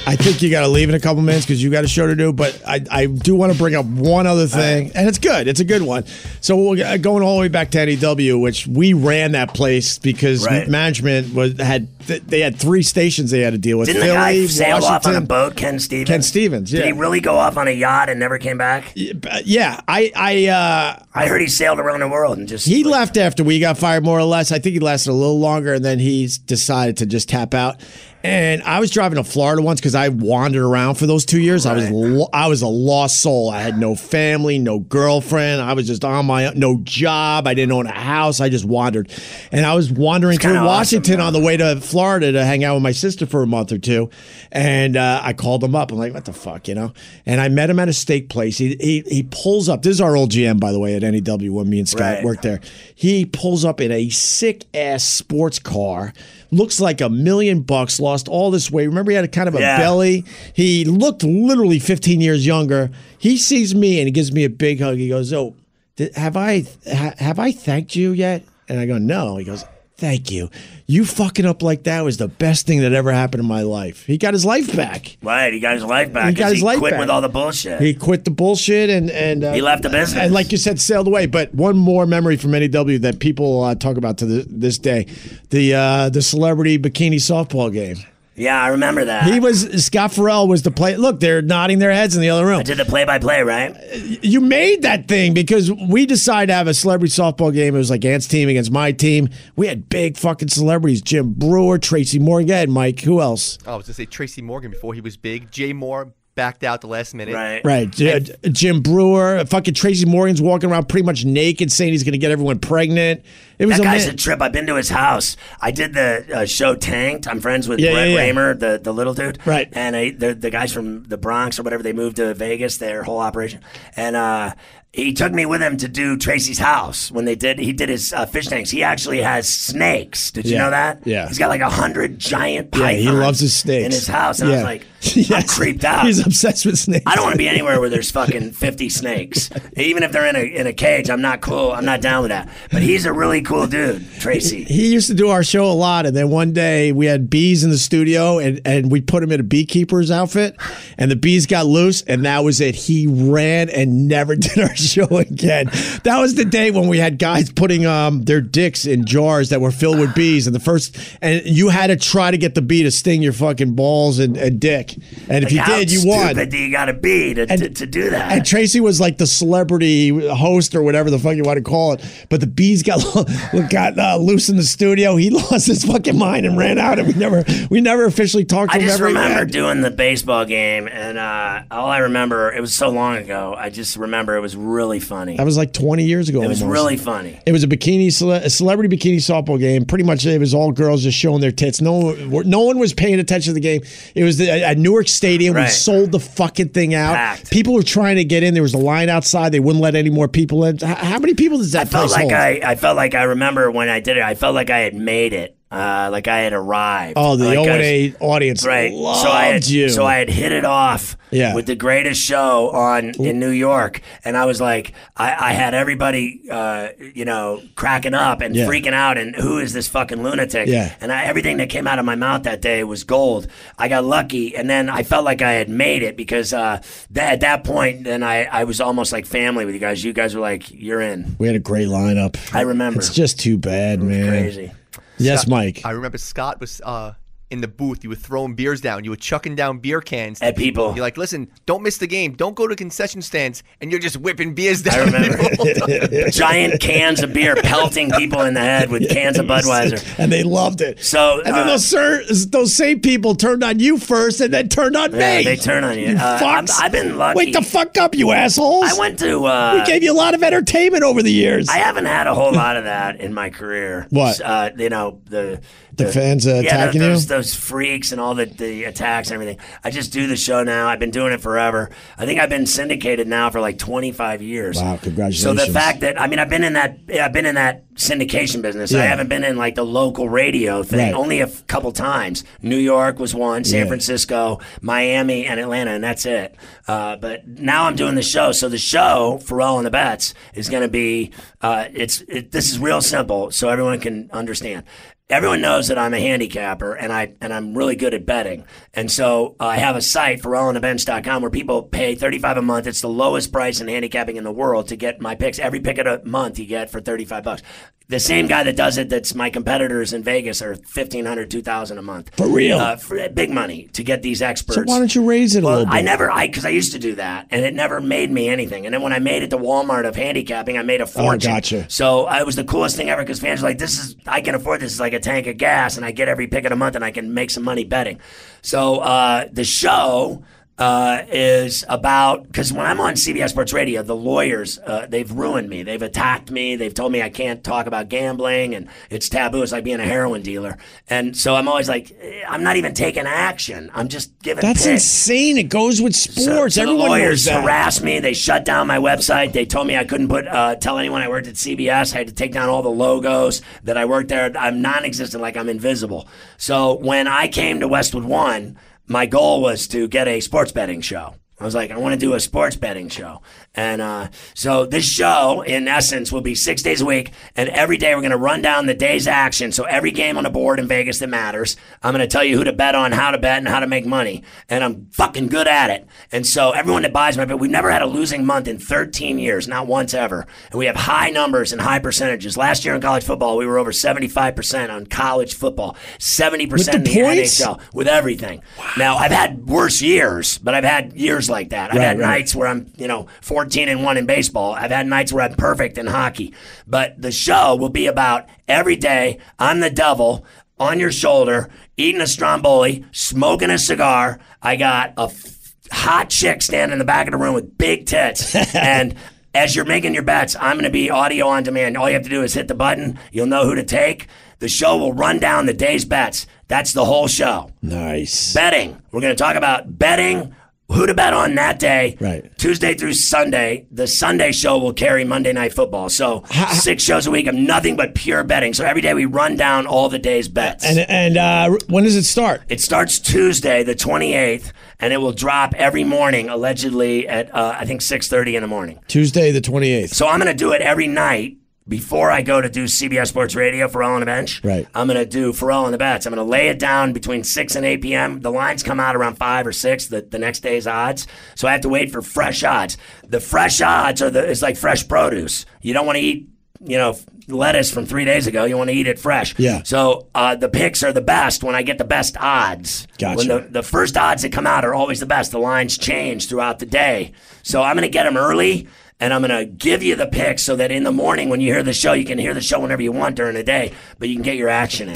[SPEAKER 1] I think you got to leave in a couple minutes because you got a show to do. But I, I do want to bring up one other thing, and it's good. It's a good one. So we're g- going all the way back to NEW, which we ran that place because
[SPEAKER 2] Right.
[SPEAKER 1] management was had th- they had three stations they had to deal with.
[SPEAKER 2] Didn't the
[SPEAKER 1] Philly,
[SPEAKER 2] guy sail off on a
[SPEAKER 1] Washington-
[SPEAKER 2] boat, Ken Stevens?
[SPEAKER 1] Ken Stevens, yeah.
[SPEAKER 2] Did he really go off on a yacht and never came back?
[SPEAKER 1] Uh, Yeah, I I uh,
[SPEAKER 2] I heard he sailed around the world and just
[SPEAKER 1] he
[SPEAKER 2] like,
[SPEAKER 1] left after we got fired, more or less. I think he lasted a little longer, and then he decided to just tap out. And I was driving to Florida once because I wandered around for those two years. I was lo- I was a lost soul. I had no family, no girlfriend. I was just on my own, no job. I didn't own a house. I just wandered, and I was wandering through
[SPEAKER 2] kinda awesome,
[SPEAKER 1] Washington on the way to Florida to hang out with my sister for a month or two, and uh, I called him up. I'm like, what the fuck, you know? And I met him at a steak place. He he, he pulls up. This is our old GM, by the way, at NEW when me and Scott
[SPEAKER 2] Right.
[SPEAKER 1] worked there. He pulls up in a sick ass sports car. Looks like a million bucks. Lost all this weight. Remember, he had a kind of a
[SPEAKER 2] Yeah.
[SPEAKER 1] belly. He looked literally 15 years younger. He sees me and he gives me a big hug. He goes, "Oh, th- have I ha- have I thanked you yet?" And I go, "No." He goes, "Thank you. You fucking up like that was the best thing that ever happened in my life." He got his life back.
[SPEAKER 2] Right, he got his life back.
[SPEAKER 1] He
[SPEAKER 2] 'cause
[SPEAKER 1] got his life
[SPEAKER 2] quit
[SPEAKER 1] back.
[SPEAKER 2] with all the bullshit.
[SPEAKER 1] He quit the bullshit and and uh,
[SPEAKER 2] He left the business.
[SPEAKER 1] And like you said, sailed away. But one more memory from NEW that people uh, talk about to the, this day: the uh, the celebrity bikini softball game.
[SPEAKER 2] yeah, I remember that.
[SPEAKER 1] He was Scott Farrell was the play. Look, they're nodding their heads in the other room.
[SPEAKER 2] I did the play-by-play, right?
[SPEAKER 1] you made that thing because we decided to have a celebrity softball game. It was like Ant's team against my team. We had big fucking celebrities: Jim Brewer, Tracy Morgan, Go ahead, Mike. Who else?
[SPEAKER 3] Oh, I was gonna say Tracy Morgan before he was big. Jay Moore backed out the last minute.
[SPEAKER 2] Right.
[SPEAKER 1] Right, J- Jim Brewer. Fucking Tracy Morgan's walking around pretty much naked, saying he's going to get everyone pregnant. It was
[SPEAKER 2] That guy's
[SPEAKER 1] ama-
[SPEAKER 2] a trip. I've been to his house. I did the uh, show Tanked. I'm friends with
[SPEAKER 1] Yeah,
[SPEAKER 2] Brett
[SPEAKER 1] yeah, yeah.
[SPEAKER 2] Raymer, the, the little dude.
[SPEAKER 1] Right.
[SPEAKER 2] And I, the, the guys from the Bronx or whatever, they moved to Vegas, their whole operation. And uh, he took me with him to do Tracy's house when they did, he did his uh, fish tanks. He actually has snakes. Did you
[SPEAKER 1] Yeah,
[SPEAKER 2] know that?
[SPEAKER 1] yeah.
[SPEAKER 2] He's got like a hundred giant
[SPEAKER 1] Yeah,
[SPEAKER 2] pythons.
[SPEAKER 1] he loves his snakes
[SPEAKER 2] In his house. And I was
[SPEAKER 1] *laughs*
[SPEAKER 2] like, I'm
[SPEAKER 1] Yes.
[SPEAKER 2] creeped out.
[SPEAKER 1] He's obsessed with snakes.
[SPEAKER 2] I don't want to be anywhere where there's fucking 50 snakes. Even if they're in a in a cage, I'm not cool. I'm not down with that. But he's a really cool dude, Tracy.
[SPEAKER 1] He used to do our show a lot, and then one day we had bees in the studio, and, and we put him in a beekeeper's outfit, and the bees got loose, and that was it. He ran and never *laughs* did our show again. That was the day when we had guys putting um their dicks in jars that were filled with bees, and the first and you had to try to get the bee to sting your fucking balls and, and dick, and if you
[SPEAKER 2] How
[SPEAKER 1] did, you
[SPEAKER 2] stupid
[SPEAKER 1] won.
[SPEAKER 2] do you got to be to, to, to do that?
[SPEAKER 1] And Tracy was like the celebrity host or whatever the fuck you want to call it. But the bees got got uh, loose in the studio. He *laughs* lost his fucking mind and ran out. And we never we never officially talked to
[SPEAKER 2] I
[SPEAKER 1] him
[SPEAKER 2] just
[SPEAKER 1] ever
[SPEAKER 2] remember
[SPEAKER 1] again.
[SPEAKER 2] doing the baseball game, and uh, all I remember it was so long ago. I just remember it was really funny.
[SPEAKER 1] That was like 20 years ago.
[SPEAKER 2] It was
[SPEAKER 1] almost.
[SPEAKER 2] really funny.
[SPEAKER 1] It was a bikini cele- a celebrity bikini softball game. Pretty much, it was all girls just showing their tits. No, one- no one was paying attention to the game. It was the, at Newark Stadium. We
[SPEAKER 2] Right.
[SPEAKER 1] sold the fucking thing out.
[SPEAKER 2] Packed.
[SPEAKER 1] People were trying to get in. There was a line outside. They wouldn't let any more people in. How, how many people does that
[SPEAKER 2] I felt
[SPEAKER 1] place
[SPEAKER 2] like
[SPEAKER 1] hold?
[SPEAKER 2] I, I felt like I remember when I did it. I felt like I had made it. Uh, like I had arrived.
[SPEAKER 1] Oh, the
[SPEAKER 2] like
[SPEAKER 1] O
[SPEAKER 2] I was-
[SPEAKER 1] and A audience
[SPEAKER 2] Right.
[SPEAKER 1] loved
[SPEAKER 2] so I had,
[SPEAKER 1] you.
[SPEAKER 2] So I had hit it off
[SPEAKER 1] Yeah.
[SPEAKER 2] with the greatest show on in New York, and I was like, I, I had everybody, uh, you know, cracking up and
[SPEAKER 1] Yeah.
[SPEAKER 2] freaking out, and who is this fucking lunatic?
[SPEAKER 1] Yeah.
[SPEAKER 2] And I, everything that came out of my mouth that day was gold. I got lucky, and then I felt like I had made it because uh, that, at that point, then I, I was almost like family with you guys. You guys were like, you're in.
[SPEAKER 1] we had a great lineup.
[SPEAKER 2] I remember.
[SPEAKER 1] It's just too bad, man.
[SPEAKER 2] Crazy.
[SPEAKER 1] Yes, Mike.
[SPEAKER 3] I remember Scott was uh, in the booth. You were throwing beers down. You were chucking down beer cans to
[SPEAKER 2] At people.
[SPEAKER 3] You're like, listen, don't miss the game. Don't go to concession stands, and you're just whipping beers down.
[SPEAKER 2] remember. *laughs* Giant cans of beer pelting people in the head with cans of Budweiser.
[SPEAKER 1] *laughs* and they loved it.
[SPEAKER 2] So,
[SPEAKER 1] and then
[SPEAKER 2] uh,
[SPEAKER 1] those sir, those same people turned on you first, and then turned on
[SPEAKER 2] Yeah,
[SPEAKER 1] me.
[SPEAKER 2] they turn on you.
[SPEAKER 1] You
[SPEAKER 2] Uh, I'm-
[SPEAKER 1] fucks.
[SPEAKER 2] I've been lucky.
[SPEAKER 1] Wake the fuck up, you assholes!
[SPEAKER 2] I went to. Uh,
[SPEAKER 1] we gave you a lot of entertainment over the years.
[SPEAKER 2] I haven't had a whole lot of that in my career.
[SPEAKER 1] What?
[SPEAKER 2] Uh, you know the
[SPEAKER 1] The fans, uh, attacking
[SPEAKER 2] those,
[SPEAKER 1] you?
[SPEAKER 2] Those freaks and all the, the attacks and everything. I just do the show now. I've been doing it forever. I think I've been syndicated now for like 25 years.
[SPEAKER 1] Wow,
[SPEAKER 2] So
[SPEAKER 1] congratulations.
[SPEAKER 2] the fact that I mean I've been in that I've been in that syndication business. I
[SPEAKER 1] Yeah.
[SPEAKER 2] haven't been in like the local radio thing
[SPEAKER 1] Right.
[SPEAKER 2] only a f- couple times. New York was one, San
[SPEAKER 1] Yeah.
[SPEAKER 2] Francisco, Miami, and Atlanta, and that's it. Uh, but now I'm doing the show. So the show Pharrell and the Bets is going to be uh, it's it, this is real simple, so everyone can understand. Everyone knows that I'm a handicapper and I and I'm really good at betting. And so uh, I have a site pharrellandevents.com where people pay 35 a month. It's the lowest price in handicapping in the world to get my picks. Every pick of the month you get for 35 bucks. The same guy that does it that's my competitors in Vegas are 1500 2000 a month.
[SPEAKER 1] For real?
[SPEAKER 2] Uh, for big money to get these experts.
[SPEAKER 1] so why don't you raise it a
[SPEAKER 2] Well,
[SPEAKER 1] little bit?
[SPEAKER 2] I never, I because I used to do that, and it never made me anything. And then when I made it to Walmart of handicapping, I made a fortune.
[SPEAKER 1] Oh, gotcha.
[SPEAKER 2] So I was the coolest thing ever because fans were like, "This is I can afford this. It's like a tank of gas, and I get every pick of the month, and I can make some money betting." So uh, the show. uh, is about because when I'm on CBS Sports Radio, the lawyers uh, they've ruined me. They've attacked me. They've told me I can't talk about gambling and it's taboo. It's like being a heroin dealer. And so I'm always like, eh, I'm not even taking action. I'm just giving.
[SPEAKER 1] That's
[SPEAKER 2] picks.
[SPEAKER 1] insane. It goes with
[SPEAKER 2] So-
[SPEAKER 1] sports.
[SPEAKER 2] so the
[SPEAKER 1] Everyone knows
[SPEAKER 2] lawyers
[SPEAKER 1] that.
[SPEAKER 2] harassed me. They shut down my website. They told me I couldn't put uh, tell anyone I worked at CBS. I had to take down all the logos that I worked there. I'm non-existent, like I'm invisible. So when I came to Westwood One, my goal was to get a sports betting show. I was like, I want to do a sports betting show. And uh, so this show, in essence, will be six days a week. And every day we're going to run down the day's action. So every game on the board in Vegas that matters, I'm going to tell you who to bet on, how to bet, and how to make money. And I'm fucking good at it. And so everyone that buys my bet, we've never had a losing month in 13 years, not once ever. And we have high numbers and high percentages. Last year in college football, we were over 75% on college football, 70% in
[SPEAKER 1] With the
[SPEAKER 2] the
[SPEAKER 1] points?
[SPEAKER 2] NHL with everything. Now I've had worse years, but I've had years like that. I've had nights where I'm, you know, 14 and 1 in baseball. I've had nights where I'm perfect in hockey. But the show will be about every day I'm the devil on your shoulder, eating a stromboli, smoking a cigar. I got a f- hot chick standing in the back of the room with
[SPEAKER 1] *laughs*
[SPEAKER 2] big tits and as you're making your bets, I'm going to be audio on demand. All you have to do is hit the button. You'll know who to take. The show will run down the day's bets. That's the whole show.
[SPEAKER 1] Nice.
[SPEAKER 2] Betting. We're going to talk about betting, who to bet on that day.
[SPEAKER 1] Right.
[SPEAKER 2] Tuesday through Sunday. The Sunday show will carry Monday Night Football. So six shows a week of nothing but pure betting. So every day we run down all the day's bets.
[SPEAKER 1] And and uh, when does it start?
[SPEAKER 2] It starts Tuesday, the 28th, and it will drop every morning, allegedly at uh, I think 6:30 in the morning.
[SPEAKER 1] Tuesday the twenty eighth.
[SPEAKER 2] So I'm going to do it every night before I go to do CBS Sports Radio, Pharrell on the Bench.
[SPEAKER 1] Right.
[SPEAKER 2] I'm going to do Pharrell on the Bets. I'm going to lay it down between 6 and 8 p.m. The lines come out around 5 or 6, the, the next day's odds. So I have to wait for fresh odds. The fresh odds are the, it's like fresh produce. You don't want to eat, you know, lettuce from three days ago. You want to eat it fresh.
[SPEAKER 1] Yeah.
[SPEAKER 2] So uh, the picks are the best when I get the best odds.
[SPEAKER 1] Gotcha.
[SPEAKER 2] When the, the first odds that come out are always the best. The lines change throughout the day. So I'm going to get them early and I'm going to give you the picks so that in the morning when you hear the show, you can hear the show whenever you want during the day, but you can get your action in.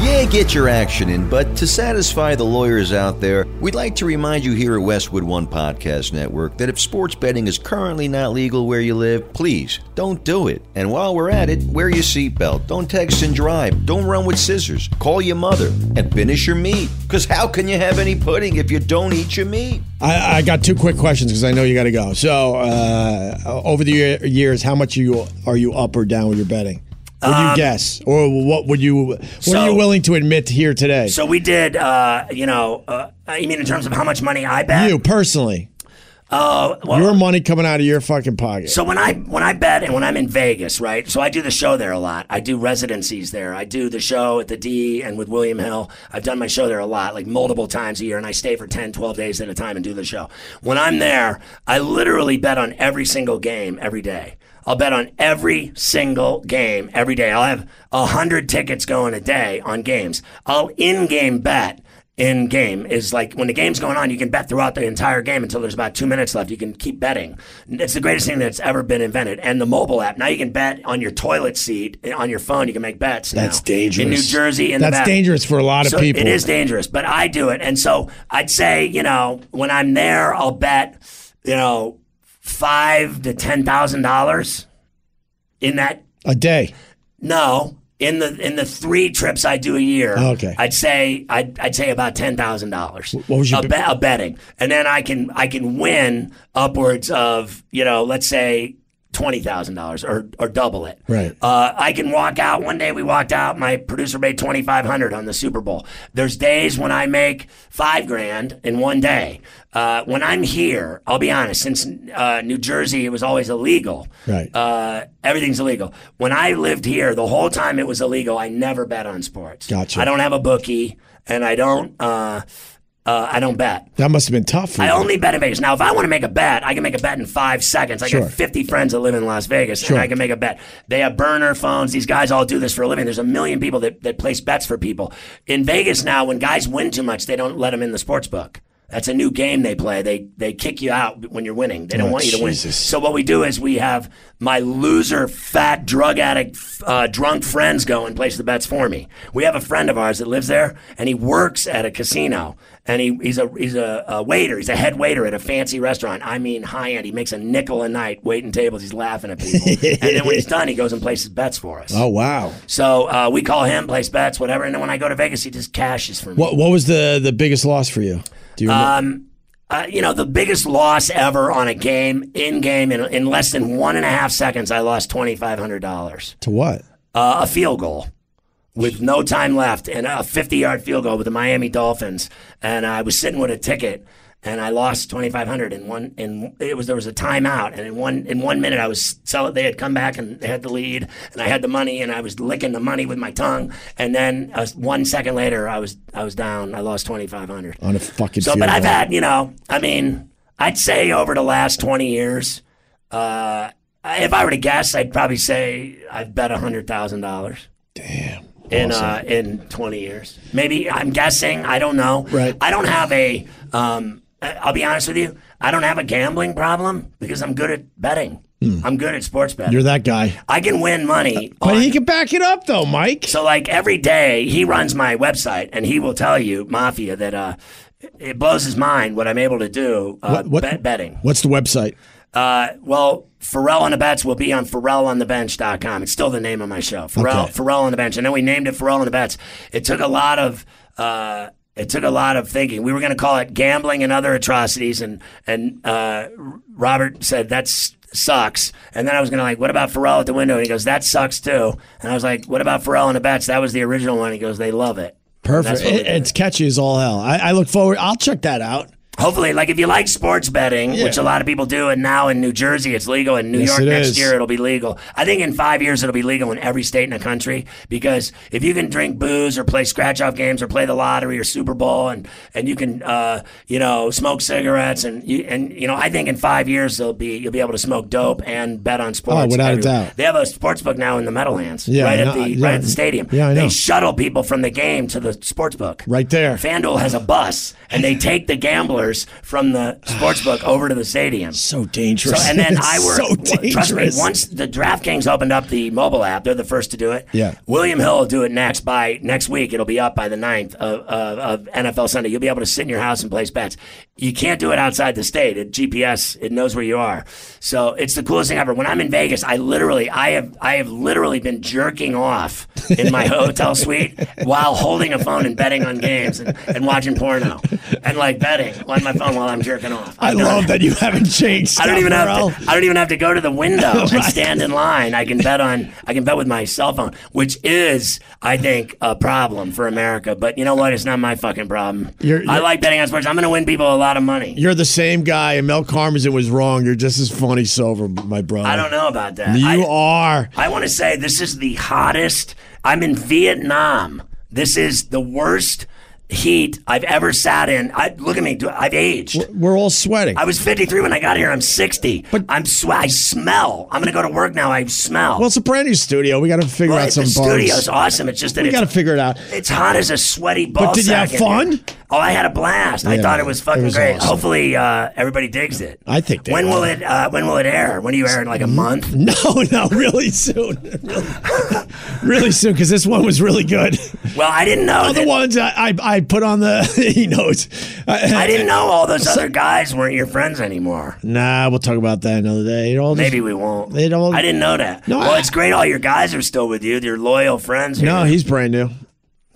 [SPEAKER 4] Yeah, get your action in, but to satisfy the lawyers out there, we'd like to remind you here at Westwood One Podcast Network that if sports betting is currently not legal where you live, please don't do it. And while we're at it, wear your seatbelt, don't text and drive, don't run with scissors, call your mother, and finish your meat. Because how can you have any pudding if you don't eat your meat?
[SPEAKER 1] I, I got two quick questions because I know you got to go. So uh, over the year, years, how much you are you up or down with your betting? Would you guess, or what would you? What are
[SPEAKER 2] Um, so-
[SPEAKER 1] you willing to admit here today?
[SPEAKER 2] So we did, uh, you know, uh, you mean in terms of how much money I bet?
[SPEAKER 1] you personally,
[SPEAKER 2] Oh, well,
[SPEAKER 1] your money coming out of your fucking pocket.
[SPEAKER 2] So when I when I bet and when I'm in Vegas, right? So I do the show there a lot. I do residencies there. I do the show at the D and with William Hill. I've done my show there a lot, like multiple times a year, and I stay for 10, 12 days at a time and do the show. When I'm there, I literally bet on every single game every day. I'll bet on every single game every day. I'll have a hundred tickets going a day on games. I'll in-game bet in game is like when the game's going on, you can bet throughout the entire game until there's about two minutes left. You can keep betting. It's the greatest thing that's ever been invented. And the mobile app now you can bet on your toilet seat eh, on your phone. You can make bets.
[SPEAKER 1] That's
[SPEAKER 2] now. in New
[SPEAKER 1] dangerous.
[SPEAKER 2] Jersey. In the
[SPEAKER 1] That's
[SPEAKER 2] back.
[SPEAKER 1] dangerous for a lot of
[SPEAKER 2] So
[SPEAKER 1] people.
[SPEAKER 2] It is dangerous, but I do it. And so I'd say, you know, when I'm there, I'll bet, you know, five to ten thousand dollars in that
[SPEAKER 1] a day.
[SPEAKER 2] no, in the in the three trips I do a year,
[SPEAKER 1] Oh, okay.
[SPEAKER 2] I'd say I'd, I'd say about ten thousand dollars.
[SPEAKER 1] what was your
[SPEAKER 2] a,
[SPEAKER 1] bet-
[SPEAKER 2] be- a betting, and then I can I can win upwards of you know let's say twenty thousand dollars or or double it.
[SPEAKER 1] Right.
[SPEAKER 2] Uh, I can walk out. One day we walked out. My producer made twenty five hundred on the Super Bowl. There's days when I make five grand in one day. Uh, when I'm here, I'll be honest. Since uh, New Jersey, it was always illegal.
[SPEAKER 1] Right.
[SPEAKER 2] Uh, everything's illegal. When I lived here, the whole time it was illegal. I never bet on sports.
[SPEAKER 1] Gotcha.
[SPEAKER 2] I don't have a bookie, and I don't. Uh, uh, I don't bet.
[SPEAKER 1] That must have been tough. For
[SPEAKER 2] I
[SPEAKER 1] you.
[SPEAKER 2] only bet in Vegas. Now, if I want to make a bet, I can make a bet in five seconds. I
[SPEAKER 1] Sure.
[SPEAKER 2] got 50 friends that live in Las Vegas, and I can make a bet. They have burner phones. These guys all do this for a living. There's a million people that, that place bets for people. In Vegas now, when guys win too much, they don't let them in the sports book. That's a new game they play. They they kick you out when you're winning. They don't
[SPEAKER 1] Oh,
[SPEAKER 2] want you to win.
[SPEAKER 1] Jesus.
[SPEAKER 2] So what we do is we have my loser, fat, drug addict, uh, drunk friends go and place the bets for me. We have a friend of ours that lives there, and he works at a casino, and he, he's a he's a, a waiter. He's a head waiter at a fancy restaurant. I mean, high end. He makes a nickel a night waiting tables. He's laughing at people, and then when he's done, he goes and places bets for us.
[SPEAKER 1] Oh wow.
[SPEAKER 2] So uh, we call him, place bets, whatever. And then when I go to Vegas, he just cashes for me.
[SPEAKER 1] What what was the the biggest loss for you? Do you remember?
[SPEAKER 2] Um, uh, you know, the biggest loss ever on a game, in game, in, in less than one and a half seconds, I lost $2,500.
[SPEAKER 1] to what?
[SPEAKER 2] Uh, a field goal with no time left and a 50 yard field goal with the Miami Dolphins. And I was sitting with a ticket. And I lost twenty five hundred in one, and it was there was a timeout, and in one in one minute I was selling. They had come back and they had the lead, and I had the money, and I was licking the money with my tongue, and then uh, one second later I was I was down. I lost twenty five hundred.
[SPEAKER 1] On a fucking
[SPEAKER 2] So,
[SPEAKER 1] field
[SPEAKER 2] but I've
[SPEAKER 1] goal.
[SPEAKER 2] had, you know, I mean, I'd say over the last 20 years, uh, I- if I were to guess, I'd probably say I've bet $100,000
[SPEAKER 1] Damn.
[SPEAKER 2] in, uh, in 20 years. Maybe I'm guessing. I don't know.
[SPEAKER 1] Right.
[SPEAKER 2] I don't have a, um, I- I'll be honest with you, I don't have a gambling problem because I'm good at betting. I'm good at sports betting.
[SPEAKER 1] Hmm. You're that guy.
[SPEAKER 2] I can win money.
[SPEAKER 1] But
[SPEAKER 2] on-
[SPEAKER 1] he can back it up though, Mike.
[SPEAKER 2] so like every day, he runs my website, and he will tell you, Mafia, that uh, it blows his mind what I'm able to do uh, bet- betting.
[SPEAKER 1] What's the website?
[SPEAKER 2] Uh, well, Pharrell on the Bets will be on PharrellOnTheBench.com. It's still the name of my show, Pharrell
[SPEAKER 1] Okay.
[SPEAKER 2] Pharrell on the Bench. And then we named it Pharrell on the Bets. It took a lot of. Uh, it took a lot of thinking. We were going to call it gambling and other atrocities, and and uh, Robert said that sucks. And then I was going to like, what about Pharrell at the window? And he goes, that sucks too. And I was like, what about Pharrell on the bets? That was the original one. He goes, they love it.
[SPEAKER 1] Perfect.
[SPEAKER 2] what we
[SPEAKER 1] It- it's catchy as all hell. I, I look forward. I'll check that out.
[SPEAKER 2] Hopefully, like if you like sports betting, which a lot of people do, and now in New Jersey it's legal, in New
[SPEAKER 1] Yes,
[SPEAKER 2] York
[SPEAKER 1] it
[SPEAKER 2] next
[SPEAKER 1] is.
[SPEAKER 2] year it'll be legal. I think in five years it'll be legal in every state in the country because if you can drink booze or play scratch off games or play the lottery or Super Bowl and and you can uh, you know smoke cigarettes and you and you know I think in five years they'll be you'll be able to smoke dope and bet on sports.
[SPEAKER 1] Oh, without a
[SPEAKER 2] everywhere.
[SPEAKER 1] doubt.
[SPEAKER 2] They have a sports book now in the Meadowlands,
[SPEAKER 1] Yeah,
[SPEAKER 2] right
[SPEAKER 1] I
[SPEAKER 2] at
[SPEAKER 1] know-
[SPEAKER 2] the
[SPEAKER 1] yeah.
[SPEAKER 2] right at the stadium.
[SPEAKER 1] Yeah, I know.
[SPEAKER 2] They shuttle people from the game to the sports book.
[SPEAKER 1] Right there.
[SPEAKER 2] FanDuel has a bus, and they take the gamblers from the sportsbook over to the stadium.
[SPEAKER 1] So dangerous.
[SPEAKER 2] So- and
[SPEAKER 1] *laughs*
[SPEAKER 2] then
[SPEAKER 1] It's
[SPEAKER 2] I work.
[SPEAKER 1] so
[SPEAKER 2] w-
[SPEAKER 1] dangerous.
[SPEAKER 2] trust me, once the DraftKings opened up the mobile app, they're the first to do it.
[SPEAKER 1] Yeah.
[SPEAKER 2] William Hill will do it next by next week. It'll be up by the 9th of, of, of NFL Sunday. You'll be able to sit in your house and place bets. You can't do it outside the state. It GPS it knows where you are. So it's the coolest thing ever. When I'm in Vegas, I literally I have I have literally been jerking off in
[SPEAKER 1] *laughs*
[SPEAKER 2] my hotel suite while holding a phone and betting on games and, and watching porno and like betting on my phone while I'm jerking off.
[SPEAKER 1] I
[SPEAKER 2] I've done
[SPEAKER 1] love
[SPEAKER 2] it.
[SPEAKER 1] that you haven't changed.
[SPEAKER 2] *laughs* I don't even
[SPEAKER 1] Scott
[SPEAKER 2] have to,
[SPEAKER 1] Farrell.
[SPEAKER 2] I don't even have to go to
[SPEAKER 1] *laughs*
[SPEAKER 2] the window and stand in line. I can bet on I can bet with my cell phone, which is I think a problem for America. But you know what? It's not my fucking problem.
[SPEAKER 1] You're-
[SPEAKER 2] I
[SPEAKER 1] you're-
[SPEAKER 2] like betting on sports. I'm going to win people a lot of money.
[SPEAKER 1] You're the same guy, and Mel Karmazin was wrong. You're just as funny sober, my brother.
[SPEAKER 2] I don't know about that.
[SPEAKER 1] You
[SPEAKER 2] I,
[SPEAKER 1] are.
[SPEAKER 2] I want to say this is the hottest. I'm in Vietnam. This is the worst heat I've ever sat in. I, look at me. do- I've aged.
[SPEAKER 1] We're all sweating.
[SPEAKER 2] I was 53 when I got here. I'm 60. But I'm sw- I smell. I'm going to go to work now. I smell.
[SPEAKER 1] well, it's a brand new studio. We got to figure
[SPEAKER 2] Well,
[SPEAKER 1] out some
[SPEAKER 2] the studio's
[SPEAKER 1] bugs.
[SPEAKER 2] awesome. It's just that
[SPEAKER 1] We
[SPEAKER 2] it's,
[SPEAKER 1] got to figure it out. *laughs*
[SPEAKER 2] it's hot as a sweaty ball.
[SPEAKER 1] did you
[SPEAKER 2] sack
[SPEAKER 1] have
[SPEAKER 2] in here.
[SPEAKER 1] fun?
[SPEAKER 2] Oh, I had a blast. I
[SPEAKER 1] Yeah,
[SPEAKER 2] thought it was fucking
[SPEAKER 1] it was
[SPEAKER 2] great.
[SPEAKER 1] awesome.
[SPEAKER 2] Hopefully, uh, everybody digs it.
[SPEAKER 1] I think they Mm-hmm.
[SPEAKER 2] When will
[SPEAKER 1] will.
[SPEAKER 2] it? Uh, when will it air? When do you air? In like a month?
[SPEAKER 1] No, no, really soon. *laughs* Really- really soon, because this one was really good. *laughs*
[SPEAKER 2] Well, I didn't know.
[SPEAKER 1] Other
[SPEAKER 2] that-
[SPEAKER 1] ones I, I, I put on the, *laughs* he knows. Uh,
[SPEAKER 2] I didn't know all those other guys weren't your friends anymore.
[SPEAKER 1] Nah, we'll talk about that another day. It all just-
[SPEAKER 2] Maybe we won't.
[SPEAKER 1] They don't-
[SPEAKER 2] I didn't know that.
[SPEAKER 1] No,
[SPEAKER 2] well,
[SPEAKER 1] I-
[SPEAKER 2] it's great. All your guys are still with you. They're loyal friends. Here.
[SPEAKER 1] no, he's brand new.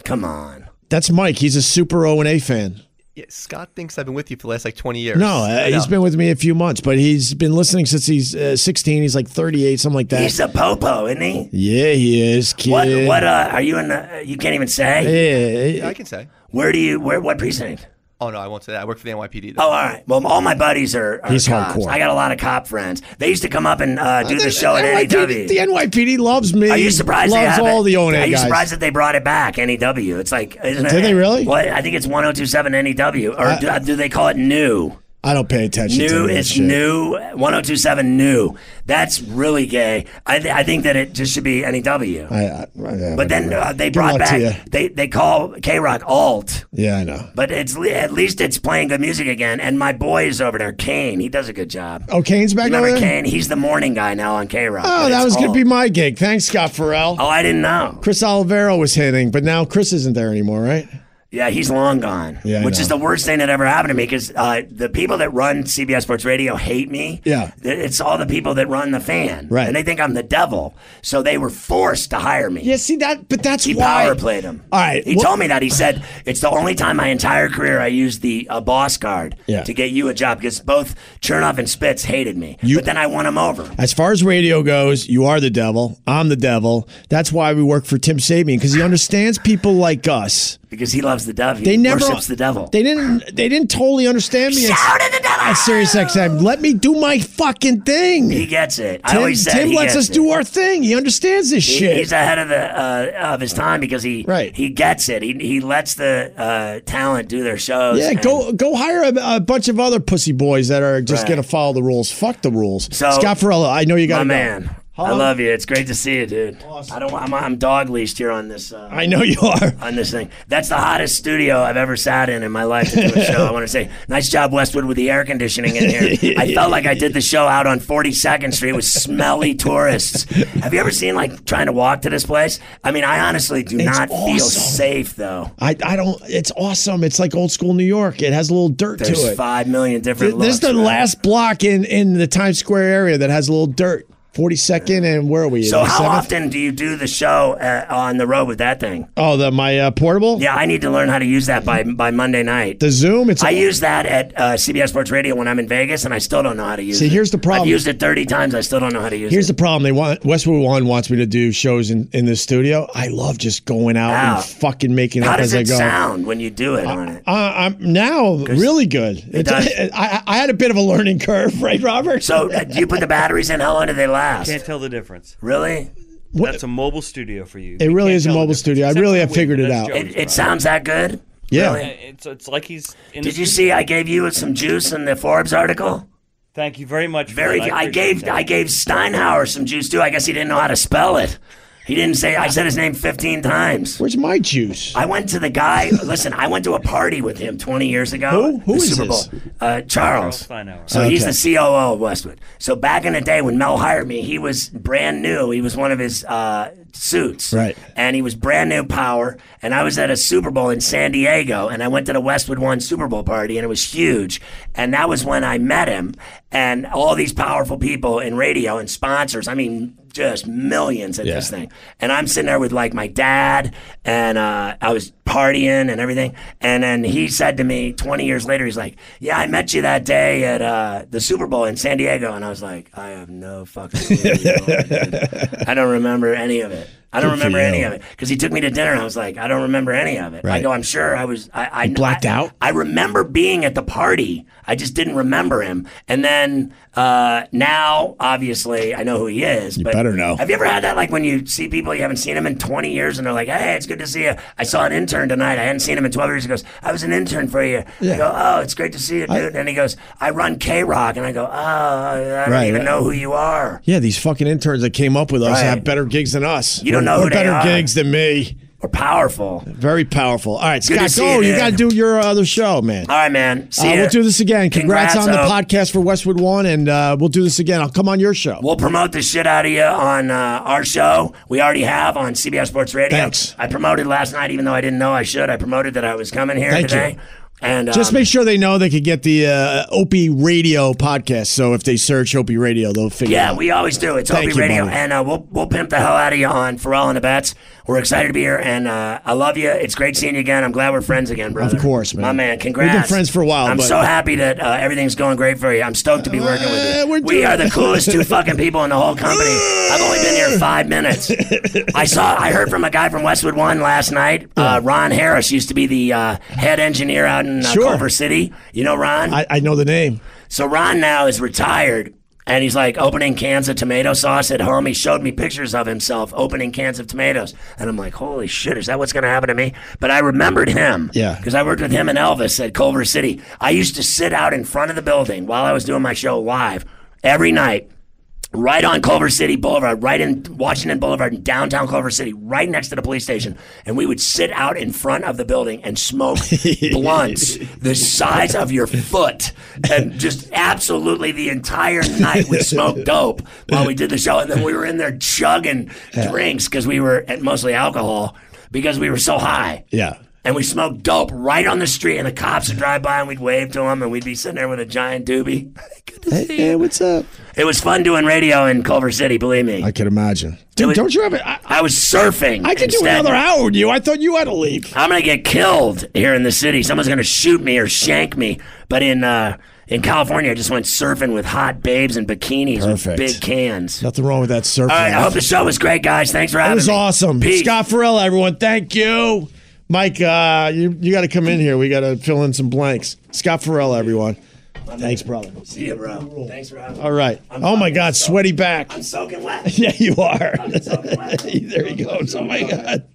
[SPEAKER 2] come on.
[SPEAKER 1] That's Mike. He's a super O and A fan.
[SPEAKER 3] *laughs* Yeah, Scott thinks I've been with you for the last like 20 years.
[SPEAKER 1] No, uh,
[SPEAKER 3] I
[SPEAKER 1] he's
[SPEAKER 3] know.
[SPEAKER 1] been with me a few months, but he's been listening since he's uh, 16. He's like 38, something like that.
[SPEAKER 2] He's a popo, isn't he?
[SPEAKER 1] yeah, he is, kid.
[SPEAKER 2] What? What? Uh, are you in? The, you can't even say.
[SPEAKER 1] Yeah,
[SPEAKER 3] I can say.
[SPEAKER 2] Where do you? Where? What precinct?
[SPEAKER 3] Oh no, I won't say that. I work for the NYPD. Though.
[SPEAKER 2] Oh, all right. Well, all my buddies are, are
[SPEAKER 1] He's
[SPEAKER 2] cops.
[SPEAKER 1] hardcore.
[SPEAKER 2] I got a lot of cop friends. They used to come up and uh, do the show at
[SPEAKER 1] NYPD The
[SPEAKER 2] NEW.
[SPEAKER 1] NYPD loves me.
[SPEAKER 2] Are you surprised? they
[SPEAKER 1] Loves
[SPEAKER 2] haven't?
[SPEAKER 1] all the O and
[SPEAKER 2] Are
[SPEAKER 1] A
[SPEAKER 2] you
[SPEAKER 1] guys.
[SPEAKER 2] surprised that they brought it back? NEW. It's like, isn't
[SPEAKER 1] Did
[SPEAKER 2] it?
[SPEAKER 1] they really?
[SPEAKER 2] oh E Well, I think it's 1027 NEW, or do, do they uh, call it New?
[SPEAKER 1] I don't pay attention to
[SPEAKER 2] New,
[SPEAKER 1] that
[SPEAKER 2] it's
[SPEAKER 1] shit.
[SPEAKER 2] new. 1027 new. That's really gay. I, th- I think that it just should be any W.
[SPEAKER 1] I, I, I-
[SPEAKER 2] but then uh, they
[SPEAKER 1] Good
[SPEAKER 2] brought
[SPEAKER 1] luck to
[SPEAKER 2] back,
[SPEAKER 1] you.
[SPEAKER 2] they, they call K Rock alt,
[SPEAKER 1] Yeah, I know.
[SPEAKER 2] but it's le- at least it's playing good music again. And my boy is over there, Kane. He does a good job.
[SPEAKER 1] Oh, Kane's back over
[SPEAKER 2] Remember
[SPEAKER 1] there?
[SPEAKER 2] Kane? He's the morning guy now on K Rock.
[SPEAKER 1] Oh, that was going to be my gig. Thanks, Scott Farrell.
[SPEAKER 2] Oh, I didn't know.
[SPEAKER 1] Chris Olivero was hitting, but now Chris isn't there anymore, right?
[SPEAKER 2] Yeah, he's long gone.
[SPEAKER 1] Yeah, I
[SPEAKER 2] which is
[SPEAKER 1] know.
[SPEAKER 2] the worst thing that ever happened to me because uh, the people that run CBS Sports Radio hate me.
[SPEAKER 1] Yeah.
[SPEAKER 2] Th- it's all the people that run the fan,
[SPEAKER 1] Right.
[SPEAKER 2] And they think I'm the devil, so they were forced to hire me.
[SPEAKER 1] Yeah, see that, but that's
[SPEAKER 2] He
[SPEAKER 1] why.
[SPEAKER 2] power played him.
[SPEAKER 1] All right,
[SPEAKER 2] He
[SPEAKER 1] wh-
[SPEAKER 2] told me that. He said, It's the only time my entire career I used the uh, boss card
[SPEAKER 1] Yeah.
[SPEAKER 2] to get you a job because both Chernoff and Spitz hated me. but then I won them over.
[SPEAKER 1] As far as radio goes, you are the devil. I'm the devil. That's why we work for Tim Sabian because he understands people like us.
[SPEAKER 2] Because he loves the devil.
[SPEAKER 1] They
[SPEAKER 2] he
[SPEAKER 1] never
[SPEAKER 2] worships the devil.
[SPEAKER 1] They didn't. They didn't totally understand me.
[SPEAKER 2] Shout at the devil!
[SPEAKER 1] At Sirius XM, let me do my fucking thing.
[SPEAKER 2] he gets it. I
[SPEAKER 1] Tim,
[SPEAKER 2] always said
[SPEAKER 1] Tim
[SPEAKER 2] he
[SPEAKER 1] lets
[SPEAKER 2] gets
[SPEAKER 1] us
[SPEAKER 2] it.
[SPEAKER 1] do our thing. He understands this
[SPEAKER 2] He-
[SPEAKER 1] shit.
[SPEAKER 2] He's ahead of the uh, of his time because he
[SPEAKER 1] Right.
[SPEAKER 2] he gets it. He, he lets the uh, talent do their shows.
[SPEAKER 1] yeah,
[SPEAKER 2] and-
[SPEAKER 1] go go hire a, a bunch of other pussy boys that are just
[SPEAKER 2] Right.
[SPEAKER 1] gonna follow the rules. Fuck the rules.
[SPEAKER 2] So-
[SPEAKER 1] Scott Farrella, I know you got
[SPEAKER 2] my
[SPEAKER 1] to
[SPEAKER 2] man. I love you. It's great to see you, dude. I don't. I'm, I'm dog leashed here on this. Uh,
[SPEAKER 1] I know you are.
[SPEAKER 2] on this thing. That's the hottest studio I've ever sat in in my life to do a show. I want to say, nice job, Westwood, with the air conditioning in
[SPEAKER 1] *laughs*
[SPEAKER 2] here. I felt like I did the show out on 42nd Street with smelly tourists. Have you ever seen like trying to walk to this place? I mean, I honestly do not feel
[SPEAKER 1] awesome.
[SPEAKER 2] safe though.
[SPEAKER 1] I, I don't. It's awesome. It's like old school New York. It has a little dirt
[SPEAKER 2] There's
[SPEAKER 1] to it.
[SPEAKER 2] five million different.
[SPEAKER 1] Th- This is
[SPEAKER 2] looks,
[SPEAKER 1] the
[SPEAKER 2] man.
[SPEAKER 1] last block in in the Times Square area that has a little dirt. Forty second and where are we?
[SPEAKER 2] So
[SPEAKER 1] 87th?
[SPEAKER 2] how often do you do the show uh, on the road with that thing?
[SPEAKER 1] Oh, the my uh, portable.
[SPEAKER 2] Yeah, I need to learn how to use that by by Monday night.
[SPEAKER 1] The Zoom. It's
[SPEAKER 2] I use that at uh, CBS Sports Radio when I'm in Vegas, and I still don't know how to use
[SPEAKER 1] See,
[SPEAKER 2] it.
[SPEAKER 1] here's the problem.
[SPEAKER 2] I've used it 30 times. I still don't know how to use
[SPEAKER 1] Here's
[SPEAKER 2] it.
[SPEAKER 1] the problem. They want Westwood One wants me to do shows in in the studio. I love just going out
[SPEAKER 2] Wow.
[SPEAKER 1] and fucking making
[SPEAKER 2] how
[SPEAKER 1] up
[SPEAKER 2] does
[SPEAKER 1] as I
[SPEAKER 2] it
[SPEAKER 1] go.
[SPEAKER 2] sound when you do it on it?
[SPEAKER 1] Uh, I'm now really good. It's,
[SPEAKER 2] does.
[SPEAKER 1] I, *laughs* I- I had a bit of a learning curve, *laughs* right, Robert?
[SPEAKER 2] So uh, do
[SPEAKER 1] *laughs*
[SPEAKER 2] you put the batteries in? How long do they last?
[SPEAKER 8] Can't tell the difference.
[SPEAKER 2] Really?
[SPEAKER 8] That's a mobile studio for you.
[SPEAKER 1] it
[SPEAKER 8] You
[SPEAKER 1] really
[SPEAKER 8] can't
[SPEAKER 1] is a
[SPEAKER 8] tell the
[SPEAKER 1] mobile
[SPEAKER 8] difference.
[SPEAKER 1] studio. I
[SPEAKER 8] Except
[SPEAKER 1] really
[SPEAKER 8] for
[SPEAKER 1] have
[SPEAKER 8] Wade,
[SPEAKER 1] figured it
[SPEAKER 8] that's
[SPEAKER 1] out.
[SPEAKER 8] Joey's
[SPEAKER 2] It,
[SPEAKER 8] problem.
[SPEAKER 2] it sounds that good?
[SPEAKER 1] yeah.
[SPEAKER 2] Really?
[SPEAKER 8] It's, it's like he's. In
[SPEAKER 2] Did
[SPEAKER 8] a
[SPEAKER 2] you
[SPEAKER 8] studio.
[SPEAKER 2] see I gave you some juice in the Forbes article?
[SPEAKER 8] Thank you very much. for
[SPEAKER 2] Very
[SPEAKER 8] that.
[SPEAKER 2] good. I
[SPEAKER 8] appreciate
[SPEAKER 2] gave
[SPEAKER 8] that.
[SPEAKER 2] I gave Steinhauer some juice too. I guess he didn't know how to spell it. He didn't say I said his name 15 times.
[SPEAKER 1] Where's my juice?
[SPEAKER 2] I went to the guy. listen, I went to a party with him 20 years ago.
[SPEAKER 1] Who? Who
[SPEAKER 2] the
[SPEAKER 1] is
[SPEAKER 2] Super
[SPEAKER 1] this?
[SPEAKER 2] Bowl. Uh, Charles.
[SPEAKER 8] Steinhauer.
[SPEAKER 2] So he's
[SPEAKER 1] Okay.
[SPEAKER 2] the COO of Westwood. So back in the day when Mel hired me, he was brand new. He was one of his uh, suits.
[SPEAKER 1] Right.
[SPEAKER 2] And he was brand new power. And I was at a Super Bowl in San Diego, and I went to the Westwood One Super Bowl party, and it was huge. And that was when I met him, and all these powerful people in radio and sponsors. I mean, just millions at this thing. And I'm sitting there with like my dad, and uh, I was partying and everything. And then he said to me 20 years later, he's like, Yeah, I met you that day at uh, the Super Bowl in San Diego. And I was like, I have no fucking clue. what you're talking about." I don't remember any of it. I don't
[SPEAKER 1] Good for
[SPEAKER 2] remember any
[SPEAKER 1] you.
[SPEAKER 2] of it because he took me to dinner and I was like, I don't remember any of it. I
[SPEAKER 1] Right.
[SPEAKER 2] go, I'm sure I was. I, I
[SPEAKER 1] blacked
[SPEAKER 2] I-
[SPEAKER 1] out?
[SPEAKER 2] I remember being at the party. I just didn't remember him. And then uh, now, obviously, I know who he is. You but
[SPEAKER 1] better know.
[SPEAKER 2] Have you ever had that? Like when you see people you haven't seen them in 20 years and they're like, hey, it's good to see you. I saw an intern tonight. I hadn't seen him in 12 years. He goes, I was an intern for you. I go, oh, it's great to see you, dude. and he goes, I run K Rock. And I go, oh, I don't
[SPEAKER 1] Right,
[SPEAKER 2] even
[SPEAKER 1] right.
[SPEAKER 2] know who you are.
[SPEAKER 1] Yeah, these fucking interns that came up with us
[SPEAKER 2] Right.
[SPEAKER 1] have better gigs than us.
[SPEAKER 2] You don't know
[SPEAKER 1] or
[SPEAKER 2] who they
[SPEAKER 1] better
[SPEAKER 2] are.
[SPEAKER 1] gigs than me.
[SPEAKER 2] Or powerful.
[SPEAKER 1] Very powerful. All right,
[SPEAKER 2] Good to
[SPEAKER 1] Scott,
[SPEAKER 2] see
[SPEAKER 1] go.
[SPEAKER 2] you,
[SPEAKER 1] You,
[SPEAKER 2] dude.
[SPEAKER 1] got to do your uh, other show, man.
[SPEAKER 2] All right, man. See
[SPEAKER 1] Uh,
[SPEAKER 2] ya.
[SPEAKER 1] we'll do this again. Congrats, on the
[SPEAKER 2] Oak.
[SPEAKER 1] podcast for Westwood One, and uh, we'll do this again. I'll come on your show.
[SPEAKER 2] We'll promote the shit out of you on uh, our show. We already have on CBS Sports Radio.
[SPEAKER 1] Thanks.
[SPEAKER 2] I promoted last night, even though I didn't know I should. I promoted that I was coming here
[SPEAKER 1] Thank
[SPEAKER 2] today.
[SPEAKER 1] you.
[SPEAKER 2] And
[SPEAKER 1] Just
[SPEAKER 2] um,
[SPEAKER 1] make sure they know they could get the uh, Opie Radio podcast. So if they search Opie Radio, they'll figure it
[SPEAKER 2] Yeah,
[SPEAKER 1] out.
[SPEAKER 2] we always do. It's
[SPEAKER 1] Thank
[SPEAKER 2] Opie
[SPEAKER 1] you,
[SPEAKER 2] Radio,
[SPEAKER 1] Bobby.
[SPEAKER 2] and uh, we'll we'll pimp the hell out of you on Pharrell and the Bats. We're excited to be here, and uh, I love you. It's great seeing you again. I'm glad we're friends again, brother.
[SPEAKER 1] course, man.
[SPEAKER 2] My man,
[SPEAKER 1] We've been
[SPEAKER 2] congrats.
[SPEAKER 1] friends for a while,
[SPEAKER 2] I'm
[SPEAKER 1] but-
[SPEAKER 2] so happy that uh, everything's going great for you. I'm stoked to be working with
[SPEAKER 1] Uh,
[SPEAKER 2] you.
[SPEAKER 1] we're
[SPEAKER 2] We
[SPEAKER 1] doing-
[SPEAKER 2] are the coolest two fucking people in the whole company. I've only been here five minutes. I saw. I heard from a guy from Westwood One last night. Uh, Ron Harris used to be the uh, head engineer out in uh,
[SPEAKER 1] Sure.
[SPEAKER 2] Culver City. You know Ron.
[SPEAKER 1] I, I know the name.
[SPEAKER 2] So Ron now is retired. and he's like opening cans of tomato sauce at home. He showed me pictures of himself opening cans of tomatoes, and I'm like, holy shit, is that what's gonna happen to me? But I remembered him,
[SPEAKER 1] Yeah.
[SPEAKER 2] because I worked with him and Elvis at Culver City. I used to sit out in front of the building while I was doing my show live every night right on Culver City Boulevard, right in Washington Boulevard, in downtown Culver City, right next to the police station. And we would sit out in front of the building and smoke blunts the size of your foot. And just absolutely the entire night we smoked dope while we did the show. And then we were in there chugging drinks because we were and mostly alcohol because we were so high.
[SPEAKER 1] Yeah.
[SPEAKER 2] And we smoked dope right on the street, and the cops would drive by, and we'd wave to them, and we'd be sitting there with a giant doobie. *laughs* Good to see you.
[SPEAKER 1] Hey, what's up?
[SPEAKER 2] It was fun doing radio in Culver City, believe me.
[SPEAKER 1] I
[SPEAKER 2] I,
[SPEAKER 1] can imagine. Dude,
[SPEAKER 2] was-
[SPEAKER 1] don't you have it? I,
[SPEAKER 2] was surfing.
[SPEAKER 1] I could do
[SPEAKER 2] instead.
[SPEAKER 1] another hour with you. I thought you had to leave.
[SPEAKER 2] I'm gonna get killed here in the city. Someone's gonna shoot me or shank me. But in uh, in California, I just went surfing with hot babes in bikinis
[SPEAKER 1] Perfect.
[SPEAKER 2] with big cans.
[SPEAKER 1] Nothing wrong with that surfing.
[SPEAKER 2] All right, I hope the show was great, guys. Thanks for
[SPEAKER 1] That
[SPEAKER 2] having me.
[SPEAKER 1] was awesome.
[SPEAKER 2] Peace.
[SPEAKER 1] Scott Farrell, everyone. Thank you. Mike, uh, you, you got to come in here. We got to fill in some blanks. Scott Farrell, everyone. Thanks, brother.
[SPEAKER 2] See you, bro. Thanks for having me.
[SPEAKER 1] All right. Oh, my God. Sweaty back. *laughs*
[SPEAKER 2] I'm soaking wet.
[SPEAKER 1] Yeah, you are. *laughs*
[SPEAKER 2] soaking wet.
[SPEAKER 1] there he goes. Oh, my God.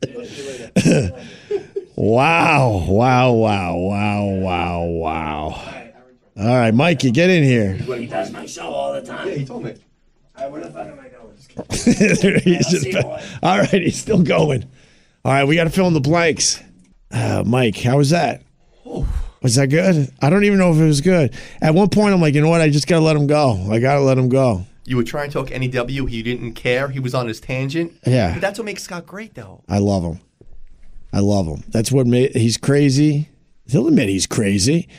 [SPEAKER 1] *laughs* wow. Wow. Wow. Wow. Wow. Wow. All right, Mikey, get in here.
[SPEAKER 2] He does my show all the time. Yeah, he told me. All right, where the fuck am I going?
[SPEAKER 1] He's
[SPEAKER 2] see
[SPEAKER 1] just-
[SPEAKER 2] you, boy.
[SPEAKER 1] all right, he's still going. All right, we got to fill in the blanks. Uh, Mike, how was that? Was that good? I don't even know if it was good. At one point, I'm like, you know what? I just got to let him go. I got to let him go.
[SPEAKER 3] You would try and talk NEW. He didn't care. He was on his tangent.
[SPEAKER 1] Yeah.
[SPEAKER 3] But that's what makes Scott great, though.
[SPEAKER 1] I love him. I love him. That's what made he's crazy. He'll admit he's crazy,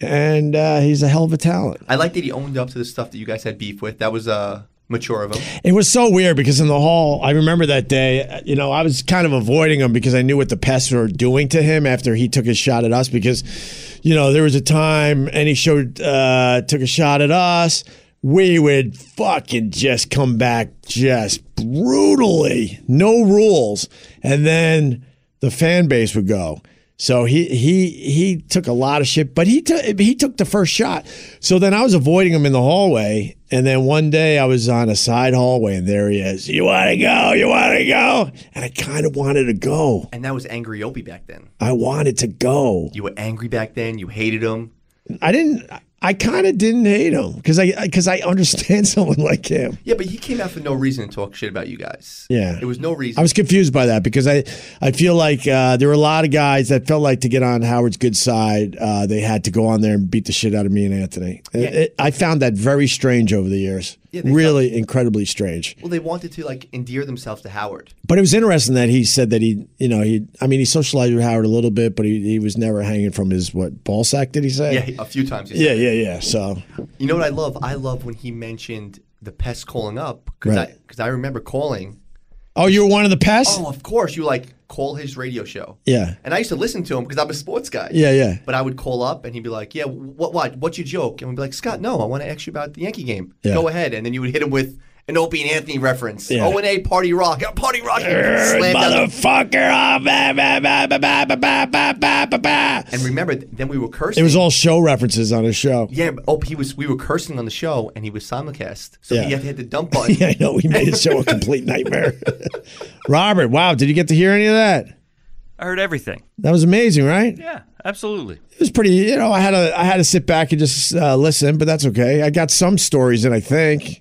[SPEAKER 1] and uh, he's a hell of a talent.
[SPEAKER 3] I like that he owned up to the stuff that you guys had beef with. That was uh, mature of him.
[SPEAKER 1] It was so weird because in the hall, I remember that day, uh, you know, I was kind of avoiding him because I knew what the pests were doing to him after he took his shot at us. Because, you know, there was a time and he showed, uh, took a shot at us. We would fucking just come back just brutally, no rules. And then the fan base would go. So he he he took a lot of shit, but he took he took the first shot. So then I was avoiding him in the hallway, and then one day I was on a side hallway, and there he is. You want to go? You want to go? And I kind of wanted to go.
[SPEAKER 3] And that was angry Opie back then.
[SPEAKER 1] I wanted to go.
[SPEAKER 3] You were angry back then. You hated him.
[SPEAKER 1] I didn't. I kind of didn't hate him because I because I understand *laughs* someone like him.
[SPEAKER 3] Yeah, but he came out for no reason to talk shit about you guys.
[SPEAKER 1] Yeah.
[SPEAKER 3] It was no reason.
[SPEAKER 1] I was confused by that because I, I feel like uh, there were a lot of guys that felt like to get on Howard's good side, uh, they had to go on there and beat the shit out of me and Anthony. It- it- I found that very strange over the years.
[SPEAKER 3] Yeah, they
[SPEAKER 1] really incredibly strange.
[SPEAKER 3] well, they wanted to like endear themselves to Howard.
[SPEAKER 1] But it was interesting that he said that he, you know, he, I mean, he socialized with Howard a little bit, but he, he was never hanging from his, what, ball sack, did he say?
[SPEAKER 3] Yeah, he- *laughs* a few times. he
[SPEAKER 1] Yeah,
[SPEAKER 3] said
[SPEAKER 1] yeah, yeah. So,
[SPEAKER 3] that. You know what I love? I love when he mentioned the pest calling up because I
[SPEAKER 1] Right.
[SPEAKER 3] because I remember calling.
[SPEAKER 1] oh, you were one of the pests?
[SPEAKER 3] Oh, of course you like call his radio show.
[SPEAKER 1] Yeah.
[SPEAKER 3] And I used to listen to him because I'm a sports guy.
[SPEAKER 1] Yeah, yeah.
[SPEAKER 3] But I would call up and he'd be like, "Yeah, what, what, what's your joke?" And we'd be like, "Scott, no, I want to ask you about the Yankee game.
[SPEAKER 1] Yeah.
[SPEAKER 3] Go ahead." And then you would hit him with an Opie and Anthony reference.
[SPEAKER 1] Yeah.
[SPEAKER 3] O and A Party Rock, uh, Party Rock, and slam down. The,
[SPEAKER 1] Motherfucker. oh, bah, bah, bah, bah, bah, bah, bah, bah, bah, bah, bah.
[SPEAKER 3] and remember, th- then we were cursing.
[SPEAKER 1] It was all show references on his show.
[SPEAKER 3] yeah, but Opie was. We were cursing on the show, and he was simulcast, so
[SPEAKER 1] Yeah.
[SPEAKER 3] he had to hit the dump button.
[SPEAKER 1] *laughs* Yeah, I know. We made his show a complete nightmare. *laughs* Robert, wow, did you get to hear any of that?
[SPEAKER 8] I heard everything.
[SPEAKER 1] That was amazing, right?
[SPEAKER 8] Yeah, absolutely.
[SPEAKER 1] It was pretty. You know, I had to I had to sit back and just uh, listen, but that's okay. I got some stories in. I think.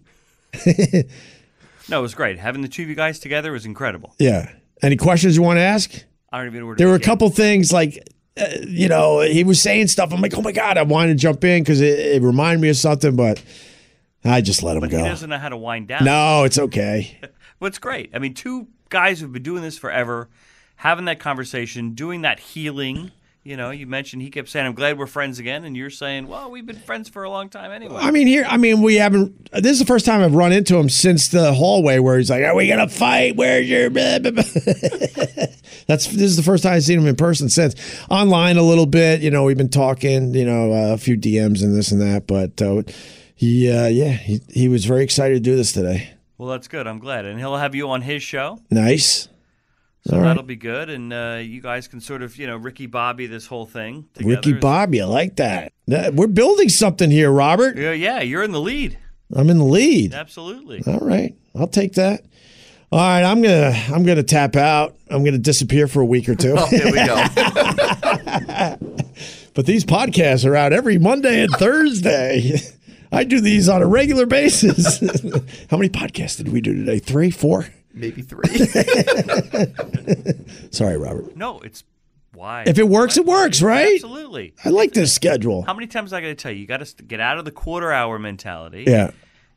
[SPEAKER 8] No, it was great. Having the two of you guys together was incredible.
[SPEAKER 1] Yeah. Any questions you want to ask?
[SPEAKER 8] I don't even know where to
[SPEAKER 1] There were a
[SPEAKER 8] begin.
[SPEAKER 1] couple things like, uh, you know, he was saying stuff. I'm like, oh my god, I wanted to jump in because it, it reminded me of something, but I just let him
[SPEAKER 8] But he
[SPEAKER 1] go.
[SPEAKER 8] doesn't know how to wind down.
[SPEAKER 1] No, it's okay.
[SPEAKER 8] But it's great. I mean, two guys who've been doing this forever, having that conversation, doing that healing. You know, you mentioned he kept saying, I'm glad we're friends again. And you're saying, well, we've been friends for a long time anyway.
[SPEAKER 1] I mean, here, I mean, we haven't. This is the first time I've run into him since the hallway where he's like, "Are we gonna fight? Where's your?" Blah, blah, *laughs* blah?" That's this is the first time I've seen him in person since. Online a little bit, you know, we've been talking, you know, uh, a few DMs and this and that, but uh, he, uh, yeah, he he was very excited to do this today.
[SPEAKER 8] well, that's good. I'm glad. And he'll have you on his show.
[SPEAKER 1] Nice.
[SPEAKER 8] So
[SPEAKER 1] All right.
[SPEAKER 8] that'll be good. And uh, you guys can sort of, you know, Ricky Bobby this whole thing together.
[SPEAKER 1] Ricky Bobby, I like that. That- We're building something here, Robert.
[SPEAKER 8] Yeah, yeah, you're in the lead.
[SPEAKER 1] I'm in the lead.
[SPEAKER 8] Absolutely.
[SPEAKER 1] All right, I'll take that. All right, I'm gonna I'm gonna tap out. I'm gonna disappear for a week or
[SPEAKER 3] *laughs*
[SPEAKER 1] two.
[SPEAKER 3] There Oh, we go.
[SPEAKER 1] *laughs* But these podcasts are out every Monday and Thursday. I do these on a regular basis. *laughs* How many podcasts did we do today? Three, four?
[SPEAKER 3] Maybe three. *laughs*
[SPEAKER 1] Sorry, Robert.
[SPEAKER 8] No, it's why.
[SPEAKER 1] If it works, it works, right?
[SPEAKER 8] Absolutely.
[SPEAKER 1] I like this schedule.
[SPEAKER 8] How many times I got to tell you? You got to get out of the quarter hour mentality.
[SPEAKER 1] Yeah.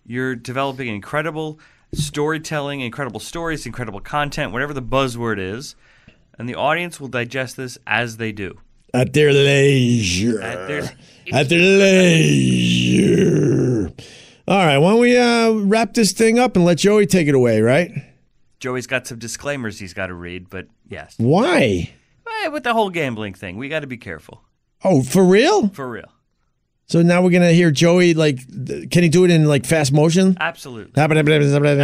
[SPEAKER 8] You're developing incredible storytelling, incredible stories, incredible content, whatever the buzzword is, and the audience will digest this as they do.
[SPEAKER 1] At their leisure.
[SPEAKER 8] At their-
[SPEAKER 1] At their leisure. All right, why don't we uh, wrap this thing up and let Joey take it away, right?
[SPEAKER 8] Joey's got some disclaimers he's got to read, but yes,
[SPEAKER 1] Why?
[SPEAKER 8] Eh, with the whole gambling thing, we got to be careful
[SPEAKER 1] Oh, for real?
[SPEAKER 8] for real.
[SPEAKER 1] So now we're gonna hear Joey like, th- can he do it in like fast motion?
[SPEAKER 8] Absolutely. Basically, just wanna say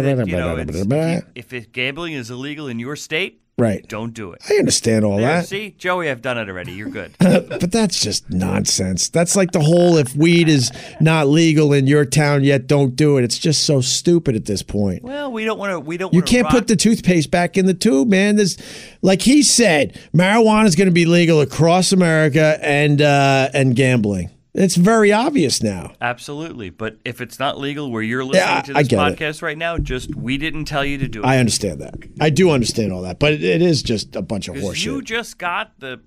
[SPEAKER 8] that, you know, it's-
[SPEAKER 1] Right.
[SPEAKER 8] if it- gambling is illegal in your state, don't do it.
[SPEAKER 1] I understand all
[SPEAKER 8] There,
[SPEAKER 1] that,
[SPEAKER 8] see, Joey, I've done it already. You're good.
[SPEAKER 1] *laughs* but that's just nonsense. That's like the whole if weed is not legal in your town yet, don't do it. It's just so stupid at this point.
[SPEAKER 8] well, we don't want to. We don't.
[SPEAKER 1] You
[SPEAKER 8] wanna
[SPEAKER 1] can't
[SPEAKER 8] rock-
[SPEAKER 1] put the toothpaste back in the tube, man. There's, like he said, marijuana is going to be legal across America and uh, and gambling. It's very obvious now.
[SPEAKER 8] Absolutely, but if it's not legal where you're listening
[SPEAKER 1] I-
[SPEAKER 8] to
[SPEAKER 1] I
[SPEAKER 8] this
[SPEAKER 1] get it.
[SPEAKER 8] podcast right now, just we didn't tell you to do it.
[SPEAKER 1] I understand that. I do understand all that, but it is just a bunch of
[SPEAKER 8] 'Cause
[SPEAKER 1] horseshit.
[SPEAKER 8] you just got the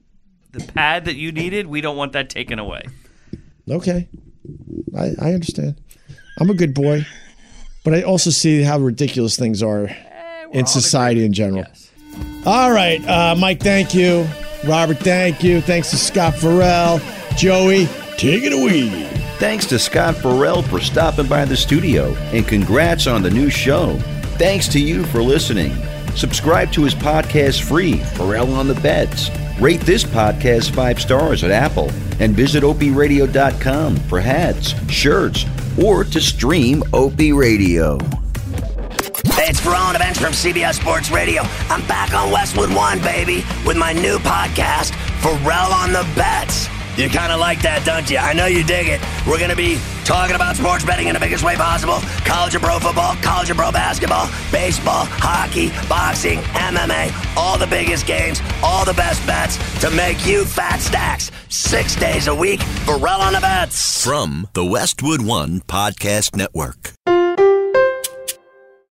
[SPEAKER 8] the pad that you needed. We don't want that taken away.
[SPEAKER 1] Okay. I, I understand. I'm a good boy. But I also see how ridiculous things are in society in general. All right, uh, Mike, thank you. Robert, thank you. Thanks to Scott Farrell. Joey, take it away.
[SPEAKER 4] Thanks to Scott Farrell for stopping by the studio, and congrats on the new show. Thanks to you for listening. Subscribe to his podcast free, Farrell on the Beds. Rate this podcast five stars at Apple, and visit opradio.com for hats, shirts, or to stream OP Radio.
[SPEAKER 2] Hey, it's Verone Events from CBS Sports Radio. I'm back on Westwood One, baby, with my new podcast, Pharrell on the Bets. You kind of like that, don't you? I know you dig it. We're going to be talking about sports betting in the biggest way possible college and pro football, college and pro basketball, baseball, hockey, boxing, MMA, all the biggest games, all the best bets to make you fat stacks. Six days a week, Pharrell on the Bets.
[SPEAKER 5] From the Westwood One Podcast Network.